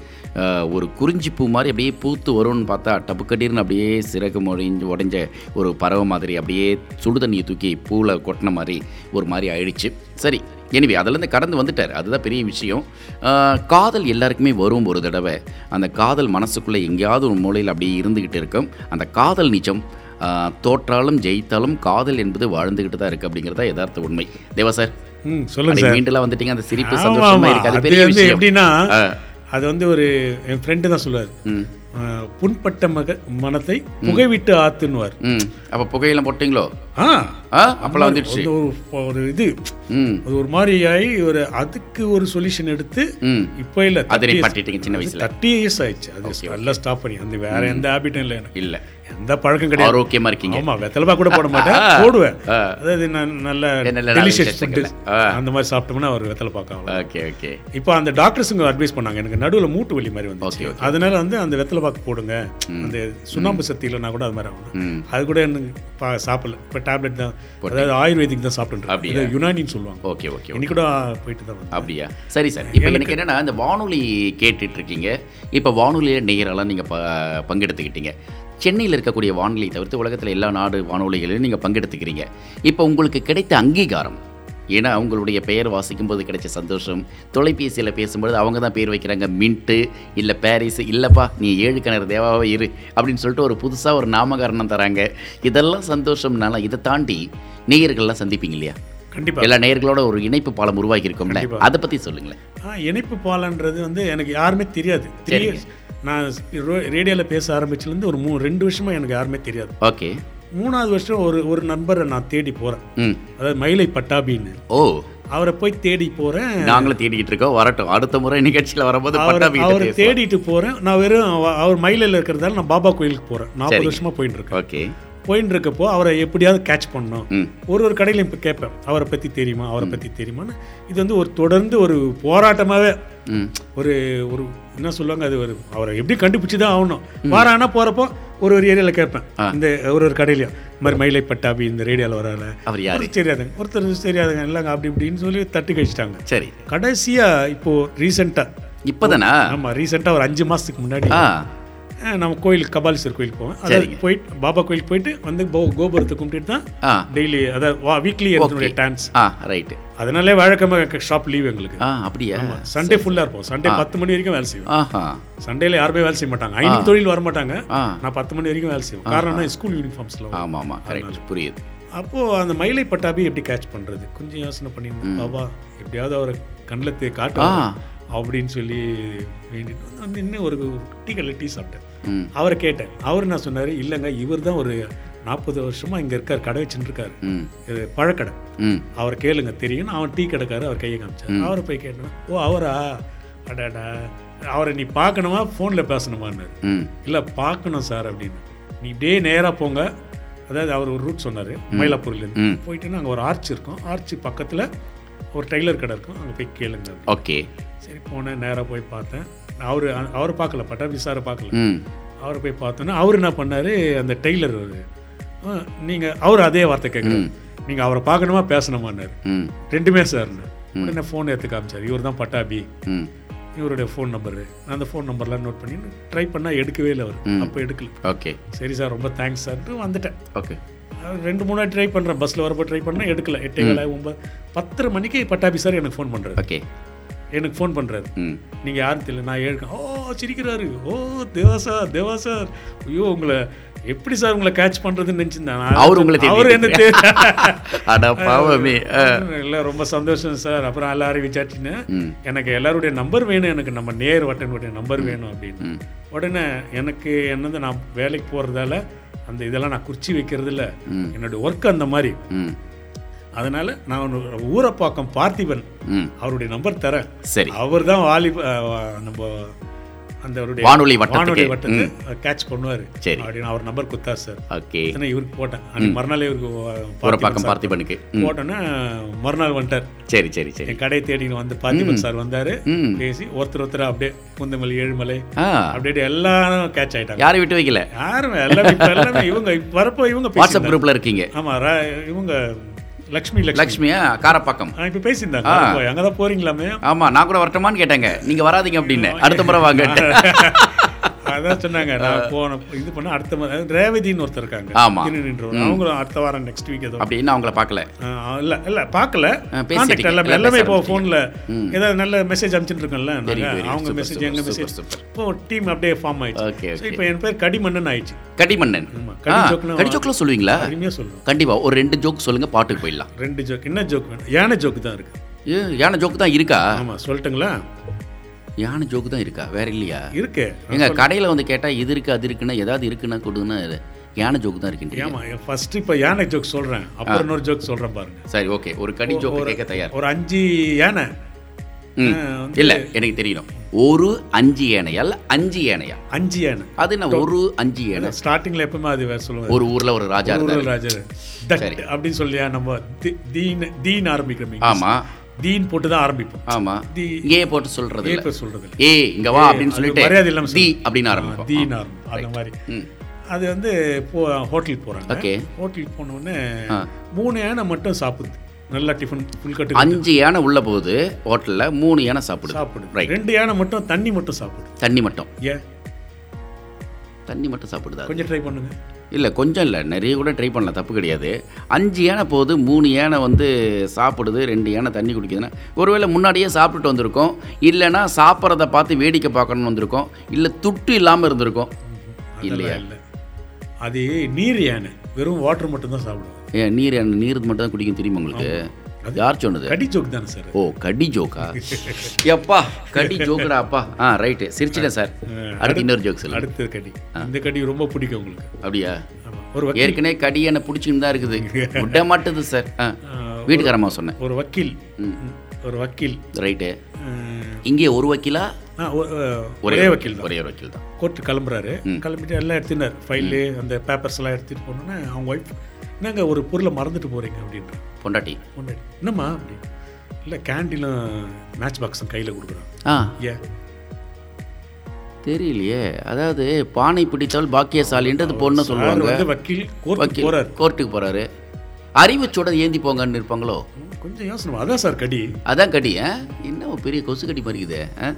Speaker 3: ஆஹ், ஒரு குறிஞ்சி பூ மாதிரி அப்படியே பூத்து வரும்னு பார்த்தா டபுக்கடீர்னு அப்படியே சிறகு முடிஞ்சு உடைஞ்ச ஒரு பறவை மாதிரி அப்படியே சுடு தண்ணியை தூக்கி பூவில் கொட்டின மாதிரி ஒரு மாதிரி ஆயிடுச்சு சரி எனிவே அதுலேருந்து கடந்து வந்துட்டார் அதுதான் பெரிய விஷயம் ஆஹ், காதல் எல்லாருக்குமே வரும் ஒரு தடவை அந்த காதல் மனசுக்குள்ளே எங்கேயாவது ஒரு மூலையில் அப்படியே இருந்துக்கிட்டு இருக்கும் அந்த காதல் நிஜம் ஆஹ், தோற்றாலும் ஜெயித்தாலும் காதல் என்பது வாழ்ந்துக்கிட்டு தான் இருக்குது அப்படிங்கிறது தான் யதார்த்த உண்மை தேவா சார்
Speaker 4: ம் சொல்லுங்க
Speaker 3: அப்படி
Speaker 4: சார்
Speaker 3: மீண்டுலாம் வந்துட்டீங்க அந்த சிரிப்பு
Speaker 4: ஆமா,
Speaker 3: சந்தோஷமா
Speaker 4: ஆமா.
Speaker 3: இருக்கு அது
Speaker 4: அது
Speaker 3: பெரிய
Speaker 4: வந்து
Speaker 3: விஷயம்
Speaker 4: எப்படின்னா
Speaker 3: ஆ.
Speaker 4: அது வந்து ஒரு என் ஃப்ரெண்டு தான் சொல்லுவார்
Speaker 3: ம்.
Speaker 4: புண்பட்ட மக மனத்தை புகைவிட்டு ஆத்துன்னுவார்
Speaker 3: ம் அப்போ புகையெல்லாம் போட்டீங்களோ
Speaker 4: ஆ
Speaker 3: ஆ அப்பெல்லாம் வந்துடுச்சு
Speaker 4: வந்து ஒரு ஒரு இது
Speaker 3: ம்
Speaker 4: அது ஒரு மாதிரி ஆகி ஒரு அதுக்கு ஒரு சொல்யூஷன் எடுத்து
Speaker 3: ம்
Speaker 4: இப்போ இல்லை
Speaker 3: அதை நிப்பாட்டிட்டீங்க சின்ன வயசுல
Speaker 4: தேர்ட்டி இயர்ஸ் ஆயிடுச்சு அது நல்லா ஸ்டாப் பண்ணி அந்த வேற எந்த ஹேபிட்டும் இல்லை எனக்கு
Speaker 3: இல்ல
Speaker 4: எந்த பழக்கம் கிடையாது
Speaker 3: ஆரோக்கியமா இருக்கீங்க
Speaker 4: ஆமா வெத்தலைப்பா கூட போட மாட்டேன் போடுவேன் அதாவது நான் நல்ல
Speaker 3: நல்ல நல்ல
Speaker 4: டெலிஷியஸ் ஃபுட்டு
Speaker 3: விஷயத்துக்கெல்லாம்.
Speaker 4: அந்த மாதிரி சாப்பிட்டோம்னா அவர் வெத்தலை பார்க்க
Speaker 3: ஓகே ஓகே
Speaker 4: இப்போ அந்த டாக்டர்ஸுங்க அட்வைஸ் பண்ணாங்க எனக்கு நடுவில் மூட்டு வலி மாதிரி
Speaker 3: Okay,
Speaker 4: வந்துச்சு அதனால வந்து அந்த வெத்தலை பாக்கு போடுங்க அந்த சுண்ணாம்பு சக்தி இல்லைனா கூட அது மாதிரி ஆகும்
Speaker 3: ம்
Speaker 4: அது கூட எனக்கு பா- சாப்பிடல இப்போ டேப்லெட் தான் அதாவது ஆயுர்வேதிக் தான் சாப்பிட்டு
Speaker 3: அப்படியா?
Speaker 4: இது யுனானின்னு சொல்லுவாங்க
Speaker 3: ஓகே ஓகே
Speaker 4: இன்னைக்கு கூட போயிட்டு தான் வந்தேன்.
Speaker 3: அப்படியா சரி சார் இப்போ எனக்கு என்னன்னா இந்த வானொலி கேட்டுட்டு இருக்கீங்க இப்போ வானொலியில நேயரெல்லாம் நீங்க ப- பங்கெடுத்துக்கிட்டீங்க சென்னையில் இருக்கக்கூடிய வானொலி தவிர்த்து உலகத்தில் எல்லா நாடு வானொலிகளிலும் நீங்கள் பங்கெடுத்துக்கிறீங்க இப்போ உங்களுக்கு கிடைத்த அங்கீகாரம் ஏன்னா அவங்களுடைய பெயர் வாசிக்கும் போது கிடைச்ச சந்தோஷம் தொலைபேசியில் பேசும்பொழுது அவங்க தான் பேர் வைக்கிறாங்க மின்ட்டு இல்லை பாரிஸ் இல்லைப்பா நீ ஏழு கிணறு தேவாவே இரு அப்படின்னு சொல்லிட்டு ஒரு புதுசாக ஒரு நாமகரணம் தராங்க இதெல்லாம் சந்தோஷம்னால இதை தாண்டி நேயர்கள்லாம் சந்திப்பீங்க இல்லையா
Speaker 4: கண்டிப்பா
Speaker 3: எல்லா நேயர்களோட ஒரு இணைப்பு பாலம் உருவாக்கி இருக்கோம்ல
Speaker 4: கண்டிப்பா.
Speaker 3: அதை பத்தி சொல்லுங்களேன்
Speaker 4: ஆ இணைப்பு பாலன்றது வந்து எனக்கு யாருமே தெரியாது த்ரீ
Speaker 3: சரிங்க.
Speaker 4: இயர்ஸ் நான் ரேடியோவில் பேச ஆரம்பிச்சுலேருந்து ஒரு மூணு ரெண்டு வருஷமா எனக்கு யாருமே தெரியாது
Speaker 3: ஓகே
Speaker 4: மூணாவது வருஷம் ஒரு ஒரு நண்பரை நான் தேடி போகிறேன்
Speaker 3: ம்
Speaker 4: அதாவது மயிலை பட்டாபின்னு
Speaker 3: ஓ
Speaker 4: அவரை போய் தேடி போகிறேன்
Speaker 3: நாங்களும் தேடிக்கிட்டு இருக்கோம் வரட்டும் அடுத்த முறை நிகழ்ச்சியில வரும்போது
Speaker 4: அவர்
Speaker 3: பட்டாபி கிட்ட
Speaker 4: அவரை
Speaker 3: பேசுவோம்.
Speaker 4: தேடிட்டு போகிறேன் நான் வெறும் அவ- அவர் மயிலில் இருக்கிறதால நான் பாபா கோயிலுக்கு போகிறேன் நாற்பது
Speaker 3: சரிங்க.
Speaker 4: வருஷமாக போயின்னு இருக்கேன்
Speaker 3: ஓகே
Speaker 4: போயின்னு இருக்கப்போ அவரை எப்படியாவது கேட்ச் பண்ணணும்
Speaker 3: ம்
Speaker 4: ஒரு ஒரு கடையில இப்போ கேட்பேன் அவரை பற்றி தெரியுமா அவரை பற்றி தெரியுமான்னு இது வந்து ஒரு தொடர்ந்து ஒரு போராட்டமாகவே
Speaker 3: ம்
Speaker 4: ஒரு ஒரு என்ன சொல்லுவாங்க அது ஒரு அவரை எப்படி கண்டுபிடிச்சி தான் ஆகணும் வாரானா போகிறப்போ ஒரு ஒரு ஏரியாவில் கேட்பேன் இந்த ஒரு ஒரு கடையிலையும் இந்த மாதிரி மயிலை பட்டாபி இந்த ரேடியோவில் வரால
Speaker 3: அவர் யாரு
Speaker 4: ஒருத்தர் தெரியாதுங்க ஒருத்தர் தெரியாதுங்க இல்லைங்க அப்படி இப்படின்னு சொல்லி தட்டி கழிச்சிட்டாங்க
Speaker 3: சரி
Speaker 4: கடைசியாக இப்போது ரீசெண்டாக
Speaker 3: இப்பதானா
Speaker 4: ஆமாம் ரீசெண்டாக ஒரு அஞ்சு மாதத்துக்கு முன்னாடி
Speaker 3: ஆ
Speaker 4: அஹ், நம்ம கோயிலுக்கு கபாலீஸ்வர் கோயிலுக்கு போவேன் அதாவது
Speaker 3: சரிங்க. போயிட்டு
Speaker 4: போயிட்டு பாபா கோயிலுக்கு போயிட்டு வந்து கோ கோபுரத்தை கும்பிட்டுட்டு தான்
Speaker 3: ஆ
Speaker 4: டெய்லி அதாவது வா வீக்லி என்னுடைய டான்ஸ்
Speaker 3: ஆ ரைட்டு
Speaker 4: அதனாலே வழக்கமாக ஷாப் லீவ் எங்களுக்கு
Speaker 3: ஆ அப்படியா
Speaker 4: சண்டே ஃபுல்லாக இருப்போம் சண்டே பத்து மணி வரைக்கும் வேலை செய்வோம்
Speaker 3: ஆஹா
Speaker 4: சண்டேல யாருமே வேலை செய்ய மாட்டாங்க ஐநூறு தொழில் வர மாட்டாங்க
Speaker 3: ஆ
Speaker 4: நான் பத்து மணி வரைக்கும் வேலை செய்வோம் காரணம் ஸ்கூல் யூனிஃபார்ம்ஸ்ல
Speaker 3: ஆமா ஆமா கரெக்ட் புரியுது
Speaker 4: அப்போ அந்த மயிலை பட்டாபி எப்படி கேட்ச் பண்றது கொஞ்சம் யோசனை பண்ணியிருந்தேன் பாபா எப்படியாவது அவரை கண்ணில் தே
Speaker 3: ஆ
Speaker 4: காட்டலாம் அப்படின்னு சொல்லி வேண்டிட்டு வந்து வந்து இன்னும் ஒரு டீ கடையில் டீ சாப்பிட்டேன்
Speaker 3: ம்
Speaker 4: அவரை கேட்டேன் அவர் என்ன சொன்னாரு இல்லைங்க இவர் தான் ஒரு நாற்பது வருஷமா இங்க இருக்கார் கடை வச்சுட்டு இருக்காரு
Speaker 3: ம்
Speaker 4: இது பழக்கடை
Speaker 3: ம்
Speaker 4: அவரை கேளுங்க தெரியும் அவன் டீ கடைக்காரர் அவர் கையை காமிச்சார் அவரை போய் கேட்டேன் ஓ அவரா அடாடா அவரை நீ பார்க்கணுமா ஃபோனில் பேசணுமான்னு
Speaker 3: ம்
Speaker 4: இல்லை பார்க்கணும் சார் அப்படின்னு நீ டே நேராக போங்க அதாவது அவர் ஒரு ரூட் சொன்னார் மயிலாப்பூர்லேருந்து
Speaker 3: ம்
Speaker 4: போயிட்டு அங்கே ஒரு ஆர்ச் இருக்கும் ஆர்ச் பக்கத்தில் ஒரு டெய்லர் கடை இருக்கும் அங்கே போய் கேளுங்க அப்படின்னு.
Speaker 3: ஓகே
Speaker 4: சரி போனேன் நேராக போய் பார்த்தேன் அவர் அவர் பார்க்கல பட்டாபி சாரை பார்க்கல
Speaker 3: ம்
Speaker 4: அவரை போய் பார்த்தோன்னா அவர் என்ன பண்ணார் அந்த டெய்லர் ஒரு நீங்கள் அவர் அதே வார்த்தை கேட்குறாரு நீங்கள் அவரை பார்க்கணுமா பேசணுமான்னாரு
Speaker 3: ம்
Speaker 4: ரெண்டுமே சார்னு உடனே ஃபோன் எடுத்து காமிச்சார் இவர் தான் பட்டாபி
Speaker 3: ம்
Speaker 4: இவருடைய ஃபோன் நம்பரு நான் அந்த ஃபோன் நம்பர்லாம் நோட் பண்ணி ட்ரை பண்ணால் எடுக்கவே இல்லை அவர் அப்போ எடுக்கல
Speaker 3: ஓகே
Speaker 4: சரி சார் ரொம்ப தேங்க்ஸ் சார்ன்ட்டு வந்துட்டேன்
Speaker 3: ஓகே
Speaker 4: அது ரெண்டு மூணு ட்ரை பண்ணுறேன் பஸ்ஸில் வரப்போ ட்ரை பண்ணேன் எடுக்கல எட்டே வேலை ஒம்பது பத்தரை மணிக்கு பட்டாபி சார் எனக்கு ஃபோன் பண்ணுறாரு
Speaker 3: ஓகே
Speaker 4: எனக்கு ஃபோன் பண்ணுறாரு
Speaker 3: ம்
Speaker 4: நீங்கள் யாரும் தெரியல நான் எழுக்க ஓ சிரிக்கிறாரு ஓ தேவா சார் தேவா சார் ஐயோ உங்களை எப்படி சார் உங்களை கேட்ச் பண்ணுறதுன்னு நினச்சிருந்தேன் நான்
Speaker 3: அவர் உங்களை தேடி
Speaker 4: அவர் என்ன தெரியல
Speaker 3: அட பாவமே ஆ.
Speaker 4: இல்லை ரொம்ப சந்தோஷம் சார் அப்புறம் எல்லாரும் விசாரிச்சுன்னு
Speaker 3: ம்
Speaker 4: எனக்கு எல்லாருடைய நம்பர் வேணும் எனக்கு நம்ம நேர் வட்டனுடைய நம்பர் வேணும் அப்படின்னு உடனே எனக்கு என்னது நான் வேலைக்கு போகிறதால அந்த இதெல்லாம் நான் குறிச்சி வைக்கிறது இல்லை
Speaker 3: ம்.
Speaker 4: என்னுடைய ஒர்க் அந்த மாதிரி
Speaker 3: ம்
Speaker 4: அதனால நான் ஒரு ஊரப்பாக்கம் பார்த்திபன்
Speaker 3: ம்
Speaker 4: அவருடைய நம்பர் தரேன்
Speaker 3: சரி
Speaker 4: அவர் தான் வாலி நம்ம அந்த அவருடைய
Speaker 3: வானொலி வட்டத்துக்கு.
Speaker 4: வானொலி வட்டத்தை கேட்ச் பண்ணுவார்
Speaker 3: சரி.
Speaker 4: அப்படின்னு அவர் நம்பர் கொடுத்தார் சார்
Speaker 3: ஓகே
Speaker 4: இத்தனை இவருக்கு போட்டேன் அன்னைக்கு மறுநாள் இவருக்கு
Speaker 3: ஒரு
Speaker 4: பார்த்திபன்
Speaker 3: பக்கம்
Speaker 4: சார்
Speaker 3: பார்த்திபனுக்கு ம்.
Speaker 4: போட்டோன்னா மறுநாள் வந்துட்டார்
Speaker 3: சரி சரி சரி
Speaker 4: என் கடையை தேடி வந்து பார்த்திபன் சார் வந்தாரு
Speaker 3: ம்
Speaker 4: பேசி ஒருத்தர் ஒருத்தர் அப்படியே குந்தமல்லி ஏழுமலை
Speaker 3: ஆ
Speaker 4: அப்படியே எல்லாரும் கேட்ச் ஆயிட்டாங்க
Speaker 3: யாரை விட்டு வைக்கல
Speaker 4: யாருமே எல்லாமே இப்ப எல்லாமே இவங்க இப்ப வரப்போ இவங்க
Speaker 3: வாட்ஸ்அப்
Speaker 4: பேசியிருந்தாங்க
Speaker 3: குரூப்ல இருக்கீங்க
Speaker 4: ஆமா ர- இவங்க லக்ஷ்மி லக்ஷ்மி
Speaker 3: லக்ஷ்மியா காரப்பாக்கம்
Speaker 4: ஆ, இப்ப பேசியிருந்தாங்க அங்கே தான் போறீங்களாமே
Speaker 3: ஆமா நான் கூட வரட்டுமான்னு கேட்டாங்க நீங்க வராதீங்க அப்படின்னு அடுத்த முறை வாங்க
Speaker 4: அதான் சொன்னாங்க நான் போன இது பண்ண அடுத்த மா- ரேவதின்னு ஒருத்தர் இருக்காங்க
Speaker 3: ஆமா.
Speaker 4: நின்றவர் அவங்களும் அடுத்த வாரம் நெக்ஸ்ட் வீக் ஏதோ
Speaker 3: அப்படின்னு அவங்கள பார்க்கல
Speaker 4: ஆ, இல்ல இல்ல பார்க்கல
Speaker 3: ஆ, பேசிட்டீங்க.
Speaker 4: கான்டாக்ட் எல்லாமே
Speaker 3: எல்லாம்
Speaker 4: எல்லாமே
Speaker 3: பேச
Speaker 4: இப்போ
Speaker 3: ஆரம்பிச்சிட்டீங்க.
Speaker 4: ஃபோன்ல
Speaker 3: ம்.
Speaker 4: ஏதாவது நல்ல மெசேஜ் அனுப்பிச்சுட்டு இருக்கோம்ல
Speaker 3: Very
Speaker 4: நாங்க.
Speaker 3: good.
Speaker 4: அவங்க
Speaker 3: Super,
Speaker 4: மெசேஜ்
Speaker 3: super,
Speaker 4: எங்க மெசேஜ்
Speaker 3: super, super.
Speaker 4: இப்போ டீம் அப்படியே ஃபார்ம்
Speaker 3: Okay,
Speaker 4: ஆயிடுச்சு So,
Speaker 3: okay.
Speaker 4: இப்போ என் பேர் கடிமண்ணன் ஆயிடுச்சு
Speaker 3: கடிமன்னன்
Speaker 4: ஆமா, கடி
Speaker 3: ஆ,
Speaker 4: ஜோக்குலாம்
Speaker 3: கடி ஜோக்குலாம் சொல்லுவீங்களா
Speaker 4: அருமையா சொல்லுவோம்
Speaker 3: கண்டிப்பா ஒரு ரெண்டு ஜோக் சொல்லுங்க பாட்டுக்கு போயிடலாம்
Speaker 4: ரெண்டு ஜோக் என்ன ஜோக் வேணும் யானை ஜோக் தான் இருக்கு
Speaker 3: ஏ, யானை ஜோக்கு தான் இருக்கா
Speaker 4: ஆமா சொல்லட்டுங்களா
Speaker 3: யானை ஜோக்கு தான் இருக்கா வேற இல்லையா
Speaker 4: இருக்கு
Speaker 3: எங்க கடையில வந்து கேட்டா இது இருக்கு அது இருக்குன்னா ஏதாவது இருக்குன்னா கொடுன்னா இது யானை ஜோக்கு தான் இருக்குன்றீங்க
Speaker 4: ஆமா ஃபர்ஸ்ட் இப்போ யானை ஜோக் சொல்றேன் அப்புறம் இன்னொரு ஜோக் சொல்றேன் பாருங்க
Speaker 3: சரி ஓகே ஒரு கடி ஜோக்கு கேட்க தயார்
Speaker 4: ஒரு அஞ்சு யானை
Speaker 3: ம்.
Speaker 4: ஆ, வந்து
Speaker 3: இல்ல எனக்கு தெரியணும் ஒரு அஞ்சு ஏனையால் அஞ்சு ஏனையா
Speaker 4: அஞ்சு யானை
Speaker 3: அது என்ன ஒரு அஞ்சு ஏனை
Speaker 4: ஸ்டார்டிங்ல எப்பவுமே அது வேற சொல்லுவாங்க
Speaker 3: ஒரு ஊர்ல ஒரு ராஜா இருந்தாரு
Speaker 4: ஊழல் ராஜர் தட்
Speaker 3: சரி.
Speaker 4: அப்படின்னு சொல்லியா நம்ம தி- தீன் தீன் ஆரம்பிக்கிறோம்
Speaker 3: ஆமா
Speaker 4: தீன் போட்டு தான் ஆரம்பிப்போம்
Speaker 3: ஆமா
Speaker 4: தி
Speaker 3: ஏ போட்டு சொல்றது இல்ல
Speaker 4: ஏப்ப சொல்றது இல்ல.
Speaker 3: ஏ இங்க வா அப்படின்னு
Speaker 4: அது
Speaker 3: சொல்லிட்டு
Speaker 4: மரியாதை இல்லாம
Speaker 3: தி
Speaker 4: சொல்லுவோம்.
Speaker 3: அப்படின்னு
Speaker 4: ஆ,
Speaker 3: ஆரம்பிப்போம்
Speaker 4: தீன் ஆரம்பி அந்த மாதிரி
Speaker 3: ம்.
Speaker 4: அது வந்து போ ஹோட்டலுக்கு போறாங்க
Speaker 3: ஓகே
Speaker 4: ஹோட்டலுக்கு போன உடனே
Speaker 3: ஆ.
Speaker 4: மூணு யானை மட்டும் சாப்பிடுது நல்லா டிஃபன் ஃபுல் கட்டு
Speaker 3: அஞ்சு யானை உள்ள போகுது ஹோட்டல்ல மூணு யானை சாப்பிடுது
Speaker 4: சாப்பிடுது
Speaker 3: Right.
Speaker 4: ரெண்டு யானை மட்டும் தண்ணி மட்டும் சாப்பிடுது
Speaker 3: தண்ணி மட்டும்
Speaker 4: ஏன்
Speaker 3: தண்ணி மட்டும் சாப்பிடுதா அது?
Speaker 4: கொஞ்சம் ட்ரை பண்ணுங்க
Speaker 3: இல்ல கொஞ்சம் இல்ல நிறைய கூட ட்ரை பண்ணல தப்பு கிடையாது அஞ்சு யானை போகுது மூணு யானை வந்து சாப்பிடுது ரெண்டு யானை தண்ணி குடிக்குதுன்னா ஒருவேளை முன்னாடியே சாப்பிட்டுட்டு வந்திருக்கோம் இல்லைன்னா சாப்பிட்றத பார்த்து வேடிக்கை பார்க்கணும்னு வந்திருக்கோம் இல்ல துட்டு இல்லாம இருந்திருக்கோம் இல்லையா
Speaker 4: அதெல்லாம் இல்லை அது நீர் யானை வெறும் வாட்டர் மட்டும் தான் சாப்பிடுவோம்
Speaker 3: ஏன் நீர் யானை நீர் மட்டும் தான் குடிக்கும் தெரியுமா உங்களுக்கு யார் சொன்னது
Speaker 4: கடி ஜோக் தானே சார்
Speaker 3: ஓ கடி ஜோக்கா எப்பா கடி ஜோக்குடா அப்பா ஆ ரைட்டு சிரிச்சிட்டேன் சார் அடுத்து இன்னொரு ஜோக் சொல்லுங்க
Speaker 4: அடுத்த கடி இந்த கடி ரொம்ப பிடிக்கும் உங்களுக்கு
Speaker 3: அப்படியா
Speaker 4: ஆமா. ஒரு வக்கீல்
Speaker 3: ஏற்கனவே கடி என்ன பிடிச்சின்னு தான் இருக்குது விட மாட்டுது சார் ஆ
Speaker 4: ஆஹ்,
Speaker 3: வீட்டுக்காரம்மா சொன்னேன்
Speaker 4: ஒரு வக்கீல் ம், ஒரு வக்கீல்
Speaker 3: ரைட்டு
Speaker 4: ஆஹ்,
Speaker 3: இங்கே ஒரு வக்கீலா
Speaker 4: ஆ, ஒ- ஆஹ், ஒரே வக்கீல் தான்
Speaker 3: ஒரே ஒரு வக்கீல் தான்
Speaker 4: கோர்ட்டு கிளம்புறாரு கிளம்பிட்டு எல்லாம் எடுத்துனார் ஃபைலு அந்த பேப்பர்ஸ் எல்லாம் எடுத்துட்டு போனோன்னே அவங்க ஒய்ஃப் என்னங்க ஒரு பொருளை மறந்துட்டு போறீங்க அப்படின்ற
Speaker 3: பொண்டாட்டி
Speaker 4: முன்னாடி என்னம்மா அப்படி இல்லை கேண்டீனும் மேட்ச் பாக்ஸும் கையில் கொடுக்குறாங்க
Speaker 3: ஆ
Speaker 4: ஏன்
Speaker 3: தெரியலையே அதாவது பானை பிடித்தால் பாக்கியசாலின்றது பொண்ணு
Speaker 4: அவர்
Speaker 3: சொல்லுவாங்க
Speaker 4: வந்து வக்கீல் கோர்ட்
Speaker 3: வக்கீல்
Speaker 4: போறாரு
Speaker 3: கோர்ட்டுக்கு போறாரு அறிவு சுட ஏந்தி போங்கன்னு இருப்பாங்களோ
Speaker 4: கொஞ்சம் யோசனை பண்ணு. அதான் சார் கடி
Speaker 3: அதான் கடி ஆ? என்ன ஒரு பெரிய கொசு கடி மாதிரி இருக்குதே, ஆ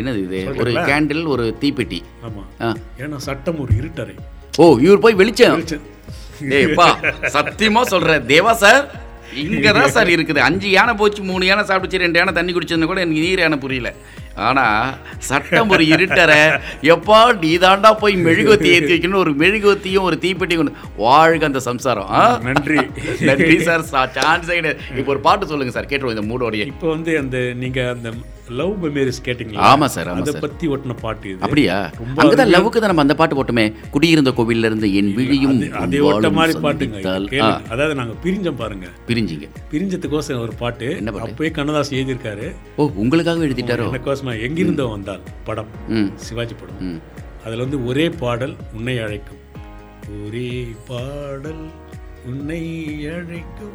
Speaker 3: என்னது இது ஒரு கேண்டில் ஒரு தீப்பெட்டி
Speaker 4: ஆமா
Speaker 3: ஆ
Speaker 4: ஏன்னா சட்டம் ஒரு இருட்டறை
Speaker 3: ஓ இவர் போய் வெளிச்சம் டேய்ப்பா சத்தியமா சொல்றேன் தேவா சார் இங்க தான் சார் இருக்குது அஞ்சு யானை போச்சு மூணு யானை சாப்பிடுச்சு ரெண்டு யானை தண்ணி குடிச்சதுன்னு கூட எனக்கு நீர் யானை புரியல ஆனா சட்டம் ஒரு இருட்டற எப்பா நீ தாண்டா போய் மெழுகுவத்தி ஏற்றி வைக்கணும் ஒரு மெழுகுவத்தியும் ஒரு தீப்பெட்டியும் கொண்டு வாழ்க அந்த சம்சாரம் ஆ?
Speaker 4: நன்றி
Speaker 3: நன்றி சார் சான்ஸ் கிடையாது இப்போ ஒரு பாட்டு சொல்லுங்க சார் கேட்டுருவோம் இந்த மூடோடைய
Speaker 4: இப்போ வந்து அந்த நீங்க அந்த லவ் மெமரிஸ் கேட்டிங்களா
Speaker 3: ஆமா சார் ஆமா
Speaker 4: அதை
Speaker 3: சார்
Speaker 4: பத்தி ஒட்டின பாட்டு இது
Speaker 3: அப்படியா அங்கதான் லவ்வுக்கு தான் நம்ம அந்த பாட்டு போட்டோமே குடியிருந்த கோவில்ல இருந்து என் விழியும்
Speaker 4: அது- அதே
Speaker 3: உன்
Speaker 4: ஒட்ட
Speaker 3: வாளும்
Speaker 4: மாதிரி பாட்டுங்க இது.
Speaker 3: சந்தித்தால். ஆ,
Speaker 4: கேளுங்க. அதாவது நாங்க பிரிஞ்சோம் பாருங்க
Speaker 3: பிரிஞ்சிங்க
Speaker 4: பிரிஞ்சத்துக்கோசம் ஒரு பாட்டு
Speaker 3: என்ன பாட்டு?
Speaker 4: அப்பயே கண்ணதாஸ் எழுதியிருக்காரு
Speaker 3: ஓ உங்களுக்காக எழுதிட்டாரோ
Speaker 4: எனக்கோசமா எங்கிருந்தோ வந்தால் படம்
Speaker 3: ம்
Speaker 4: சிவாஜி படம்
Speaker 3: ம்
Speaker 4: அதுல வந்து ஒரே பாடல் உன்னை அழைக்கும் ஒரே பாடல் உன்னை அழைக்கும்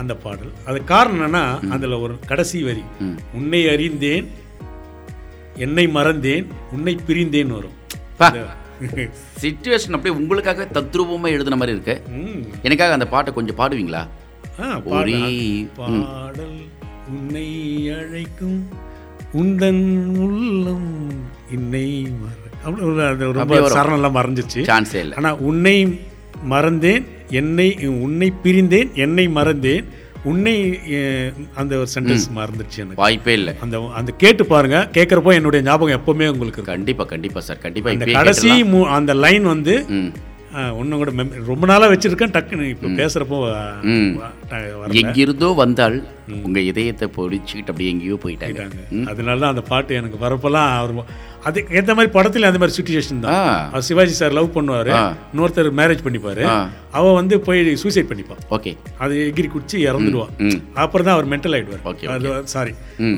Speaker 4: அந்த பாடல் அது காரணம் என்னன்னா அதுல ஒரு கடைசி வரி
Speaker 3: ம்.
Speaker 4: உன்னை அறிந்தேன் என்னை மறந்தேன் உன்னை பிரிந்தேன் வரும்
Speaker 3: பா சுச்சுவேஷன் அப்படியே உங்களுக்காக தத்ரூபமா எழுதின மாதிரி இருக்கு
Speaker 4: ம்.
Speaker 3: எனக்காக அந்த பாட்டை கொஞ்சம் பாடுவீங்களா
Speaker 4: ஆ,
Speaker 3: ஒரே
Speaker 4: பாடல். பாடல் உன்னை அழைக்கும் உந்தன் உள்ளம் இன்னை மற அப்படி ஒரு- அது ரொம்ப
Speaker 3: அப்படியே வரும்.
Speaker 4: சரணெல்லாம் மறைஞ்சிச்சு
Speaker 3: சான்ஸே இல்லை
Speaker 4: ஆனா உன்னை மறந்தேன் என்னை உன்னை பிரிந்தேன் என்னை மறந்தேன் உன்னை அஹ், அந்த ஒரு சென்டென்ஸ் மறந்துடுச்சு எனக்கு
Speaker 3: வாய்ப்பே இல்லை
Speaker 4: அந்த அந்த கேட்டு பாருங்க கேட்குறப்போ என்னுடைய ஞாபகம் எப்பவுமே உங்களுக்கு இருக்கும்
Speaker 3: கண்டிப்பா கண்டிப்பா சார் கண்டிப்பா
Speaker 4: அந்த
Speaker 3: இப்பயே
Speaker 4: கடைசி மூ- அந்த லைன் வந்து
Speaker 3: கேட்டுடலாம். ம்
Speaker 4: ஒன்றும் கூட mem- ரொம்ப நாளா வச்சிருக்கேன் டக்குன்னு இப்போ பேசுறப்போ அஹ்,
Speaker 3: ம்.
Speaker 4: வ- ட- வரல.
Speaker 3: எங்கிருந்தோ வந்தாள் உங்க இதயத்தை பொடிச்சுக்கிட்டு அப்படியே எங்கேயோ போயிட்டாங்க
Speaker 4: பண்ணிட்டாங்க அதனால தான் அந்த பாட்டு எனக்கு வரப்பெல்லாம் அவர் அதுக்கு ஏற்ற மாதிரி படத்துல அந்த மாதிரி சுச்சுவேஷன்
Speaker 3: ஆ
Speaker 4: தான் அவர் சிவாஜி சார் லவ் பண்ணுவாரு இன்னொருத்தர் மேரேஜ் பண்ணிப்பாரு
Speaker 3: ஆ.
Speaker 4: அவ வந்து போய் சூசைட் பண்ணிப்பா
Speaker 3: ஓகே
Speaker 4: அது எகிரி குடிச்சு இறந்துடுவா
Speaker 3: ம்
Speaker 4: அப்புறம் தான் அவர் மென்டல் ஆயிடுவார்
Speaker 3: Okay,
Speaker 4: அது சாரி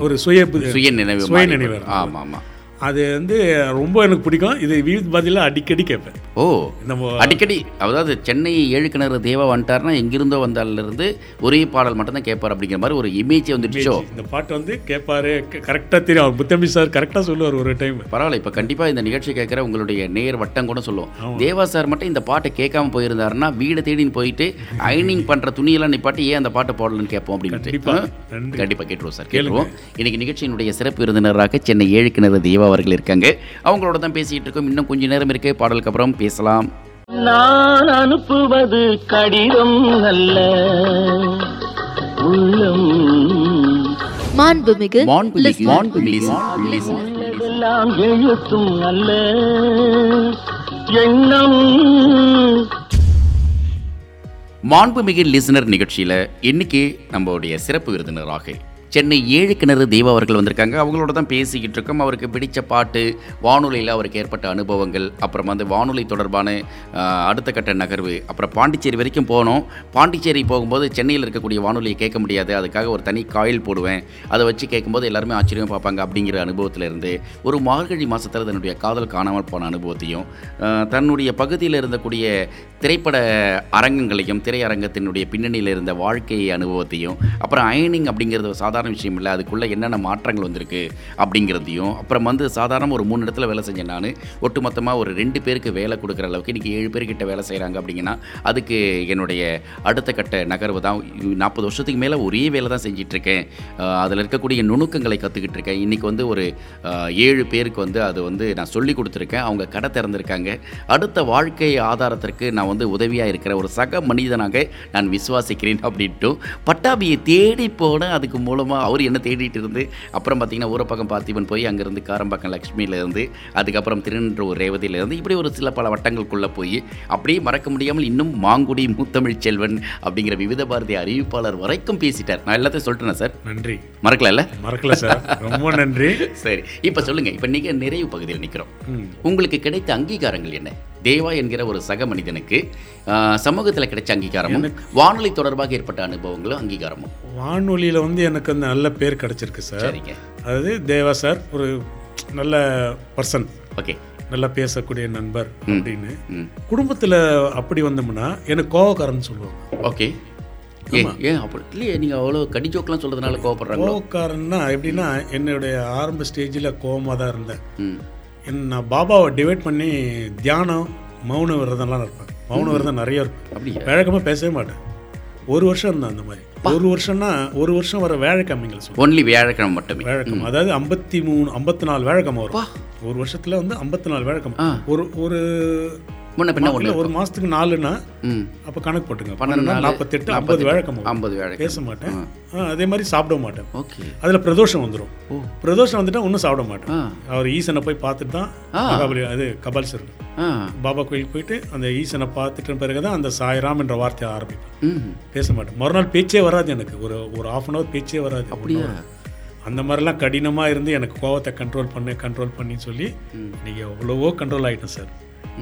Speaker 4: ஒரு சுய பு-
Speaker 3: சுய நினைவு
Speaker 4: சுய
Speaker 3: மாதிரி.
Speaker 4: நினைவு.
Speaker 3: ஆமா ஆமா
Speaker 4: அது வந்து ரொம்ப எனக்கு பிடிக்கும் இது வீட்டு பதிலாக அடிக்கடி கேட்பேன்
Speaker 3: ஓ
Speaker 4: நம்ம
Speaker 3: அடிக்கடி அதாவது சென்னை ஏழு கிணறு தேவா வந்துட்டார்னா எங்கிருந்தோ வந்தால இருந்து ஒரே பாடல் மட்டும்தான் கேட்பார் அப்படிங்கிற மாதிரி ஒரு இமேஜ் வந்துடுச்சோ
Speaker 4: இந்த பாட்டு வந்து கேட்பாரு கரெக்டாக தெரியும் அவர் புத்தமி சார் கரெக்டாக சொல்லுவார் ஒரு டைம்
Speaker 3: பரவாயில்ல இப்போ கண்டிப்பாக இந்த நிகழ்ச்சி கேட்குற உங்களுடைய நேர் வட்டம் கூட சொல்லுவோம் தேவா சார் மட்டும் இந்த பாட்டை கேட்காம போயிருந்தாருன்னா வீடு தேடின்னு போயிட்டு அயனிங் பண்ணுற துணியெல்லாம் நிப்பாட்டி ஏன் அந்த பாட்டை போடலன்னு கேட்போம் அப்படின்ட்டு
Speaker 4: கண்டிப்பா.
Speaker 3: ஆ?
Speaker 4: நன்றி.
Speaker 3: கண்டிப்பா கேட்டுருவோம் சார் கேட்டுருவோம் இன்னைக்கு நிகழ்ச்சியினுடைய சிறப்பு விருந்தினராக சென்னை ஏழு கிணறு தேவா அவர்கள் இருக்காங்க அவங்களோட தான் பேசிகிட்டு இருக்கோம் இன்னும் கொஞ்ச நேரம் இருக்கு பாடலுக்கு அப்புறம் பேசலாம்
Speaker 1: நான் அனுப்புவது கடிதம் அல்ல உள்ளம்
Speaker 2: மாண்புமிகு
Speaker 3: மாண்புமிகு மாண்புமிகு
Speaker 1: எல்லாம் எழுத்தும் அல்ல எண்ணம்
Speaker 3: மாண்புமிகு லிசனர் நிகழ்ச்சியில் இன்னைக்கு நம்மளுடைய சிறப்பு விருந்தினராக சென்னை ஏழு கிணறு தெய்வா அவர்கள் வந்திருக்காங்க அவங்களோட தான் பேசிக்கிட்டு இருக்கோம் அவருக்கு பிடித்த பாட்டு வானொலியில் அவருக்கு ஏற்பட்ட அனுபவங்கள் அப்புறம் வந்து வானொலி தொடர்பான ஆஹ், அடுத்த கட்ட நகர்வு அப்புறம் பாண்டிச்சேரி வரைக்கும் போனோம் பாண்டிச்சேரி போகும்போது சென்னையில் இருக்கக்கூடிய வானொலியை கேட்க முடியாது அதுக்காக ஒரு தனி காயில் போடுவேன் அதை வச்சு கேட்கும்போது எல்லாருமே ஆச்சரியமாக பார்ப்பாங்க அப்படிங்கிற அனுபவத்தில் இருந்து ஒரு மார்கழி மாதத்தில் தன்னுடைய காதல் காணாமல் போன அனுபவத்தையும் ஆஹ், தன்னுடைய பகுதியில் இருந்தக்கூடிய திரைப்பட அரங்கங்களையும் திரையரங்கத்தினுடைய பின்னணியில் இருந்த வாழ்க்கை அனுபவத்தையும் அப்புறம் அயனிங் அப்படிங்கிறது ஒரு சாதாரண விஷயம் இல்லை அதுக்குள்ளே என்னென்ன மாற்றங்கள் வந்திருக்கு அப்படிங்கிறதையும் அப்புறம் வந்து சாதாரண ஒரு மூணு இடத்துல வேலை செஞ்சேன் நான் ஒட்டுமொத்தமாக ஒரு ரெண்டு பேருக்கு வேலை கொடுக்குற அளவுக்கு இன்றைக்கி ஏழு பேர்கிட்ட வேலை செய்கிறாங்க அப்படிங்கன்னா அதுக்கு என்னுடைய அடுத்த கட்ட நகர்வு தான் நாற்பது வருஷத்துக்கு மேலே ஒரே வேலை தான் செஞ்சிட்ருக்கேன் அதில் இருக்கக்கூடிய நுணுக்கங்களை கற்றுக்கிட்டு இருக்கேன் இன்றைக்கி வந்து ஒரு ஆஹ், ஏழு பேருக்கு வந்து அது வந்து நான் சொல்லி கொடுத்துருக்கேன் அவங்க கடை திறந்திருக்காங்க அடுத்த வாழ்க்கை ஆதாரத்திற்கு நான் வந்து உதவியாக இருக்கிற ஒரு சக மனிதனாக நான் விசுவாசிக்கிறேன் அப்படின்ட்டு பட்டாபியை தேடி போனேன் அதுக்கு மூலமாக அவர் என்ன தேடிட்டு இருந்து அப்புறம் பார்த்தீங்கன்னா ஊரப்பக்கம் பார்த்திபன் போய் அங்கேருந்து காரம்பாக்கம் லக்ஷ்மியிலேருந்து அதுக்கப்புறம் திருநெல்வேலூர் ரேவதியிலேருந்து இப்படி ஒரு சில பல வட்டங்களுக்குள்ளே போய் அப்படியே மறக்க முடியாமல் இன்னும் மாங்குடி மூத்தமிழ் செல்வன் அப்படிங்கிற விவித பாரதி அறிவிப்பாளர் வரைக்கும் பேசிட்டார் நான் எல்லாத்தையும் சொல்லிட்டேன் சார்
Speaker 4: நன்றி
Speaker 3: மறக்கலல்ல
Speaker 4: மறக்கல சார் ரொம்ப நன்றி
Speaker 3: சரி இப்போ சொல்லுங்கள் இப்போ நீங்கள் நிறைவு பகுதியில் நிற்கிறோம்
Speaker 4: ம்.
Speaker 3: உங்களுக்கு கிடைத்த அங்கீகாரங்கள் என்ன தேவா என்கிற ஒரு சக மனிதனுக்கு சமூகத்தில் கிடைச்ச அங்கீகாரமும் வானொலி தொடர்பாக ஏற்பட்ட அனுபவங்களும் அங்கீகாரமும்
Speaker 4: வானொலியில் வந்து எனக்கு வந்து நல்ல பேர் கிடச்சிருக்கு சார்
Speaker 3: சரிங்க
Speaker 4: அதாவது தேவா சார் ஒரு நல்ல பர்சன்
Speaker 3: ஓகே
Speaker 4: நல்லா பேசக்கூடிய நண்பர் அப்படின்னு
Speaker 3: ம்
Speaker 4: குடும்பத்தில் அப்படி வந்தோம்னா எனக்கு கோவக்காரன்னு சொல்லுவாங்க
Speaker 3: ஓகே ஏன் ஏன் அப்படி இல்லையே நீங்கள் அவ்வளோ கடி ஜோக்கெலாம் சொல்கிறதுனால கோவப்படுறாங்களோ
Speaker 4: கோவக்காரன்னா எப்படின்னா என்னுடைய ஆரம்ப ஸ்டேஜில் கோவமாக தான் இருந்தேன்
Speaker 3: ம்
Speaker 4: என்ன நான் பாபாவை டிவைட் பண்ணி தியானம் மௌன விரதம்லாம் இருப்பேன் மௌன விரதம் நிறைய இருப்பேன்
Speaker 3: அப்படியா
Speaker 4: வேழக்கமாக பேசவே மாட்டேன் ஒரு வருஷம் இருந்தேன் அந்த மாதிரி ஒரு வருஷம்னா ஒரு வருஷம் வர வேழக்கிழமைங்களை சொல்லுவேன்
Speaker 3: ஒன்லி வியாழக்கிழமை மட்டுமே
Speaker 4: வேழக்கம் அதாவது ஐம்பத்தி மூணு ஐம்பத்தி நாலு வேழக்கம் வரும் ஒரு வருஷத்தில் வந்து ஐம்பத்தி நாலு வேழக்கம்
Speaker 3: ஆ.
Speaker 4: ஒரு ஒரு
Speaker 3: முன்ன பின்ன ஒன்று
Speaker 4: ஒரு மாதத்துக்கு நாலுன்னா
Speaker 3: ம்
Speaker 4: அப்போ கணக்கு போட்டுங்க
Speaker 3: பன்னெண்டு
Speaker 4: பன்னெண்டு
Speaker 3: நாலு,
Speaker 4: நாற்பத்தெட்டு ஐம்பது வேழக்கம் வரும்.
Speaker 3: ஐம்பது வியாழக்கிழமை
Speaker 4: பேச மாட்டேன் ஆ, அதே மாதிரி சாப்பிட மாட்டேன்
Speaker 3: ஓகே
Speaker 4: அதில் பிரதோஷம் வந்துடும்
Speaker 3: ஓ.
Speaker 4: பிரதோஷம் வந்துட்டா ஒன்றும் சாப்பிட மாட்டேன்
Speaker 3: ஆ
Speaker 4: அவர் ஈசனை போய் பார்த்துட்டு தான்
Speaker 3: ஆ.
Speaker 4: மகாபலி அது கபால் சார்
Speaker 3: ஆ
Speaker 4: பாபா கோயில் போயிட்டு அந்த ஈசனை பார்த்துட்டு பிறகு தான் அந்த சாய்ராம் என்ற வார்த்தையை ஆரம்பிப்பேன்
Speaker 3: ம்
Speaker 4: பேச மாட்டேன் மறுநாள் பேச்சே வராது எனக்கு ஒரு ஒரு ஹாஃப் அன் ஹவர் பேச்சே வராது
Speaker 3: அப்படியா?
Speaker 4: அந்த மாதிரிலாம் கடினமாக இருந்து எனக்கு கோவத்தை கண்ட்ரோல் பண்ணு கண்ட்ரோல் பண்ணி சொல்லி இன்னைக்கு எவ்வளவோ கண்ட்ரோல் ஆகிட்டேன் சார்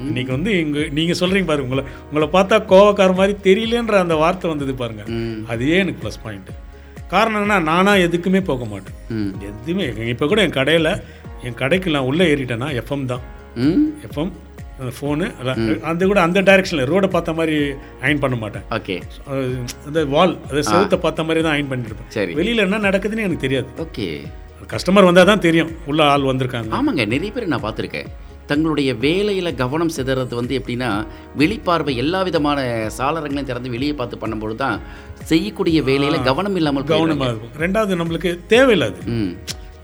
Speaker 4: இன்னைக்கு வந்து இங்க நீங்கள் சொல்கிறீங்க பாருங்க உங்களை உங்களை பார்த்தா கோவக்கார மாதிரி தெரியலன்ற அந்த வார்த்தை வந்தது பாருங்க
Speaker 3: ம்
Speaker 4: அதுவே எனக்கு ப்ளஸ் பாயிண்ட்டு காரணம் என்ன நானாக எதுக்குமே போக மாட்டேன்
Speaker 3: ம்
Speaker 4: எதுவுமே இப்போ கூட என் கடையில் என் கடைக்கு நான் உள்ளே ஏறிட்டேன்னா எஃப்எம் தான்
Speaker 3: ம்
Speaker 4: எஃப்எம் ஃபோனு அந்த கூட அந்த டைரெக்ஷனில் ரோடை பார்த்த மாதிரி அயன் பண்ண மாட்டேன்
Speaker 3: ஓகே
Speaker 4: அது, அந்த வால் அது செவுத்தை பார்த்த மாதிரி தான் அயன்
Speaker 3: சரி.
Speaker 4: பண்ணிருப்பேன் வெளியில் என்ன நடக்குதுன்னு எனக்கு தெரியாது
Speaker 3: ஓகே
Speaker 4: கஸ்டமர் வந்தால் தான் தெரியும் உள்ள ஆள் வந்திருக்காங்க
Speaker 3: ஆமாங்க நிறைய பேர் நான் பார்த்துருக்கேன் தங்களுடைய வேலையில் கவனம் சிதறது வந்து எப்படின்னா வெளிப்பார்வை எல்லா விதமான சாளரங்களையும் திறந்து வெளியே பார்த்து பண்ணும்போது தான் செய்யக்கூடிய வேலையில் கவனம் இல்லாமல் போயிடுறாங்க.
Speaker 4: கவனமாக இருக்கும் ரெண்டாவது நம்மளுக்கு தேவையில்லாது
Speaker 3: ம்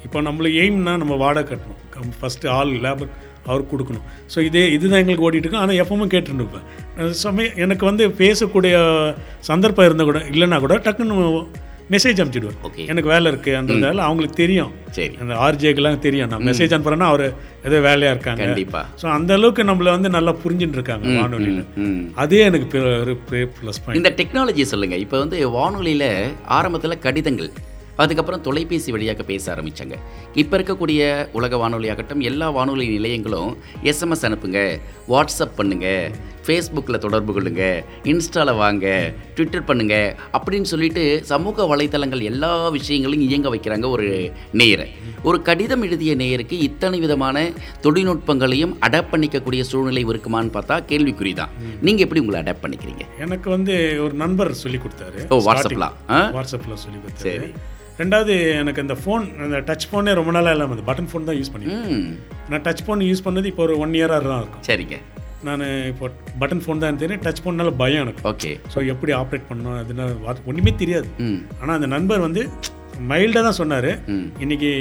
Speaker 4: இப்போ நம்மளுக்கு எய்ம்னா நம்ம வாடகை கட்டணும் ஃபஸ்ட்டு ஆள் லேபர் அவருக்கு கொடுக்கணும் ஸோ இதே இதுதான் எங்களுக்கு ஓடிட்டு இருக்கும் ஆனால் எப்பவும் கேட்டுட்டு இருப்பேன் அது சமயம் எனக்கு வந்து பேசக்கூடிய சந்தர்ப்பம் இருந்தால் கூட இல்லைன்னா கூட டக்குன்னு மெசேஜ் அனுப்பிச்சிடுவேன்
Speaker 3: ஓகே
Speaker 4: எனக்கு வேலை இருக்குது அந்ததால அவங்களுக்கு தெரியும்
Speaker 3: சரி
Speaker 4: அந்த ஆர்ஜேக்கெல்லாம் தெரியும் நான் மெசேஜ் அனுப்புறேன்னா அவர் ஏதோ வேலையாக இருக்காங்க
Speaker 3: கண்டிப்பா
Speaker 4: ஸோ அந்த அளவுக்கு நம்மளை வந்து நல்லா புரிஞ்சுட்டு இருக்காங்க வானொலியில்
Speaker 3: ம்
Speaker 4: அதே எனக்கு பெ- ஒரு ப்ளஸ் பாயிண்ட்
Speaker 3: இந்த டெக்னாலஜி சொல்லுங்க இப்போ வந்து வானொலியில் ஆரம்பத்தில் கடிதங்கள் அதுக்கப்புறம் தொலைபேசி வழியாக பேச ஆரம்பிச்சாங்க இப்போ இருக்கக்கூடிய உலக வானொலியாகட்டும் எல்லா வானொலி நிலையங்களும் எஸ்எம்எஸ் அனுப்புங்க வாட்ஸ்அப் பண்ணுங்க ஃபேஸ்புக்கில் தொடர்பு கொள்ளுங்க இன்ஸ்டாவில் வாங்க ட்விட்டர் பண்ணுங்க அப்படின்னு சொல்லிட்டு சமூக வலைத்தளங்கள் எல்லா விஷயங்களையும் இயங்க வைக்கிறாங்க ஒரு நேயரை ஒரு கடிதம் எழுதிய நேயருக்கு இத்தனை விதமான தொழில்நுட்பங்களையும் அடாப்ட் பண்ணிக்கக்கூடிய சூழ்நிலை இருக்குமான்னு பார்த்தா கேள்விக்குறி தான் நீங்கள் எப்படி உங்களை அடாப்ட் பண்ணிக்கிறீங்க
Speaker 4: எனக்கு வந்து ஒரு நண்பர் சொல்லி கொடுத்தாரு
Speaker 3: ஓ வாட்ஸ்அப்லாம் ஆ
Speaker 4: வாட்ஸ்அப்பில் சொல்லி கொடுத்தாரு ரெண்டாவது எனக்கு இந்த ஃபோன் அந்த டச் ஃபோனே ரொம்ப நாளாக இல்லாமல் அந்த பட்டன் ஃபோன் தான் யூஸ் பண்ணி
Speaker 3: ம்
Speaker 4: நான் டச் ஃபோன் யூஸ் பண்ணது இப்போ ஒரு ஒன் இயராக தான் இருக்கும்
Speaker 3: சரிங்க
Speaker 4: நான் இப்போ பட்டன் ஃபோன் தான் தெரியும் டச் ஃபோன்னால பயம் எனக்கு
Speaker 3: ஓகே
Speaker 4: ஸோ எப்படி ஆப்ரேட் பண்ணணும் அதுனா வார்த்தை ஒன்றுமே தெரியாது
Speaker 3: ம்
Speaker 4: ஆனால் அந்த நண்பர் வந்து மைல்டாக தான் சொன்னார்
Speaker 3: ம்
Speaker 4: இன்னைக்கு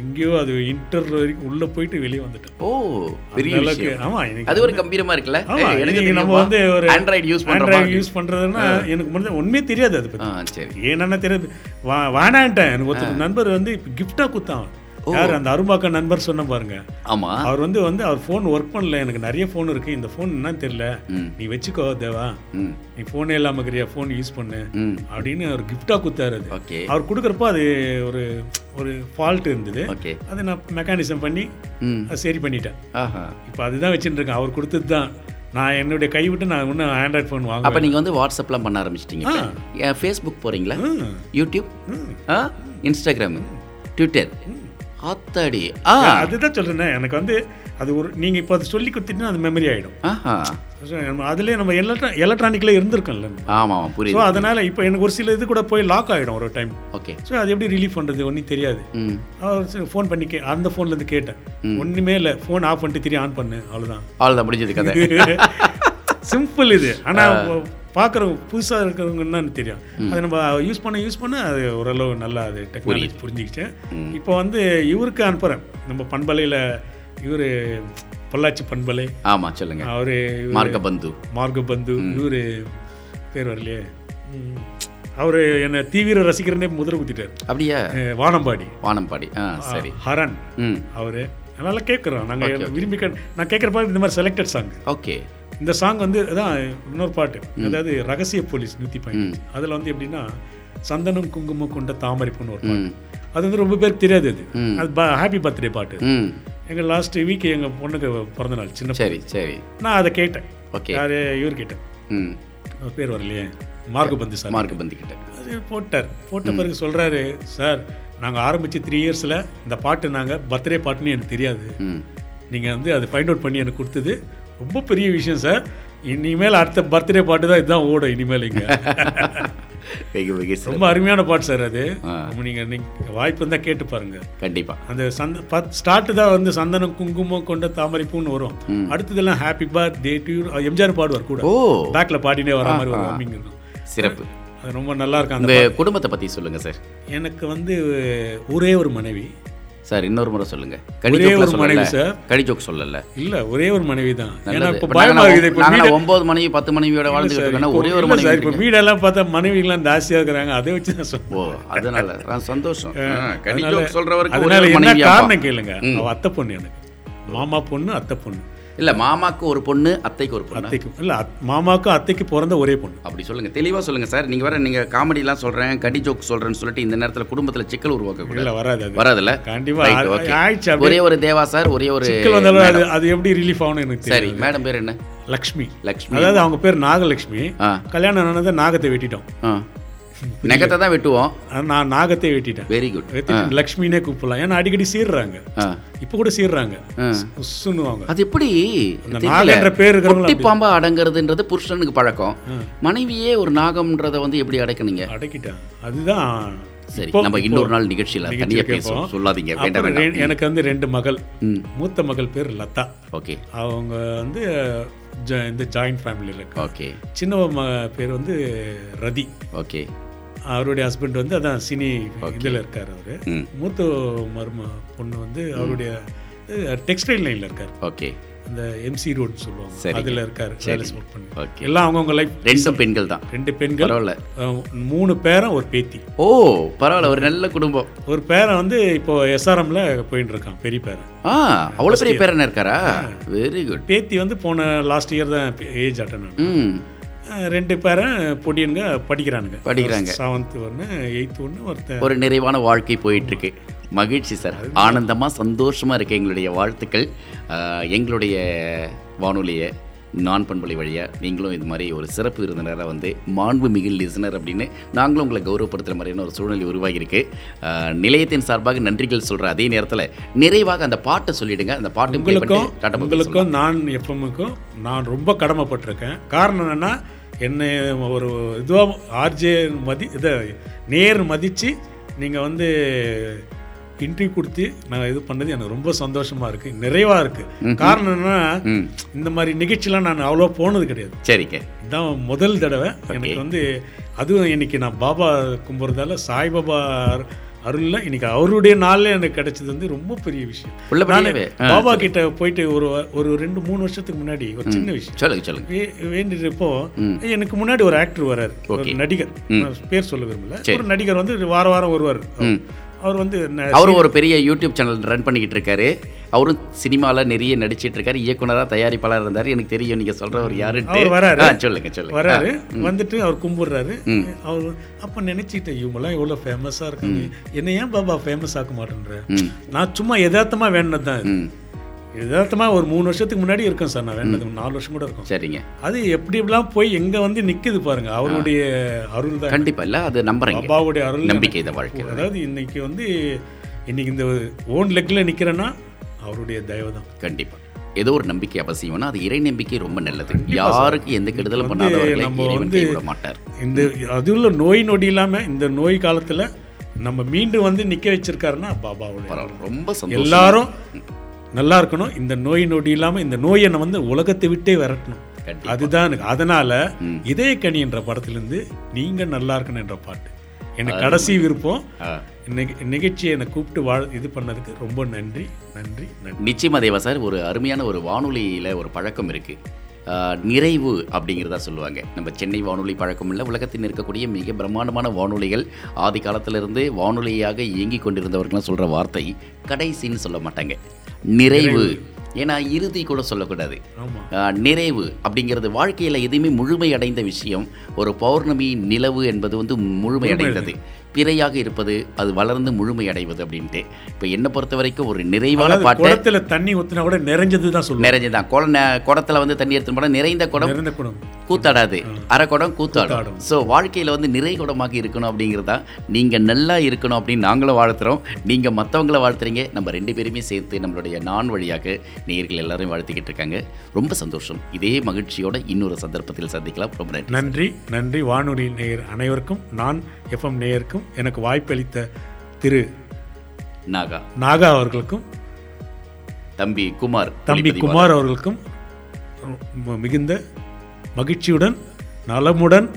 Speaker 4: எங்கேயோ அது இன்டர் வரைக்கும் உள்ளே போயிட்டு வெளியே வந்துட்டோம்
Speaker 3: ஓ பெரிய
Speaker 4: அந்த அளவுக்கு
Speaker 3: விஷயம்
Speaker 4: ஆமாம் எனக்கு
Speaker 3: அது ஒரு கம்பீரமா இருக்குல்ல
Speaker 4: ஆமா,
Speaker 3: ஏய், எனக்கு
Speaker 4: இன்னைக்கு நம்ம
Speaker 3: தெரியுமா?
Speaker 4: வந்து ஒரு
Speaker 3: Android யூஸ் பண்றோமா
Speaker 4: ஆண்ட்ராய்டு யூஸ் பண்ணுறதுன்னா எனக்கு முடிஞ்ச ஒன்றுமே தெரியாது அதை
Speaker 3: ஆ
Speaker 4: பற்றி
Speaker 3: சரி
Speaker 4: என்னென்ன தெரியாது வா வானான்ட்டேன் எனக்கு ஒருத்தர் நண்பர் வந்து இப்போ கிஃப்டாக கொடுத்தான் யார் அந்த அரும்பாக்கா நண்பர் சொன்ன பாருங்க
Speaker 3: ஆமா
Speaker 4: அவர் வந்து வந்து அவர் ஃபோன் ஒர்க் பண்ணல எனக்கு நிறைய ஃபோன் இருக்கு இந்த ஃபோன் என்னன்னு தெரியல
Speaker 3: ம்
Speaker 4: நீ வச்சுக்கோ தேவா
Speaker 3: ம்
Speaker 4: நீ ஃபோனே இல்லாமல் இருக்கிறியா ஃபோன் யூஸ் பண்ணு
Speaker 3: ம்
Speaker 4: அப்படின்னு அவர் கிஃப்டாக கொடுத்தாரு அது
Speaker 3: ஓகே
Speaker 4: அவர் கொடுக்குறப்போ அது ஒரு ஒரு ஃபால்ட் இருந்தது
Speaker 3: ஓகே
Speaker 4: அதை நான் மெக்கானிசம் பண்ணி
Speaker 3: ம்
Speaker 4: அதை சரி பண்ணிட்டேன்
Speaker 3: ஆஹா
Speaker 4: இப்போ அதுதான் வச்சுட்டு இருக்கேன் அவர் கொடுத்தது தான் நான் என்னுடைய கை விட்டு நான் இன்னும் ஆண்ட்ராய்ட் ஃபோன்
Speaker 3: அப்ப
Speaker 4: வாங்குவேன்
Speaker 3: நீங்க வந்து வாட்ஸ்அப்லாம் பண்ண ஆரம்பிச்சிட்டீங்க
Speaker 4: ஆ.
Speaker 3: ஏன் ஃபேஸ்புக் போறீங்களா
Speaker 4: ம்,
Speaker 3: யூடியூப்
Speaker 4: ம்.
Speaker 3: ஆ இன்ஸ்டாகிராம் ட்விட்டர் ஆத்தாடி ஆ
Speaker 4: அதுதான் சொல்கிறேன் எனக்கு வந்து அது ஒரு நீங்கள் இப்போ அதை சொல்லி கொடுத்துட்டீங்கன்னா அது மெமரி ஆகிடும்
Speaker 3: ஆஹா
Speaker 4: அதுலேயே நம்ம எலக்ட்ரா எலக்ட்ரானிக்கில் இருந்திருக்கோம்ல
Speaker 3: ஆமா ஆமா
Speaker 4: ஸோ
Speaker 3: புரியுது
Speaker 4: அதனால் இப்போ எனக்கு ஒரு சில இது கூட போய் லாக் ஆகிடும் ஒரு டைம்
Speaker 3: ஓகே
Speaker 4: ஸோ அது எப்படி ரிலீஃப் பண்ணுறது ஒன்றும் தெரியாது
Speaker 3: ம்
Speaker 4: அவர் ஃபோன் பண்ணி கே அந்த ஃபோன்லேருந்து கேட்டேன் ஒன்றுமே இல்லை ஃபோன் ஆஃப் பண்ணிட்டு திரும்பி ஆன் பண்ணு அவ்வளோதான்
Speaker 3: அவ்வளோதான் முடிஞ்சது கதை
Speaker 4: சிம்பிள் இது ஆனால் பார்க்குறவங்க புதுசாக இருக்கிறவங்க என்னன்னு தெரியும் அது நம்ம யூஸ் பண்ண யூஸ் பண்ண அது ஓரளவு நல்லா அது டெக்னாலஜி புரிஞ்சுக்கிச்சேன் இப்போ வந்து இவருக்கு அனுப்புகிறேன் நம்ம பண்பலையில் இவர் பொள்ளாச்சி பண்பலை
Speaker 3: ஆமா சொல்லுங்க
Speaker 4: அவர்
Speaker 3: மார்க்க பந்து
Speaker 4: மார்கபந்து இவர் பேர் வரலையே அவர் என்னை தீவிர ரசிகர்னே முதல் குத்திட்டார்
Speaker 3: அப்படியா
Speaker 4: அஹ் வானம்பாடி
Speaker 3: வானம்பாடி ஆ சரி
Speaker 4: ஹரன்
Speaker 3: ம்
Speaker 4: அவர் நல்லா கேட்குறோம் நாங்கள் விரும்பி கே- நான் கேட்குற பாட்டு இந்த மாதிரி செலக்டட் சாங்
Speaker 3: ஓகே
Speaker 4: இந்த சாங் வந்து அதான் இன்னொரு பாட்டு அதாவது ரகசிய போலீஸ் நூற்றி பதினஞ்சு அதில் வந்து எப்படின்னா சந்தனம் குங்குமம் கொண்ட தாமரை பொண்ணு ஒரு பாட்டு.
Speaker 3: ம்
Speaker 4: அது வந்து ரொம்ப பேருக்கு தெரியாது அது
Speaker 3: ம்.
Speaker 4: அது ஹாப்பி பர்த்டே பாட்டு
Speaker 3: ம்
Speaker 4: எங்கள் லாஸ்ட் வீக் எங்கள் பொண்ணுக்கு பிறந்த நாள் சின்ன
Speaker 3: சரி சரி
Speaker 4: நான் அதை கேட்டேன்
Speaker 3: ஓகே
Speaker 4: யார் இவர் கேட்டேன்
Speaker 3: ம்
Speaker 4: அவர் பேர் வரலையே மார்க் பந்து சார்
Speaker 3: மார்க் பந்துக்கிட்ட
Speaker 4: அது போட்டார் போட்ட பிறகு சொல்கிறாரு சார் நாங்கள் ஆரம்பித்து த்ரீ இயர்ஸில் இந்த பாட்டு நாங்கள் பர்த்டே பாட்டுன்னு எனக்கு தெரியாது
Speaker 3: ம்
Speaker 4: நீங்கள் வந்து அதை ஃபைண்ட் அவுட் பண்ணி எனக்கு கொடுத்தது ரொம்ப பெரிய விஷயம் சார் இனிமேல் அடுத்த பர்த்டே பாட்டு தான் இதுதான் ஓடும் இனிமேல் இங்கே
Speaker 3: வெகு வெகு சிறப்பு.
Speaker 4: ரொம்ப அருமையான பாட்டு சார் அது
Speaker 3: ஆ.
Speaker 4: நீங்கள் நீங்கள் வாய்ப்பு இருந்தால் கேட்டு பாருங்க
Speaker 3: கண்டிப்பா
Speaker 4: அந்த சந்த ஸ்டார்ட்டு தான் வந்து சந்தனம் குங்குமம் கொண்ட தாமரை பூன்னு வரும் அடுத்ததெல்லாம் happy birthday to MGR பாடுவார் கூட
Speaker 3: ஓ
Speaker 4: பேக்கில் பாடினே வர மாதிரி வரும் அப்படிங்கிறது
Speaker 3: சிறப்பு
Speaker 4: அது ரொம்ப நல்லா இருக்கும் அந்த
Speaker 3: உங்க குடும்பத்தை பத்தி சொல்லுங்க சார்
Speaker 4: எனக்கு வந்து ஒரே ஒரு மனைவி
Speaker 3: சார் இன்னொரு முறை சொல்லுங்க
Speaker 4: ஒரே
Speaker 3: கடிஜோக்ல
Speaker 4: ஒரு மனைவி
Speaker 3: சொல்லல
Speaker 4: சார்
Speaker 3: கடிஜோக் சொல்லல
Speaker 4: இல்ல ஒரே ஒரு மனைவி தான் ஏன்னா
Speaker 3: நல்லது
Speaker 4: இப்போ
Speaker 3: இப்ப
Speaker 4: பயமா இருக்குது
Speaker 3: நாங்க-
Speaker 4: இப்போ
Speaker 3: நாங்க ஒன்பது மனைவி பத்து மனைவியோட வாழ்ந்துகிட்டு இருக்கோம் ஒரே ஒரு மனைவி
Speaker 4: இப்போ
Speaker 3: இருக்கீங்க.
Speaker 4: வீடெல்லாம் பார்த்தா மனைவிகள்லாம் ஜாஸ்தியா இருக்கிறாங்க அதை வச்சு தான்
Speaker 3: ஓ
Speaker 4: சொல்றேன்
Speaker 3: அதனால ஆ, சந்தோஷம் கடிஜோக் சொல்றவருக்கு ஒரே
Speaker 4: அதனால
Speaker 3: ஒரு
Speaker 4: என்ன
Speaker 3: மனைவி
Speaker 4: காரணம் கேளுங்க அவ அத்தை பொண்ணு எனக்கு மாமா பொண்ணு அத்தை பொண்ணு
Speaker 3: இல்ல மாமாக்கு ஒரு பொண்ணு அத்தைக்கு ஒரு பொண்ணு
Speaker 4: அத்தைக்கு இல்ல அத்- மாமாக்கும் அத்தைக்கு பிறந்த ஒரே பொண்ணு
Speaker 3: அப்படி சொல்லுங்க தெளிவா சொல்லுங்க சார் நீங்க வேற நீங்க காமெடிலாம் சொல்றேன் கடி ஜோக் சொல்றேன்னு சொல்லிட்டு இந்த நேரத்துல குடும்பத்துல சிக்கல் உருவாக்க
Speaker 4: இல்ல
Speaker 3: கூடாது
Speaker 4: வராது அது
Speaker 3: வராதுல்ல
Speaker 4: கண்டிப்பா
Speaker 3: Right,
Speaker 4: ஆ-
Speaker 3: okay.
Speaker 4: ஆயிடுச்சு அப்படியே
Speaker 3: ஒரே ஒரு தேவா சார் ஒரே ஒரு
Speaker 4: சிக்கல் வந்தாலும் அது அது எப்படி ரிலீஃப் ஆகணும் எனக்கு
Speaker 3: சரி
Speaker 4: தெரியும்
Speaker 3: மேடம் பேர் என்ன
Speaker 4: லக்ஷ்மி
Speaker 3: லக்ஷ்மி
Speaker 4: அதாவது அவங்க பேர் நாகலக்ஷ்மி
Speaker 3: ஆ
Speaker 4: கல்யாணம் ஆனதை நாகத்தை வெட்டிட்டோம்
Speaker 3: ஆ நெகத்தை தான் வெட்டுவோம்
Speaker 4: ஆனா நான் நாகத்தை வெட்டிட்டேன்
Speaker 3: வெரி குட்
Speaker 4: வெட்டிட்டு லக்ஷ்மினே கூப்பிடலாம் ஏன்னா அடிக்கடி சீர்றாங்க
Speaker 3: ஆ
Speaker 4: இப்போ கூட சீர்றாங்க
Speaker 3: ஆ.
Speaker 4: உஸ்ஸுன்னுவாங்க
Speaker 3: அது எப்படி
Speaker 4: அந்த
Speaker 3: தெரியல.
Speaker 4: நாகன்ற பேர் இருக்கிறவங்கள
Speaker 3: குட்டி பாம்பா அடங்குறதுன்றது புருஷனுக்கு பழக்கம் மனைவியே ஒரு நாகம்ன்றத வந்து எப்படி அடக்குனீங்க
Speaker 4: அடக்கிட்டான் அதுதான்
Speaker 3: சரி
Speaker 4: இப்போ-
Speaker 3: நம்ம இன்னொரு நாள் நிகழ்ச்சியில
Speaker 4: நிகழ்ச்சிக்கு
Speaker 3: தனியா பேசுவோம்
Speaker 4: போவோம்.
Speaker 3: சொல்லாதீங்க வேண்டாம்
Speaker 4: அப்புறம் ரெ-
Speaker 3: வேண்டாம்
Speaker 4: எனக்கு வந்து ரெண்டு மகள்
Speaker 3: ம்
Speaker 4: மூத்த மகள் பேர் லதா
Speaker 3: ஓகே
Speaker 4: அவங்க வந்து ஜ- இந்த ஜாயிண்ட் ஃபேமிலியில் இருக்காங்க
Speaker 3: ஓகே
Speaker 4: சின்ன ம பேர் வந்து ரதி
Speaker 3: ஓகே
Speaker 4: அவருடைய ஹஸ்பண்ட் வந்து அதான் சினி இதில் இருக்கார் அவர்
Speaker 3: ம்
Speaker 4: மூத்த மரும பொண்ணு வந்து அவருடைய டெக்ஸ்டைல் லைனில் இருக்கார்
Speaker 3: ஓகே
Speaker 4: அந்த எம்சி ரோடுன்னு சொல்லுவாங்க
Speaker 3: சரிங்க.
Speaker 4: அதில் இருக்கார் வேலை ஸ்போர்ட் பண்ணி
Speaker 3: ஓகே
Speaker 4: எல்லாம் அவங்கவுங்க லைஃப்
Speaker 3: ரெண்டும் பெண்கள் தான்
Speaker 4: ரெண்டு பெண்கள்
Speaker 3: பரவாயில்ல
Speaker 4: அஹ், மூணு பேரன் ஒரு பேத்தி
Speaker 3: ஓ பரவாயில்ல ஒரு நல்ல குடும்பம்
Speaker 4: ஒரு பேரன் வந்து இப்போ எஸ்ஆர்எம்ல போயிட்டு இருக்கான் பெரிய பேரன்
Speaker 3: ஆ அவ்வளவு பெரிய பேரனா இருக்காரா வெரி குட்
Speaker 4: பேத்தி வந்து போன லாஸ்ட் இயர் தான் ஏஜ் அட்டன்
Speaker 3: ம்
Speaker 4: ரெண்டு பேரன் பொடியனுங்க படிக்கிறானுங்க
Speaker 3: படிக்கிறாங்க.
Speaker 4: செவன்த் ஒன்று எயித்து ஒன்று ஒருத்தன்
Speaker 3: ஒரு நிறைவான வாழ்க்கை போயிட்டு இருக்கு மகிழ்ச்சி சார் ஆனந்தமாக சந்தோஷமாக இருக்கு எங்களுடைய வாழ்த்துக்கள் ஆஹ் எங்களுடைய வானொலியை நான் பண்பலை வழியாக நீங்களும் இது மாதிரி ஒரு சிறப்பு விருந்தினராக வந்து மாண்பு மிகு லிசனர் அப்படின்னு நாங்களும் உங்களை கௌரவப்படுத்துகிற மாதிரியான ஒரு சூழ்நிலை உருவாகியிருக்கு அஹ், நிலையத்தின் சார்பாக நன்றிகள் சொல்கிற அதே நேரத்தில் நிறைவாக அந்த பாட்டை சொல்லிடுங்க அந்த பாட்டு play
Speaker 4: உங்களுக்கும்
Speaker 3: பண்ணிட்டு டாட்டா பாய் சொல்லலாம்.
Speaker 4: உங்களுக்கும் நான் எஃப்எம்முக்கும் நான் ரொம்ப கடமைப்பட்டிருக்கேன் காரணம் என்னென்னா என்னை ஒரு இதுவாக ஆர்ஜே மதி இதை நேர் மதித்து நீங்கள் வந்து இன்டர்வியூ கொடுத்து நான் இது பண்ணது எனக்கு ரொம்ப சந்தோஷமாக இருக்குது நிறைவாக இருக்குது காரணம் என்னன்னா
Speaker 3: ம்
Speaker 4: இந்த மாதிரி நிகழ்ச்சிலாம் நான் அவ்வளோ போனது கிடையாது
Speaker 3: சரிங்க
Speaker 4: இதான் முதல் தடவை எனக்கு வந்து அதுவும் இன்னைக்கு நான் பாபா கும்புறதால சாய்பாபா அரு- அருள்ல இன்னைக்கு அவருடைய நாள்ல எனக்கு கிடைச்சது வந்து ரொம்ப பெரிய விஷயம் நானு
Speaker 3: உள்ளபடியாவே ஆ,
Speaker 4: பாபா கிட்ட போயிட்டு ஒரு வ- ஒரு ரெண்டு மூணு வருஷத்துக்கு முன்னாடி ஒரு சின்ன விஷயம்
Speaker 3: சொல்லுங்க சொல்லுங்க
Speaker 4: வே- வேண்டியிருப்போ எனக்கு முன்னாடி ஒரு ஆக்டர் வராரு ஒரு நடிகர் நான் பேர் சொல்ல விரும்பல ஒரு நடிகர் வந்து வார வாரம் வருவார் அவர். அவர் வந்து ந-
Speaker 3: அவரும் ஒரு பெரிய யூடியூப் சேனல் ரன் பண்ணிக்கிட்டு இருக்காரு அவரும் சினிமாவில் நிறைய நடிச்சிட்டு இருக்காரு இயக்குனராக தயாரிப்பாளர் இருந்தார் எனக்கு தெரியும் நீங்கள் சொல்கிறவர் யாருன்ட்டு
Speaker 4: அவர் வராரு.
Speaker 3: ஆ சொல்லுங்க சொல்லுங்க
Speaker 4: வராரு வந்துட்டு அவர் கும்பிடுறாரு அவர் அப்ப நினைச்சிட்டேன் இவங்கெல்லாம் எவ்வளவு ஃபேமஸா இருக்காங்க என்ன ஏன் பாபா ஃபேமஸ் ஆக்க மாட்டேன்ற நான் சும்மா யதார்த்தமா வேண்டது தான் இது. யதார்த்தமா ஒரு மூணு வருஷத்துக்கு முன்னாடி இருக்கும் சார் நான் வேண்டது நாலு வருஷம் கூட இருக்கும்
Speaker 3: சரிங்க
Speaker 4: அது எப்படி எப்படிலாம் போய் எங்க வந்து நிக்குது பாருங்க அவருடைய அருள் தான்
Speaker 3: கண்டிப்பா இல்ல அது நம்புறேங்க
Speaker 4: பாபாவுடைய அருள் தான்.
Speaker 3: நம்பிக்கை இதை வாழ்க்கை
Speaker 4: அதாவது இன்னைக்கு வந்து இன்னைக்கு இந்த ஓன் லெக்ல நிக்கிறேன்னா அவருடைய தயவு தான்
Speaker 3: கண்டிப்பா ஏதோ ஒரு நம்பிக்கை அவசியம்னா அது இறை நம்பிக்கை ரொம்ப நல்லது யாருக்கு எந்த கெடுதலும் பண்ணாதவர்களை
Speaker 4: நம்ம
Speaker 3: இறைவன்
Speaker 4: வந்து-
Speaker 3: கைவிட மாட்டார்
Speaker 4: இந்த அதுவும் நோய் நொடி இல்லாம இந்த நோய் காலத்துல நம்ம மீண்டும் வந்து நிக்க வச்சிருக்காருன்னா பாபாவுடைய
Speaker 3: பரவாயில்ல ரொம்ப சந்தோஷம்
Speaker 4: எல்லாரும் நல்லா இருக்கணும் இந்த நோய் நொடி இல்லாம இந்த நோயை நம்ம வந்து உலகத்தை விட்டே விரட்டணும்
Speaker 3: கண்டிப்பா.
Speaker 4: அதுதான் எனக்கு அதனால இதயக்கனி என்ற படத்திலிருந்து நீங்க நல்லா இருக்கணும் என்ற பாட்டு எனக்கு கடைசி விருப்பம்
Speaker 3: ஆ.
Speaker 4: நிக- நிகழ்ச்சியை என்னை கூப்பிட்டு வாழ் இது பண்ணதுக்கு ரொம்ப நன்றி நன்றி நன்றி
Speaker 3: நிச்சயமா தேவா சார் ஒரு அருமையான ஒரு வானொலியில் ஒரு பழக்கம் இருக்கு ஆஹ், நிறைவு அப்படிங்கிறதா சொல்லுவாங்க நம்ம சென்னை வானொலி பழக்கம் இல்லை உலகத்தில் இருக்கக்கூடிய மிக பிரம்மாண்டமான வானொலிகள் ஆதி காலத்திலிருந்து வானொலியாக இயங்கி கொண்டிருந்தவர்கள்லாம் சொல்கிற வார்த்தை கடைசின்னு சொல்ல மாட்டாங்க நிறைவு ஏன்னா இறுதி கூட சொல்லக்கூடாது
Speaker 4: ஆமா
Speaker 3: ஆஹ், நிறைவு அப்படிங்கிறது வாழ்க்கையில் எதுவுமே முழுமை அடைந்த விஷயம் ஒரு பௌர்ணமி நிலவு என்பது வந்து முழுமை அடைந்தது பிறையாக இருப்பது அது வளர்ந்து முழுமை அடைவது அப்படின்ட்டு இப்போ என்னை பொறுத்த வரைக்கும் ஒரு நிறைவான
Speaker 4: அதாவது
Speaker 3: பாட்டை
Speaker 4: குடத்துல தண்ணி ஊத்துனா கூட நிறைஞ்சது தான் சொல்லுவேன்
Speaker 3: நிறைஞ்சதான் குளம் நெ- குடத்துல வந்து தண்ணி எடுத்து போனால் நிறைந்த குடம்
Speaker 4: நிறைந்த குடம்
Speaker 3: கூத்தாடாது அரை குடம் கூத்தாடும்
Speaker 4: கூத்தாடும்.
Speaker 3: ஸோ வாழ்க்கையில் வந்து நிறை குடமாக இருக்கணும் அப்படிங்கிறதா நீங்கள் நல்லா இருக்கணும் அப்படின்னு நாங்களும் வாழ்த்துறோம் நீங்கள் மற்றவங்கள வாழ்த்துறீங்க நம்ம ரெண்டு பேருமே சேர்த்து நம்மளுடைய நான் வழியாக நேயர்கள் எல்லாரையும் வாழ்த்திக்கிட்டு இருக்காங்க ரொம்ப சந்தோஷம் இதே மகிழ்ச்சியோட இன்னொரு சந்தர்ப்பத்தில் சந்திக்கலாம் ரொம்ப நன்றி
Speaker 4: நன்றி நன்றி வானொலி நேயர் அனைவருக்கும் நான் எஃப்எம் நேயருக்கும் எனக்கு வாய்ப்பளித்த திரு
Speaker 3: நாகா
Speaker 4: நாகா அவர்களுக்கும்
Speaker 3: தம்பி குமார்
Speaker 4: தம்பி
Speaker 3: ஒளிப்பதிவாளர்.
Speaker 4: குமார் அவர்களுக்கும் ம- மிகுந்த மகிழ்ச்சியுடன் நலமுடன்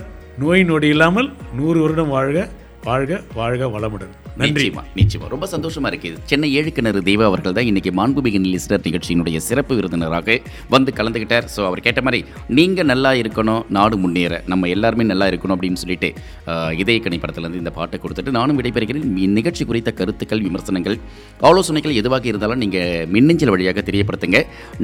Speaker 4: நோய் நொடி இல்லாமல் நூறு வருடம் வாழ்க வாழ்க வாழ்க வளமுடன் நன்றி
Speaker 3: நிச்சயமா நிச்சயமா ரொம்ப சந்தோஷமா இருக்கு சென்னை ஏழுக்கிணறு தேவா அவர்கள் தான் இன்னைக்கு மாண்புமிகு லிஸ்டர் நிகழ்ச்சியினுடைய சிறப்பு விருந்தினராக வந்து கலந்துக்கிட்டார் ஸோ அவர் கேட்ட மாதிரி நீங்க நல்லா இருக்கணும் நாடு முன்னேற நம்ம எல்லாருமே நல்லா இருக்கணும் அப்படின்னு சொல்லிட்டு ஆஹ், இதய கணி படத்துலேருந்து இந்த பாட்டை கொடுத்துட்டு நானும் விடைபெறுகிறேன் இந்நிகழ்ச்சி குறித்த கருத்துக்கள் விமர்சனங்கள் ஆலோசனைகள் எதுவாக இருந்தாலும் நீங்க மின்னஞ்சல் வழியாக தெரியப்படுத்துங்க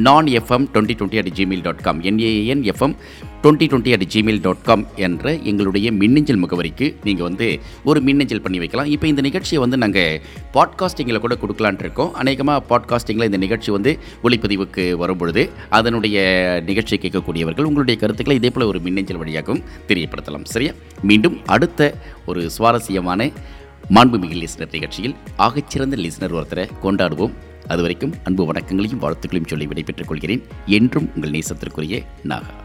Speaker 3: நான் FM twenty twenty at Gmail dot com NAN FM twenty twenty at Gmail dot com என்ற எங்களுடைய மின்னஞ்சல் முகவரிக்கு நீங்கள் வந்து ஒரு மின்னஞ்சல் பண்ணி வைக்கலாம் இப்போ இந்த நிகழ்ச்சியை வந்து நாங்கள் பாட்காஸ்டிங்கில் கூட கொடுக்கலான்ட்டு இருக்கோம் அநேகமாக பாட்காஸ்டிங்கில் இந்த நிகழ்ச்சி வந்து ஒளிப்பதிவுக்கு வரும்பொழுது அதனுடைய நிகழ்ச்சியை கேட்கக்கூடியவர்கள் உங்களுடைய கருத்துக்களை இதே போல் ஒரு மின்னஞ்சல் வழியாகவும் தெரியப்படுத்தலாம் சரியா மீண்டும் அடுத்த ஒரு சுவாரஸ்யமான மாண்புமிகு லிஸ்னர் நிகழ்ச்சியில் ஆகச்சிறந்த லிஸ்னர் ஒருத்தரை கொண்டாடுவோம் அது வரைக்கும் அன்பு வணக்கங்களையும் வாழ்த்துக்களையும் சொல்லி விடைபெற்றுக் கொள்கிறேன் என்றும் உங்கள் நேசத்திற்குரிய நாகா